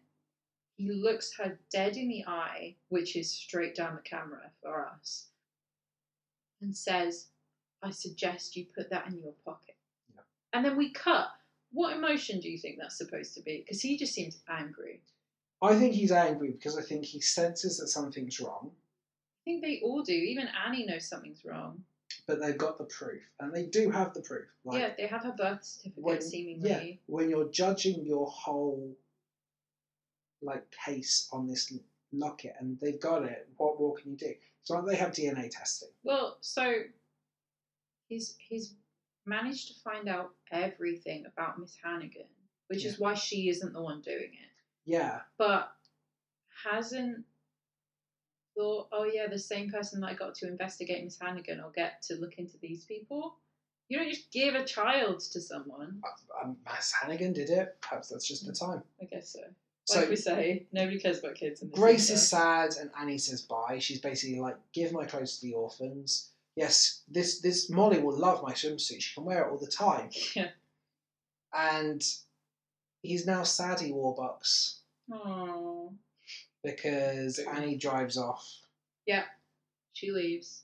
he looks her dead in the eye, which is straight down the camera for us, and says, I suggest you put that in your pocket. Yeah. And then we cut. What emotion do you think that's supposed to be? Because he just seems angry. I think he's angry because I think he senses that something's wrong. I think they all do. Even Annie knows something's wrong. but they've got the proof, and they do have the proof. Like yeah, they have her birth certificate, when- yeah, seemingly. when you're judging your whole like case on this l- locket, and they've got it, what more can you do? So they have DNA testing. Well, so he's he's managed to find out everything about Miss Hannigan, which is why she isn't the one doing it, Yeah, but hasn't thought, oh yeah, the same person that I got to investigate Miss Hannigan will get to look into these people. You don't just give a child to someone. um, Mass Hannigan did it. Perhaps that's just the Mm. time. I guess so. So like we say, nobody cares about kids. In this Grace universe. is sad, and Annie says bye. She's basically like, give my clothes to the orphans. Yes, this this Molly will love my swimsuit. She can wear it all the time. <laughs> Yeah. And he's now sad he wore Bucks Aww. because Boom. Annie drives off. She leaves.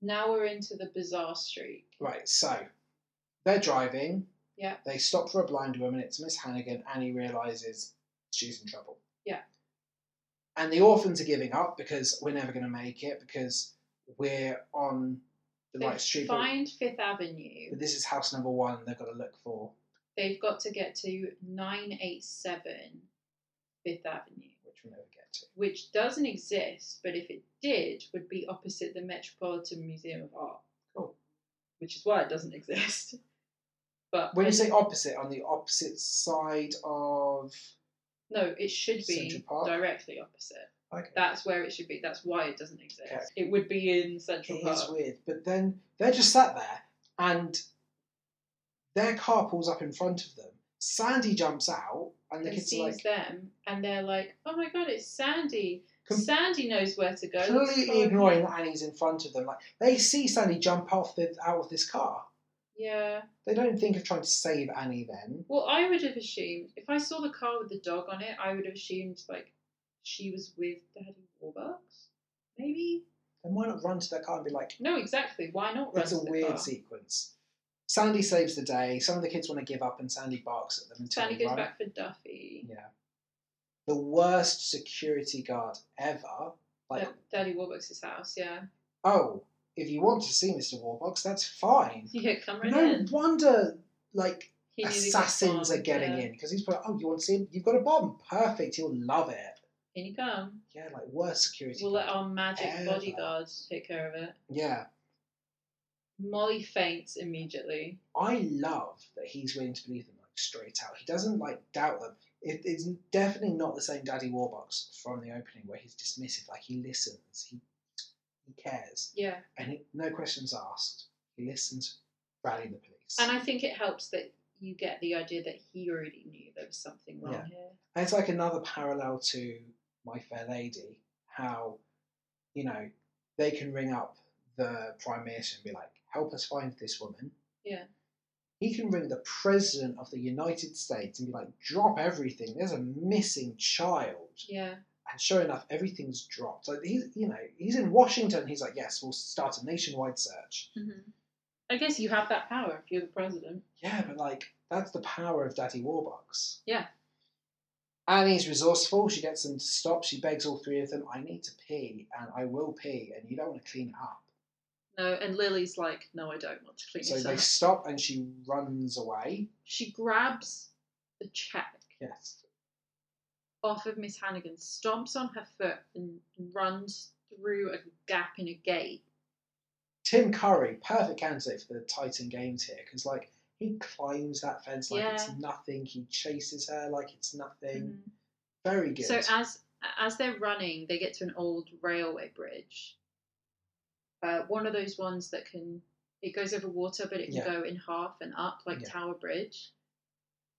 Now we're into the bizarre streak. Right, so they're driving. Yeah. They stop for a blind woman. It's Miss Hannigan. Annie realizes she's in trouble. Yeah. And the orphans are giving up because we're never going to make it because we're on the They right street. but- find Fifth Avenue. But this is house number one they've got to look for, They've got to get to 987 Fifth Avenue, which we'll never get to. which doesn't exist, but if it did, would be opposite the Metropolitan Museum of Art. Cool. Which is why it doesn't <laughs> exist. But When you say opposite, on the opposite side of. no, it should Central be Park? directly opposite. Okay. That's where it should be. That's why it doesn't exist. Okay. It would be in Central It Park. is weird. But then they're just sat there and their car pulls up in front of them. Sandy jumps out and the and kids sees are like them, and they're like, "Oh my god, it's Sandy! Com- Sandy knows where to go." Let's follow completely her." ignoring that Annie's in front of them. Like they see Sandy jump off the, out of this car. Yeah. They don't think of trying to save Annie then. Well, I would have assumed if I saw the car with the dog on it, I would have assumed like she was with Daddy Warbucks, maybe. They might not run to their car and be like, No, exactly. Why not? Run it's to a the weird car? sequence. Sandy saves the day. Some of the kids want to give up and Sandy barks at them until Sandy they goes run. back for Duffy. Yeah. The worst security guard ever. Like, at Daddy Warbucks' house. Yeah. <laughs> oh, if you want to see Mr. Warbox, that's fine. Yeah. Come right no in. wonder, like, He nearly got assassins are bombed, getting yeah. in because he's probably, oh, you want to see him? You've got a bomb. Perfect. He'll love it. In you come. Yeah, like, worst security We'll guard. let our magic Ever. bodyguards take care of it. Yeah. Molly faints immediately. I love that he's willing to believe them, like, straight out. He doesn't, like, doubt them. It, it's definitely not the same Daddy Warbox from the opening where he's dismissive. Like, he listens. He, he cares. Yeah. and it, no questions asked. He listens, rally the police. And I think it helps that you get the idea that he already knew there was something wrong Yeah. here. And it's like another parallel to My Fair Lady, how, you know, they can ring up the Prime Minister and be like, help us find this woman. Yeah. He can ring the President of the United States and be like, drop everything, there's a missing child. Yeah. And sure enough, everything's dropped. Like he's, you know, he's in Washington. He's like, "Yes, we'll start a nationwide search." Mm-hmm. I guess you have that power if you're the president. Yeah, but like that's the power of Daddy Warbucks. Yeah. Annie's resourceful. She gets them to stop. She begs all three of them, "I need to pee, and I will pee, and you don't want to clean it up." No, and Lily's like, no, I don't want to clean So this they up. stop, and she runs away. She grabs the check Yes. off of Miss Hannigan, stomps on her foot, and runs through a gap in a gate. Tim Curry, perfect candidate for the Titan Games here, because like he climbs that fence like it's Yeah. nothing. He chases her like it's nothing. Mm-hmm. Very good. So as as they're running, they get to an old railway bridge. Uh, one of those ones that can it goes over water, but it can Yeah. go in half and up, like Yeah. Tower Bridge,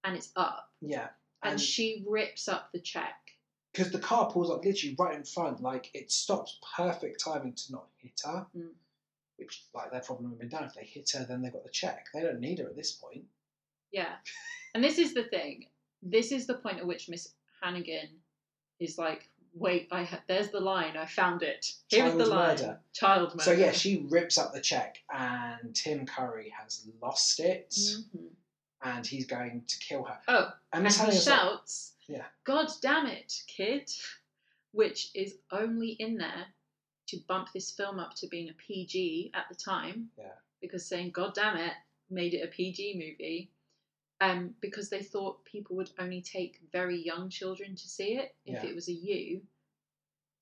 and it's up. yeah, And, and she rips up the check. because the car pulls up literally right in front, like it stops perfect timing to not hit her, Mm. which like their problem would have been done. If they hit her, then they've got the check. They don't need her at this point. Yeah, and this is the thing. This is the point at which Miss Hannigan is like, "Wait, I ha- there's the line. I found it. Here's Child the line. murder. Child murder." So yeah, she rips up the check, and Tim Curry has lost it, Mhm. and he's going to kill her. Oh, and and Miss he Hannigan's like, shouts, Yeah. God damn it, kid! Which is only in there to bump this film up to being a PG at the time. Yeah. Because saying God damn it made it a PG movie. Um, because they thought people would only take very young children to see it if Yeah. it was a U.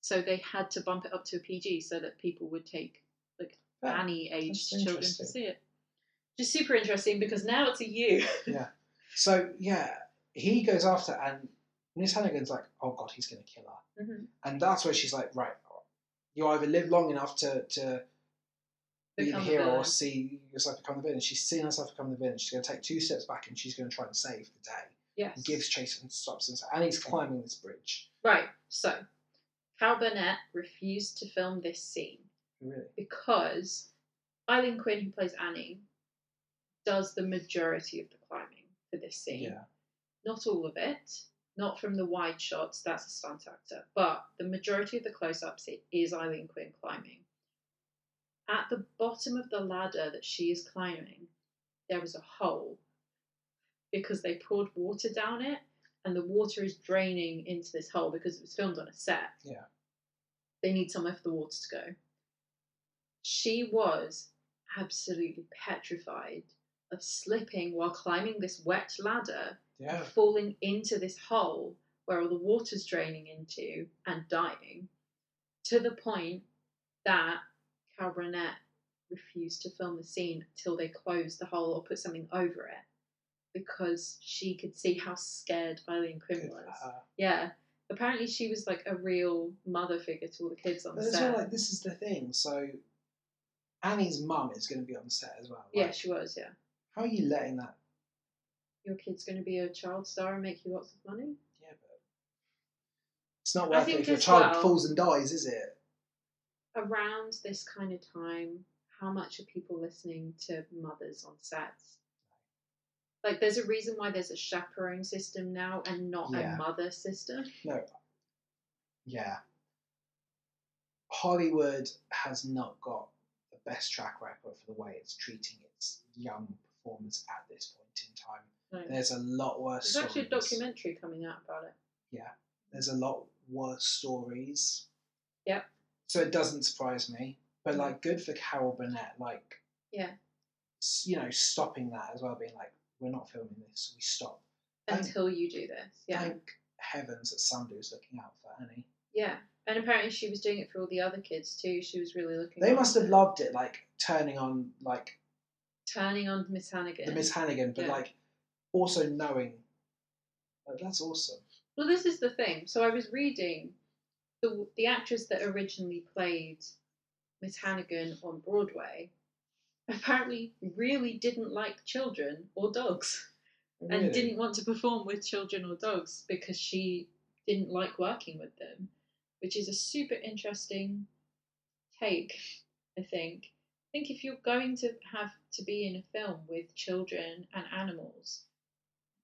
So they had to bump it up to a PG so that people would take like Yeah, any aged that's children to interesting. see it. Just super interesting because now it's a you. So yeah, he goes after and Miss Hannigan's like, oh god, he's gonna kill her. Mhm. And that's where she's like, right, you either live long enough to, to be the Become a hero or villain. see yourself become the villain. She's seen herself become the villain. She's gonna take two steps back and she's gonna try and save the day. Yes. Gives chase and stops and and he's climbing this bridge. Right. So, Cal Burnett refused to film this scene Really? because Eileen Quinn, who plays Annie, does the majority of the climbing for this scene. Yeah. Not all of it. Not from the wide shots. That's a stunt actor. But the majority of the close-ups it is Eileen Quinn climbing. At the bottom of the ladder that she is climbing, there is a hole because they poured water down it and the water is draining into this hole because it was filmed on a set. Yeah. They need somewhere for the water to go. She was absolutely petrified of slipping while climbing this wet ladder, Yeah. falling into this hole where all the water's draining into and dying, to the point that Cal Burnett refused to film the scene till they closed the hole or put something over it because she could see how scared Eileen Quinn Good Uh, for was. her. Yeah. Apparently, she was like a real mother figure to all the kids on But the it's all set. like this is the thing. So Annie's mum is gonna be on set as well. yeah, Like, she was. Yeah. How are you letting that Your kid's going to be a child star and make you lots of money. Yeah, but it's not I worth it think if your as child well- falls and dies, is it? Around this kind of time, how much are people listening to mothers on sets? Like, there's a reason why there's a chaperone system now and not Yeah. a mother system. Yeah. Hollywood has not got the best track record for the way it's treating its young performers at this point in time. No. There's a lot worse. There's actually a stories. documentary coming out about it. There's a lot worse stories. Yep. Mm. So it doesn't surprise me, but like, good for Carol Burnett. Like, Yeah. s- You know, stopping that as well, being like, we're not filming this. We stop. Thank- Until you do this. Yeah. Thank heavens that somebody's looking out for Annie. Yeah. And apparently, she was doing it for all the other kids too. She was really looking. They after must have them. loved it, like turning on like turning on Miss Hannigan. the Miss Hannigan, but Yeah. like also knowing like, that's awesome. Well, this is the thing. So I was reading the the actress that originally played Miss Hannigan on Broadway apparently really didn't like children or dogs and didn't want to perform with children or dogs because she didn't like working with them, which is a super interesting take, I think. I think if you're going to have to be in a film with children and animals,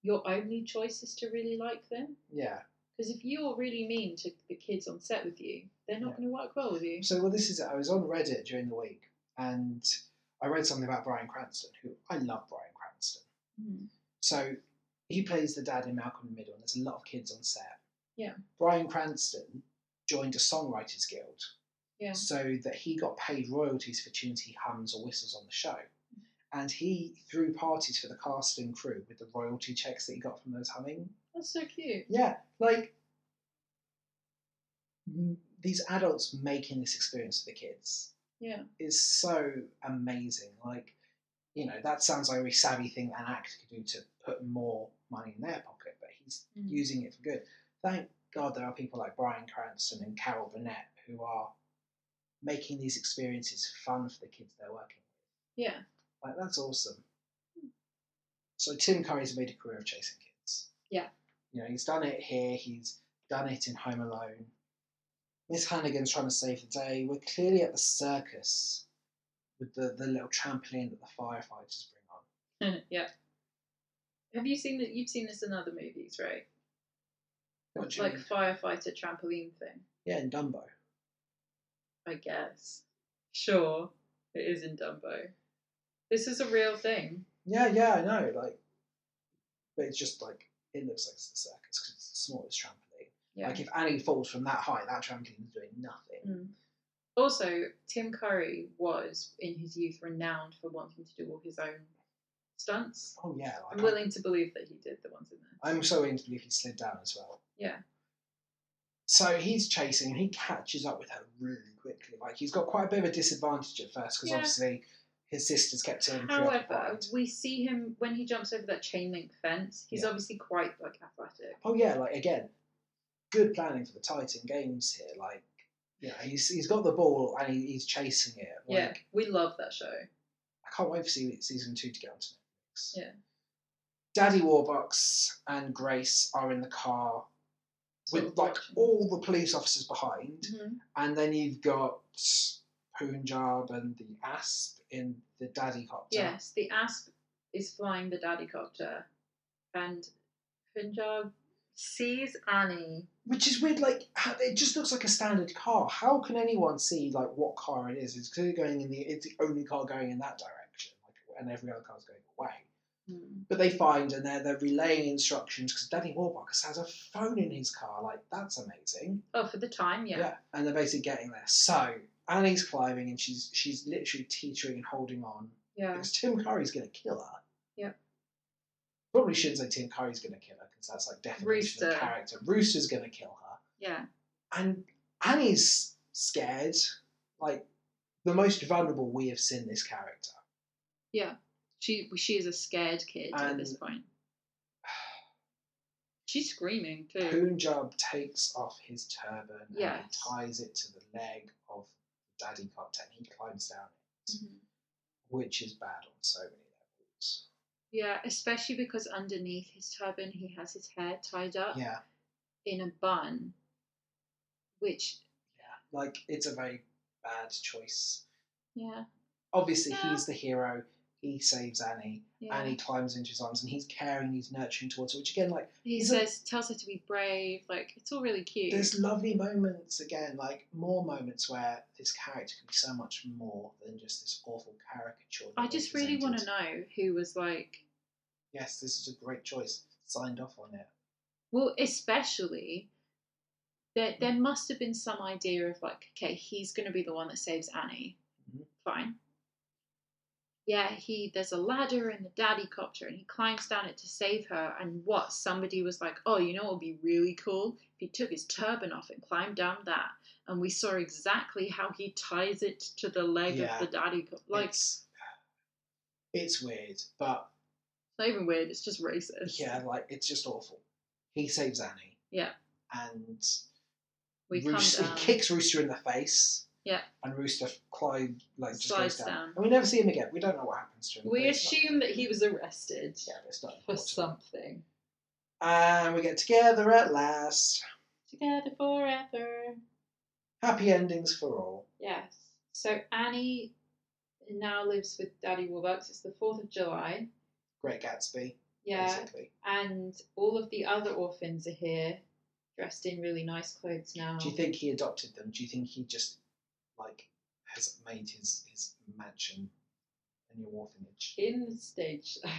your only choice is to really like them. Yeah. Because if you're really mean to the kids on set with you, they're not Yeah. going to work well with you. So well, this is I was on Reddit during the week and I read something about Brian Cranston, who I love Brian Cranston. Hmm. So he plays the dad in Malcolm in the Middle, and there's a lot of kids on set. Yeah. Brian Cranston joined a songwriters guild. Yeah. So that he got paid royalties for tunes he hums or whistles on the show. Mm. And he threw parties for the cast and crew with the royalty checks that he got from those humming. That's so cute. Yeah, like m- these adults making this experience for the kids Yeah. is so amazing. Like, you know, that sounds like a really savvy thing that an actor could do to put more money in their pocket, but he's Mm. using it for good. Thank God there are people like Brian Cranston and Carol Burnett who are making these experiences fun for the kids they're working Yeah. with. Like, that's awesome. So Tim Curry's made a career of chasing kids. Yeah. You know, he's done it here, he's done it in Home Alone. Miss Hannigan's trying to save the day. We're clearly at the circus with the, the little trampoline that the firefighters bring on. yeah. Have you seen that? You've seen this in other movies, right? What do you Like mean? firefighter trampoline thing. Yeah, in Dumbo. I guess. Sure, it is in Dumbo. This is a real thing. Yeah, yeah, I know. Like, but it's just like it looks like it's the circus because it's the smallest trampoline. Yeah. Like if Annie falls from that height, that trampoline's doing nothing. Mm. Also, Tim Curry was in his youth renowned for wanting to do all his own stunts. Oh yeah, I'm like, willing to believe that he did the ones in there. I'm so willing to believe he slid down as well. Yeah. So he's chasing and he catches up with her really quickly. Like he's got quite a bit of a disadvantage at first because Yeah. obviously his sister's kept him. However, preoccupied. we see him when he jumps over that chain link fence. He's Yeah. obviously quite like athletic. oh yeah, like again, good planning for the Titan games here. Like, you know, he's he's got the ball and he, he's chasing it. Like, yeah, we love that show. I can't wait for se- season two to get onto Netflix. Yeah. Daddy Warbucks and Grace are in the car Sort with of like watching. all the police officers behind, Mhm. and then you've got Punjab and the Asp in the Daddy copter. Yes, the asp is flying the daddy copter, and Punjab sees Annie. Which is weird. Like how- it just looks like a standard car. How can anyone see like what car it is? It's clearly going in the. It's the only car going in that direction, like, and every other car's going away. Hmm. But they find and they're they're relaying instructions because Daddy Warbucks has a phone in his car. Like that's amazing. Oh, for the time, yeah. And they're basically getting there. So Annie's climbing and she's she's literally teetering and holding on Yeah. because Tim Curry's going to kill her. Yep. Probably shouldn't say Tim Curry's going to kill her because that's like definition of Rooster. character. Rooster's going to kill her, Yeah. and Annie's scared. Like the most vulnerable we have seen this character. She she is a scared kid at this And- point. She's screaming too. Punjab takes off his turban and Hmm. Yes. he ties it to the leg of Daddy Copter and he climbs down it, Mhm. which is bad on so many levels. Yeah, especially because underneath his turban he has his hair tied up Yeah, in a bun, which yeah. Like it's a very bad choice. yeah Obviously, Yeah. he's the hero. He saves Annie. yeah. Annie climbs into his arms and he's caring, he's nurturing towards her, which again, like, he is it- says tells her to be brave. Like it's all really cute. there's lovely moments again, like more moments where this character can be so much more than just this awful caricature. that I they just really want to presented. know who was like Yes, this is a great choice. Signed off on it. well, especially there Hmm. there must have been some idea of like okay he's going to be the one that saves Annie. Mhm. Fine. Yeah, he there's a ladder in the daddy copter and he climbs down it to save her. And what somebody was like, oh, you know what would be really cool if he took his turban off and climbed down that. And we saw exactly how he ties it to the leg Yeah. of the daddy copter. Like it's, it's weird, but It's not even weird. It's just racist. yeah, like it's just awful. He saves Annie. Yeah. And we Rooster, come down. he kicks Rooster in the face. Yeah. And Rooster climbs like just Slides goes down. down. and we never see him again. We don't know what happens to him. We but it's not- assume that he was arrested yeah, but it's not for important. something. And we get together at last. Together forever. Happy endings for all. Yes. So Annie now lives with Daddy Warbucks. It's the 4th of July. Great Gatsby, Yeah. basically. And all of the other orphans are here, dressed in really nice clothes now. Do you think he adopted them? Do you think he just like has made his his mansion a new orphanage? in the <laughs> stage show,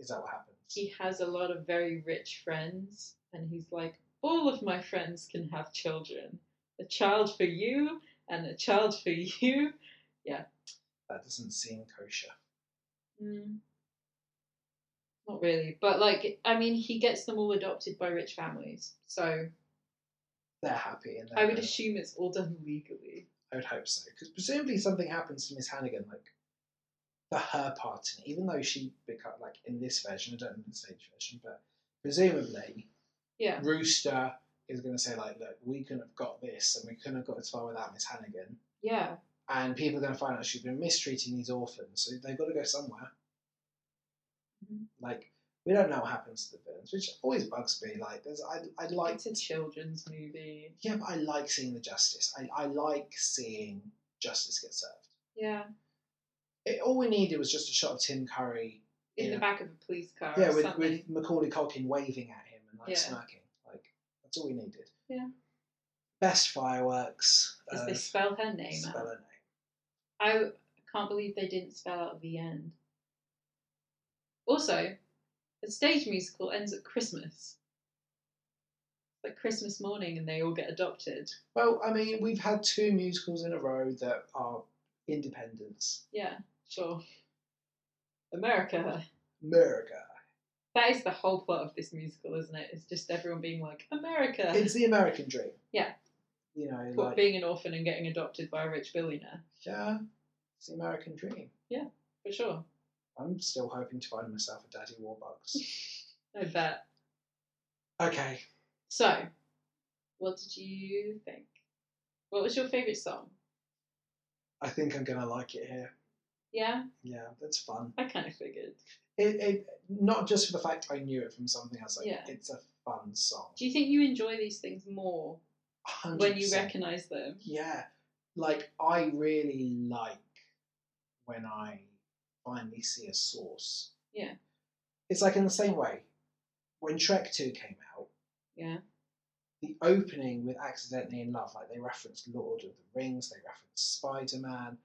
Is that what happens? he has a lot of very rich friends, and he's like, all of my friends can have children. A child for you, and a child for <laughs> you. that doesn't seem kosher. Mm. Not really, but like, I mean, he gets them all adopted by rich families, so They're happy, and they're I would good. assume it's all done legally. I would hope so, because presumably something happens to Miss Hannigan, like for her part in it. Even though she become like in this version, I don't know in the stage version, but presumably Yeah. Rooster is going to say like, "Look, we couldn't have got this, and we couldn't have got this far without Miss Hannigan." Yeah. And people are going to find out she's been mistreating these orphans, so they've got to go somewhere. Mhm. Like we don't know what happens to the villains, which always bugs me. Like there's, I, I like It's a children's movie. Yeah, but I like seeing the justice. I, I like seeing justice get served. Yeah. It, all we needed was just a shot of Tim Curry In Yeah. the back of a police car yeah, or with, something. with Macaulay Culkin waving at him and like Yeah. smirking. Like that's all we needed. Yeah. Best fireworks. Because of they spell her name uh, spell out. her name. I can't believe they didn't spell out the end. Also, the stage musical ends at Christmas. Like Christmas morning, and they all get adopted. Well, I mean, we've had two musicals in a row that are independence. Yeah, sure. America. America. That is the whole plot of this musical, isn't it? It's just everyone being like, America! Uh-huh. It's the American dream. Yeah. You know, But like, being an orphan and getting adopted by a rich billionaire, yeah, it's the American dream. for sure. <laughs> I'm still hoping to find myself a daddy warbucks. <laughs> I bet. okay. So, what did you think? What was your favourite song? I think I'm going to like it here. Yeah, Yeah, that's fun. I kind of figured. It, it Not just for the fact I knew it from something else. Like, Yeah. It's a fun song. Do you think you enjoy these things more 100%. when you recognise them? Yeah. Like, I really like when I finally see a source. Yeah. It's like in the same way when Shrek 2 came out, Yeah. the opening with Accidentally in Love, like they referenced Lord of the Rings, they referenced Spider Man.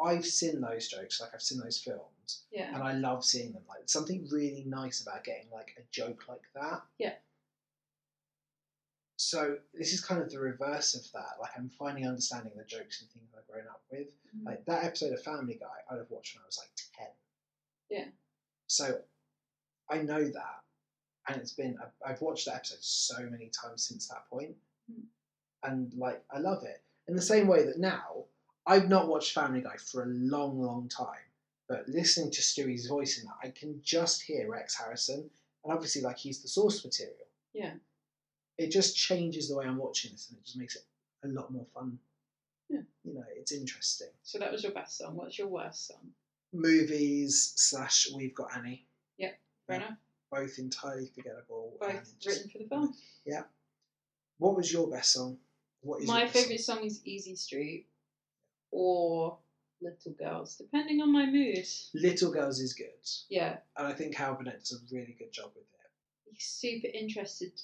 I've seen those jokes, like I've seen those films, Yeah. and I love seeing them. Like something really nice about getting like a joke like that. Yeah. So this is kind of the reverse of that. Like I'm finally understanding the jokes and things I've grown up with. Mhm. Like that episode of Family Guy, I'd have watched when I was like ten. Yeah. So I know that, and it's been I've- I've watched that episode so many times since that point, Mm. and like I love it in the same way that now I've not watched Family Guy for a long, long time, but listening to Stewie's voice in that, I can just hear Rex Harrison, and obviously like he's the source material. Yeah. It just changes the way I'm watching this, and it just makes it a lot more fun. Yeah. You know, it's interesting. So that was your best song. What's your worst song? Movies slash We've Got Annie, Fair Yeah. enough. both entirely forgettable. and Both just- written for the film. What was your best song? What is My your best song? favourite song is Easy Street or Little Girls, depending on my mood. Little Girls is good, Yeah, and I think Hal Burnett does a really good job with it. be super interested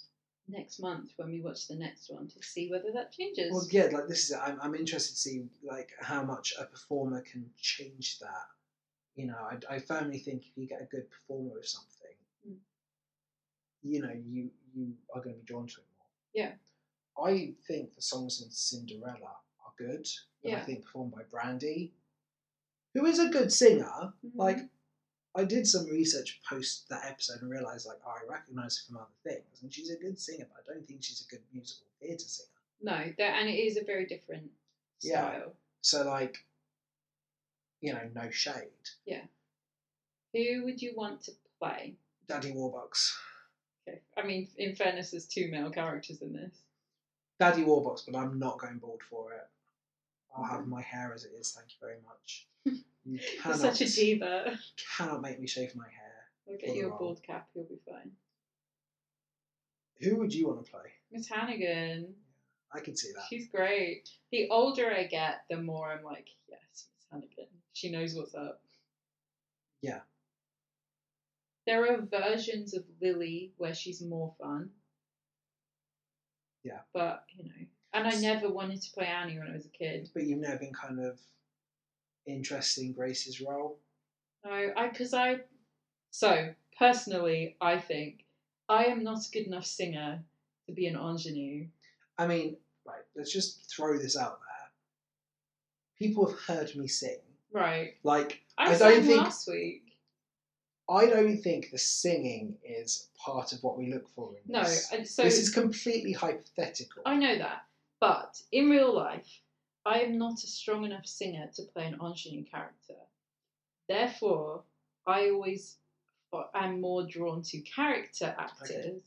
next month when we watch the next one to see whether that changes. Well, yeah, like this is it. I'm, I'm interested to see like how much a performer can change that. You know, I, I firmly think if you get a good performer with something, Mm. you know, you you are going to be drawn to it more. Yeah. I think the songs in Cinderella are good, but I Yeah. think performed by Brandy, who is a good singer, Mhm. like I did some research post that episode and realised like oh, I recognise her from other things, and she's a good singer, but I don't think she's a good musical theatre singer. no, that and it is a very different Yeah. style. So like, you know, no shade, Who would you want to play? Daddy Warbucks, Okay. I mean, in fairness, there's two male characters in this. Daddy Warbucks, but I'm not going bald for it. I'll have Okay. my hair as it is. Thank you <laughs> very much. You You're cannot, such a diva. cannot make me shave my hair. We'll For get the you a role. bald cap. You'll be fine. Who would you want to play? Miss Hannigan. I can see that. She's great. The older I get, the more I'm like, yes, Miss Hannigan. She knows what's up. Yeah. There are versions of Lily where she's more fun. Yeah. But, you know. And I never wanted to play Annie when I was a kid. But you've never been kind of interested in Grace's role. No, I, because I, so personally, I think I am not a good enough singer to be an ingenue. I mean, right, let's just throw this out there. People have heard me sing. Right. Like, I, I don't sang think- last week. I don't think the singing is part of what we look for in No, this. and so this is completely hypothetical. I know that, but in real life, I am not a strong enough singer to play an ingenue character. Therefore, I always am more drawn to character actors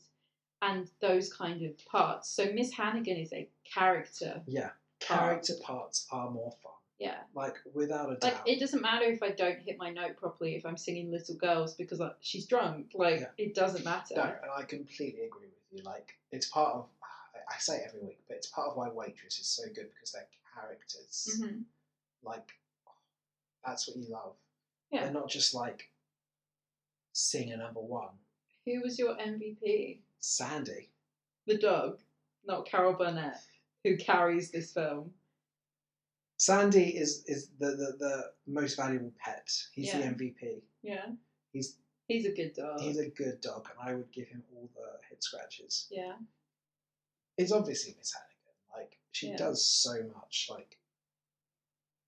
and those kind of parts. So Miss Hannigan is a character. Yeah, character parts are more fun. Yeah. Like, without a doubt. Like it doesn't matter if I don't hit my note properly if I'm singing Little Girls because I, she's drunk. Like Yeah. it doesn't matter. No, and I completely agree with you. Like, it's part of, I- I say it every week, but it's part of why Waitress is so good because they're characters. Mhm. Like, that's what you love. Yeah. They're not just like singer number one, Who was your MVP? Sandy. The dog, not Carol Burnett, who carries this film. Sandy is is the, the, the most valuable pet. He's the Yeah. MVP. Yeah. He's He's a good dog. he's a good dog, and I would give him all the head scratches. yeah. It's obviously Miss Hannigan. Like she Yeah. does so much. Like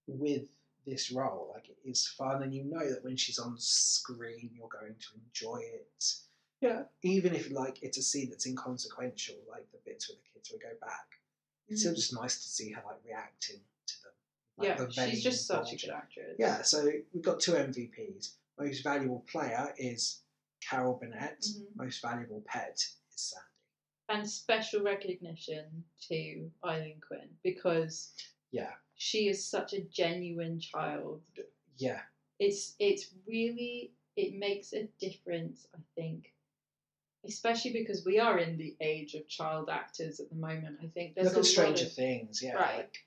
with this role, like it is fun, and you know that when she's on screen, you're going to enjoy it. Yeah. Even if like it's a scene that's inconsequential, like the bits where the kids will go back, it's still just nice to see her like reacting to them. Like, Mm. yeah, the she's vein just such a bulging. good actress. Yeah, so we've got two MVPs. Most valuable player is Carol Burnett. Mhm. Most valuable pet is Sandy. And special recognition to Eileen Quinn because Yeah. she is such a genuine child. Yeah, It's it's really it makes a difference, I think. Especially because we are in the age of child actors at the moment. I think there's look at a lot Stranger of, Things. Yeah, Right. like-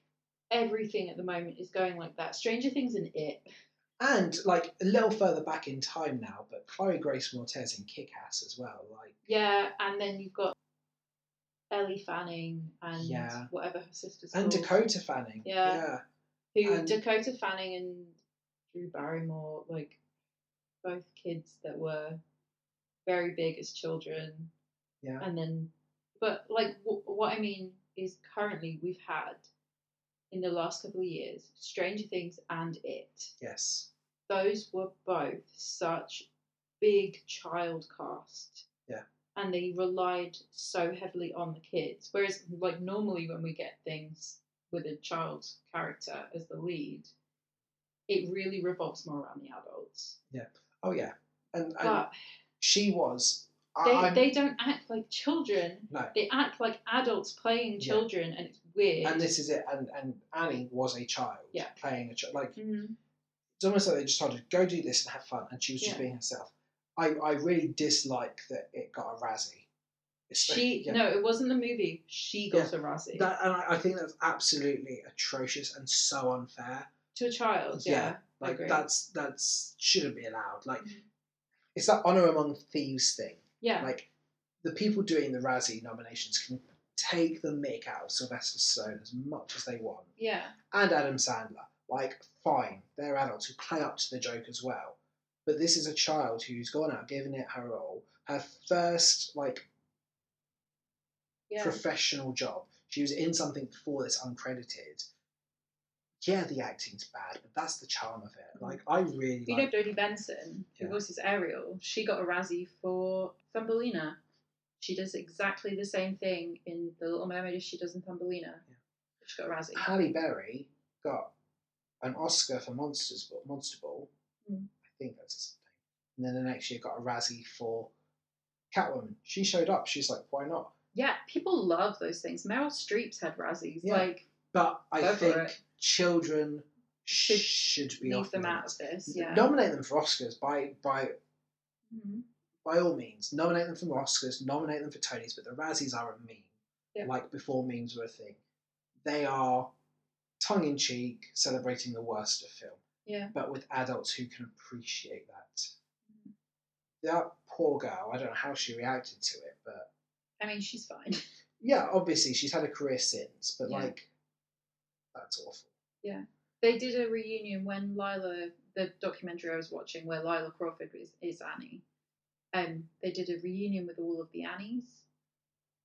everything at the moment is going like that. Stranger Things and it. and like a little further back in time now, but Chloe Grace Mortez in Kick Ass as well. Like, Yeah, and then you've got Ellie Fanning and Yeah. whatever her sister's and called. Dakota Fanning. Oh. Yeah. who and- Dakota Fanning and Drew Barrymore, like both kids that were very big as children, Yeah. and then, but like w- what I mean is currently we've had in the last couple of years Stranger Things and It. Yes. Those were both such big child cast. Yeah. And they relied so heavily on the kids. Whereas, like, normally when we get things with a child character as the lead, it really revolves more around the adults. Oh yeah. And, and But she was. I- they, I'm- they don't act like children. no. They act like adults playing Yeah. children, and it's weird. And this is it. And and Annie was a child. Yeah. Playing a child. Like Mhm. it's almost like they just told her go do this and have fun, and she was just Yeah. being herself. I I really dislike that it got a Razzie. Espe- She yeah. no, it wasn't the movie. She got a Razzie That, and I, I think that's absolutely atrocious and so unfair. to a child. Yeah. Yeah, I Like agree. that's that's shouldn't be allowed. Like Mhm. it's that honor among thieves thing. yeah. Like the people doing the Razzie nominations can take the mick out of Sylvester Stallone as much as they want, yeah. and Adam Sandler. Like fine, they're adults who play up to the joke as well. But this is a child who's gone out, given it her all, her first like Yeah. professional job. She was in something before that's uncredited. Yeah, the acting's bad, but that's the charm of it. Like I really Mm-hmm. You know like Dodie Benson, who Yeah. voices Ariel, she got a Razzie for Thumbelina. She does exactly the same thing in The Little Mermaid as she does in Thumbelina. Yeah. She got a Razzie. Halle Berry got an Oscar for Monsters Ball, Monster Ball. Mm. I think that's his name. And then the next year got a Razzie for Catwoman. She showed up. She's like, why not? Yeah, people love those things. Meryl Streep's had Razzies. Yeah. Like, But I Go for think it. children should, Should be leave off them the out list. of this. Yeah. Nominate them for Oscars by by Mhm. by all means, nominate them for Oscars, nominate them for Tonys, but the Razzies are a meme. Yeah. Like before memes were a thing. They are tongue in cheek, celebrating the worst of film. Yeah. But with adults who can appreciate that. Mm-hmm. That poor girl, I don't know how she reacted to it, but I mean, she's fine. yeah, obviously she's had a career since, but Yeah. like, that's awful. They did a reunion when Lila, the documentary I was watching, where Lila Crawford is, is Annie. Um, they did a reunion with all of the Annies,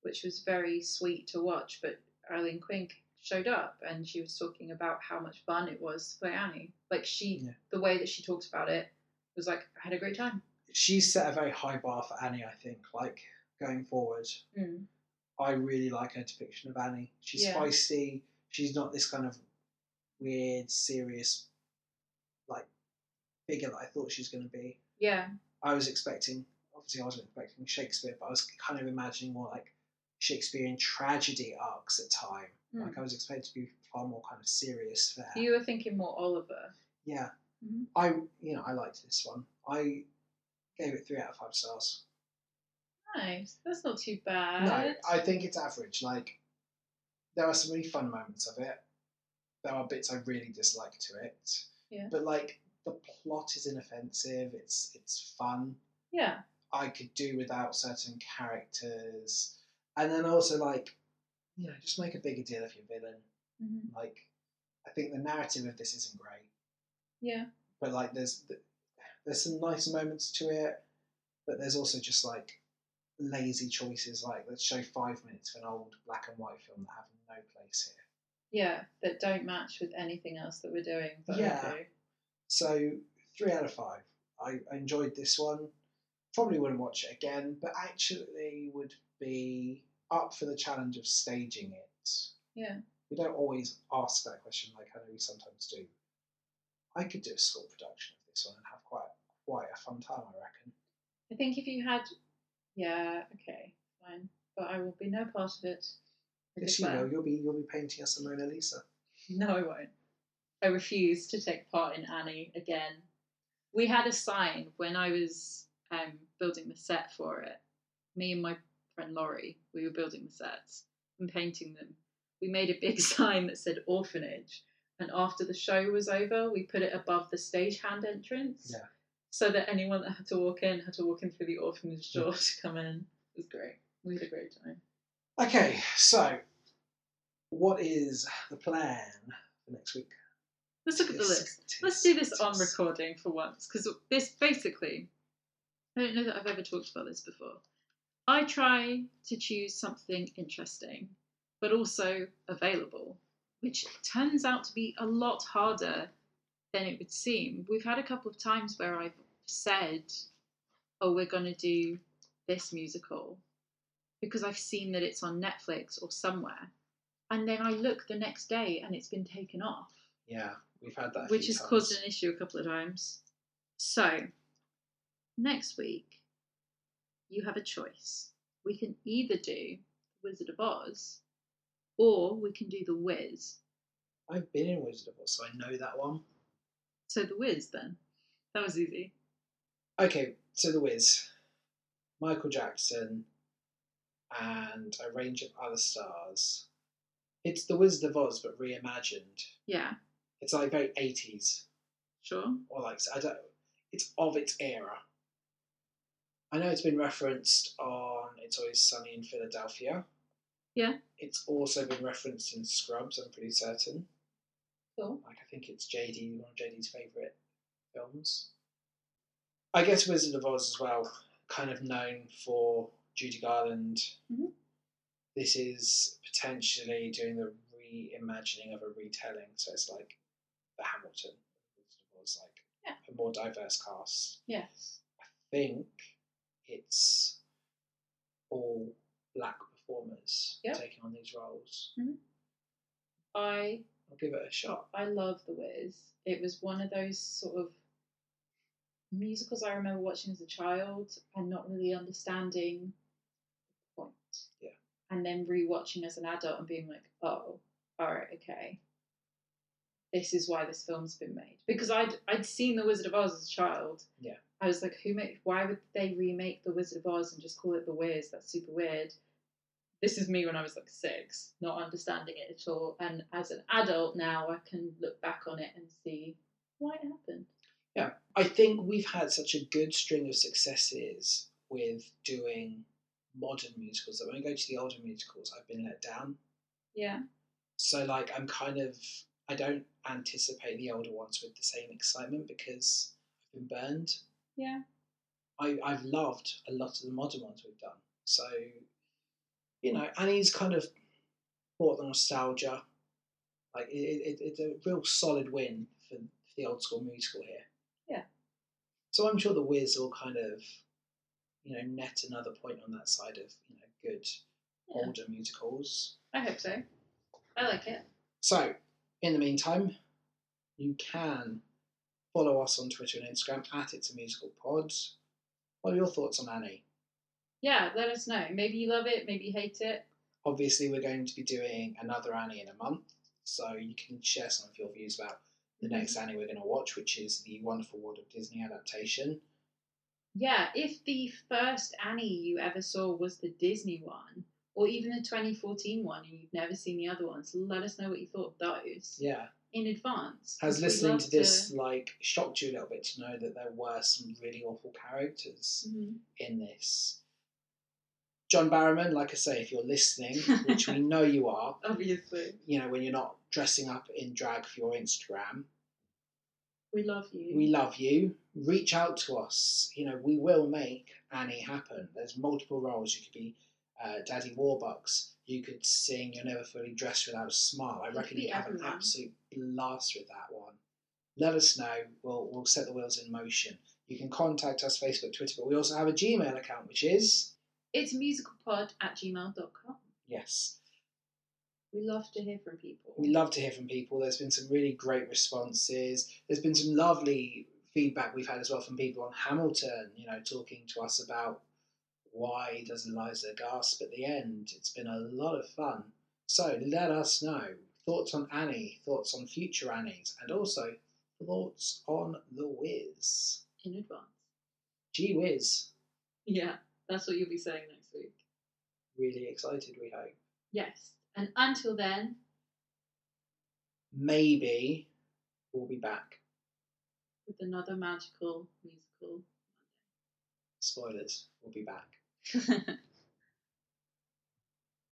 which was very sweet to watch. But Eileen Quink showed up and she was talking about how much fun it was to play Annie. Like she, Yeah. the way that she talked about it was like, I had a great time. She set a very high bar for Annie, I think, like going forward. Mm. I really like her depiction of Annie. She's Yeah. feisty. She's not this kind of weird, serious, like figure that I thought she was going to be. Yeah, I was expecting, obviously, I wasn't expecting Shakespeare, but I was kind of imagining more like Shakespearean tragedy arcs at time. Hmm. Like I was expected to be far more kind of serious there. you were thinking more Oliver. yeah, Mhm. I you know I liked this one. I gave it three out of five stars. Nice. That's not too bad. No, I think it's average. Like, there are some really fun moments of it. There are bits I really dislike to it. Yeah. But like, the plot is inoffensive. It's it's fun. yeah. I could do without certain characters, and then also like, you know, just make a bigger deal of your villain. Mhm. Like, I think the narrative of this isn't great Yeah. but like there's there's some nice moments to it, but there's also just like lazy choices. Like let's show five minutes of an old black and white film that have no place here. Yeah, that don't match with anything else that we're doing. But Yeah. okay. So three out of five. I, I enjoyed this one. Probably wouldn't watch it again, but actually would be up for the challenge of staging it. Yeah. We don't always ask that question like I know we sometimes do. I could do a school production of this one and have quite quite a fun time, I reckon. I think if you had, yeah, okay, fine, but I will be no part of it. I Yes, you declare. will. You'll be you'll be painting us a Mona Lisa. No, I won't. I refuse to take part in Annie again. We had a sign when I was um, building the set for it. Me and my friend Laurie, we were building the sets and painting them. We made a big <laughs> sign that said orphanage. And after the show was over, we put it above the stagehand entrance Yeah. so that anyone that had to walk in had to walk in through the orphanage door to come in. It was great. We had a great time. Okay, so what is the plan for next week? Let's look at the Tis- list. tis- Let's do this on tis- recording for once, because this basically, I don't know that I've ever talked about this before. I try to choose something interesting, but also available, which turns out to be a lot harder than it would seem. We've had a couple of times where I've said, oh, we're going to do this musical because I've seen that it's on Netflix or somewhere. And then I look the next day and it's been taken off Yeah, we've had that. a which few has times. caused an issue a couple of times. So, next week, you have a choice. We can either do Wizard of Oz or we can do The Wiz. I've been in Wizard of Oz, so I know that one. So, The Wiz then. That was easy. Okay, so The Wiz, Michael Jackson, and a range of other stars. It's The Wizard of Oz, but reimagined. Yeah, It's like very 80s, sure. or like, I don't, it's of its era. I know it's been referenced on It's Always Sunny in Philadelphia. Yeah. It's also been referenced in Scrubs, I'm pretty certain. Cool. Like, I think it's JD, one of JD's favourite films. I guess Wizard of Oz as well, kind of known for Judy Garland. Mhm. This is potentially doing the reimagining of a retelling, so it's like the Hamilton. Wizard of Oz, like Yeah. a more diverse cast Yes. think it's all black performers Yeah. taking on these roles. I I'll give it a shot. I love The Wiz. It was one of those sort of musicals I remember watching as a child and not really understanding the point. Yeah. And then rewatching as an adult and being like, oh, all right, okay. This is why this film's been made because I'd I'd seen The Wizard of Oz as a child. Yeah. I was like, who made? Why would they remake The Wizard of Oz and just call it The Wiz? That's super weird this is me when I was like six, not understanding it at all. And as an adult now, I can look back on it and see why it happened. I think we've had such a good string of successes with doing modern musicals that when I go to the older musicals, I've been let down. Yeah. So, like, I'm kind of, I don't anticipate the older ones with the same excitement because I've been burned. Yeah. I, I've loved a lot of the modern ones we've done. So, you know, Annie's kind of bought the nostalgia. Like, it, it, it's a real solid win for the old school musical here. Yeah. So I'm sure the Wiz will kind of, you know, net another point on that side of, you know, good Yeah. older musicals. I hope so. I like it. So, in the meantime, you can follow us on Twitter and Instagram at It's a Musical Pod. What are your thoughts on Annie? Yeah, let us know. Maybe you love it, maybe you hate it. Obviously, we're going to be doing another Annie in a month, so you can share some of your views about the next Annie we're going to watch, which is the Wonderful World of Disney adaptation. Yeah, if the first Annie you ever saw was the Disney one, or even the 2014 one, and you've never seen the other ones, let us know what you thought of those Yeah, in advance. has We'd listening love to this like shocked you a little bit to know that there were some really awful characters Mhm. in this? John Barrowman, like I say, if you're listening, which we know you are, Obviously. you know, when you're not dressing up in drag for your Instagram. We love you. We love you. Reach out to us. You know, we will make Annie happen. There's multiple roles. You could be uh, Daddy Warbucks. You could sing You're Never Fully Dressed Without a Smile. I You could reckon be you have an everyone. absolute blast with that one. Let us know. We'll, we'll set the wheels in motion. You can contact us Facebook, Twitter, but we also have a Gmail account, which is It's musicalpod at gmail.com. yes. We love to hear from people. We love to hear from people. There's been some really great responses. There's been some lovely feedback we've had as well from people on Hamilton. You know, talking to us about why does Eliza gasp at the end? It's been a lot of fun. So let us know thoughts on Annie, thoughts on future Annies, and also thoughts on the Whiz. in advance. Gee whiz! Yeah, that's what you'll be saying next week. Really excited. We hope Yes. And until then, maybe we'll be back. with another magical musical. Spoilers. We'll be back.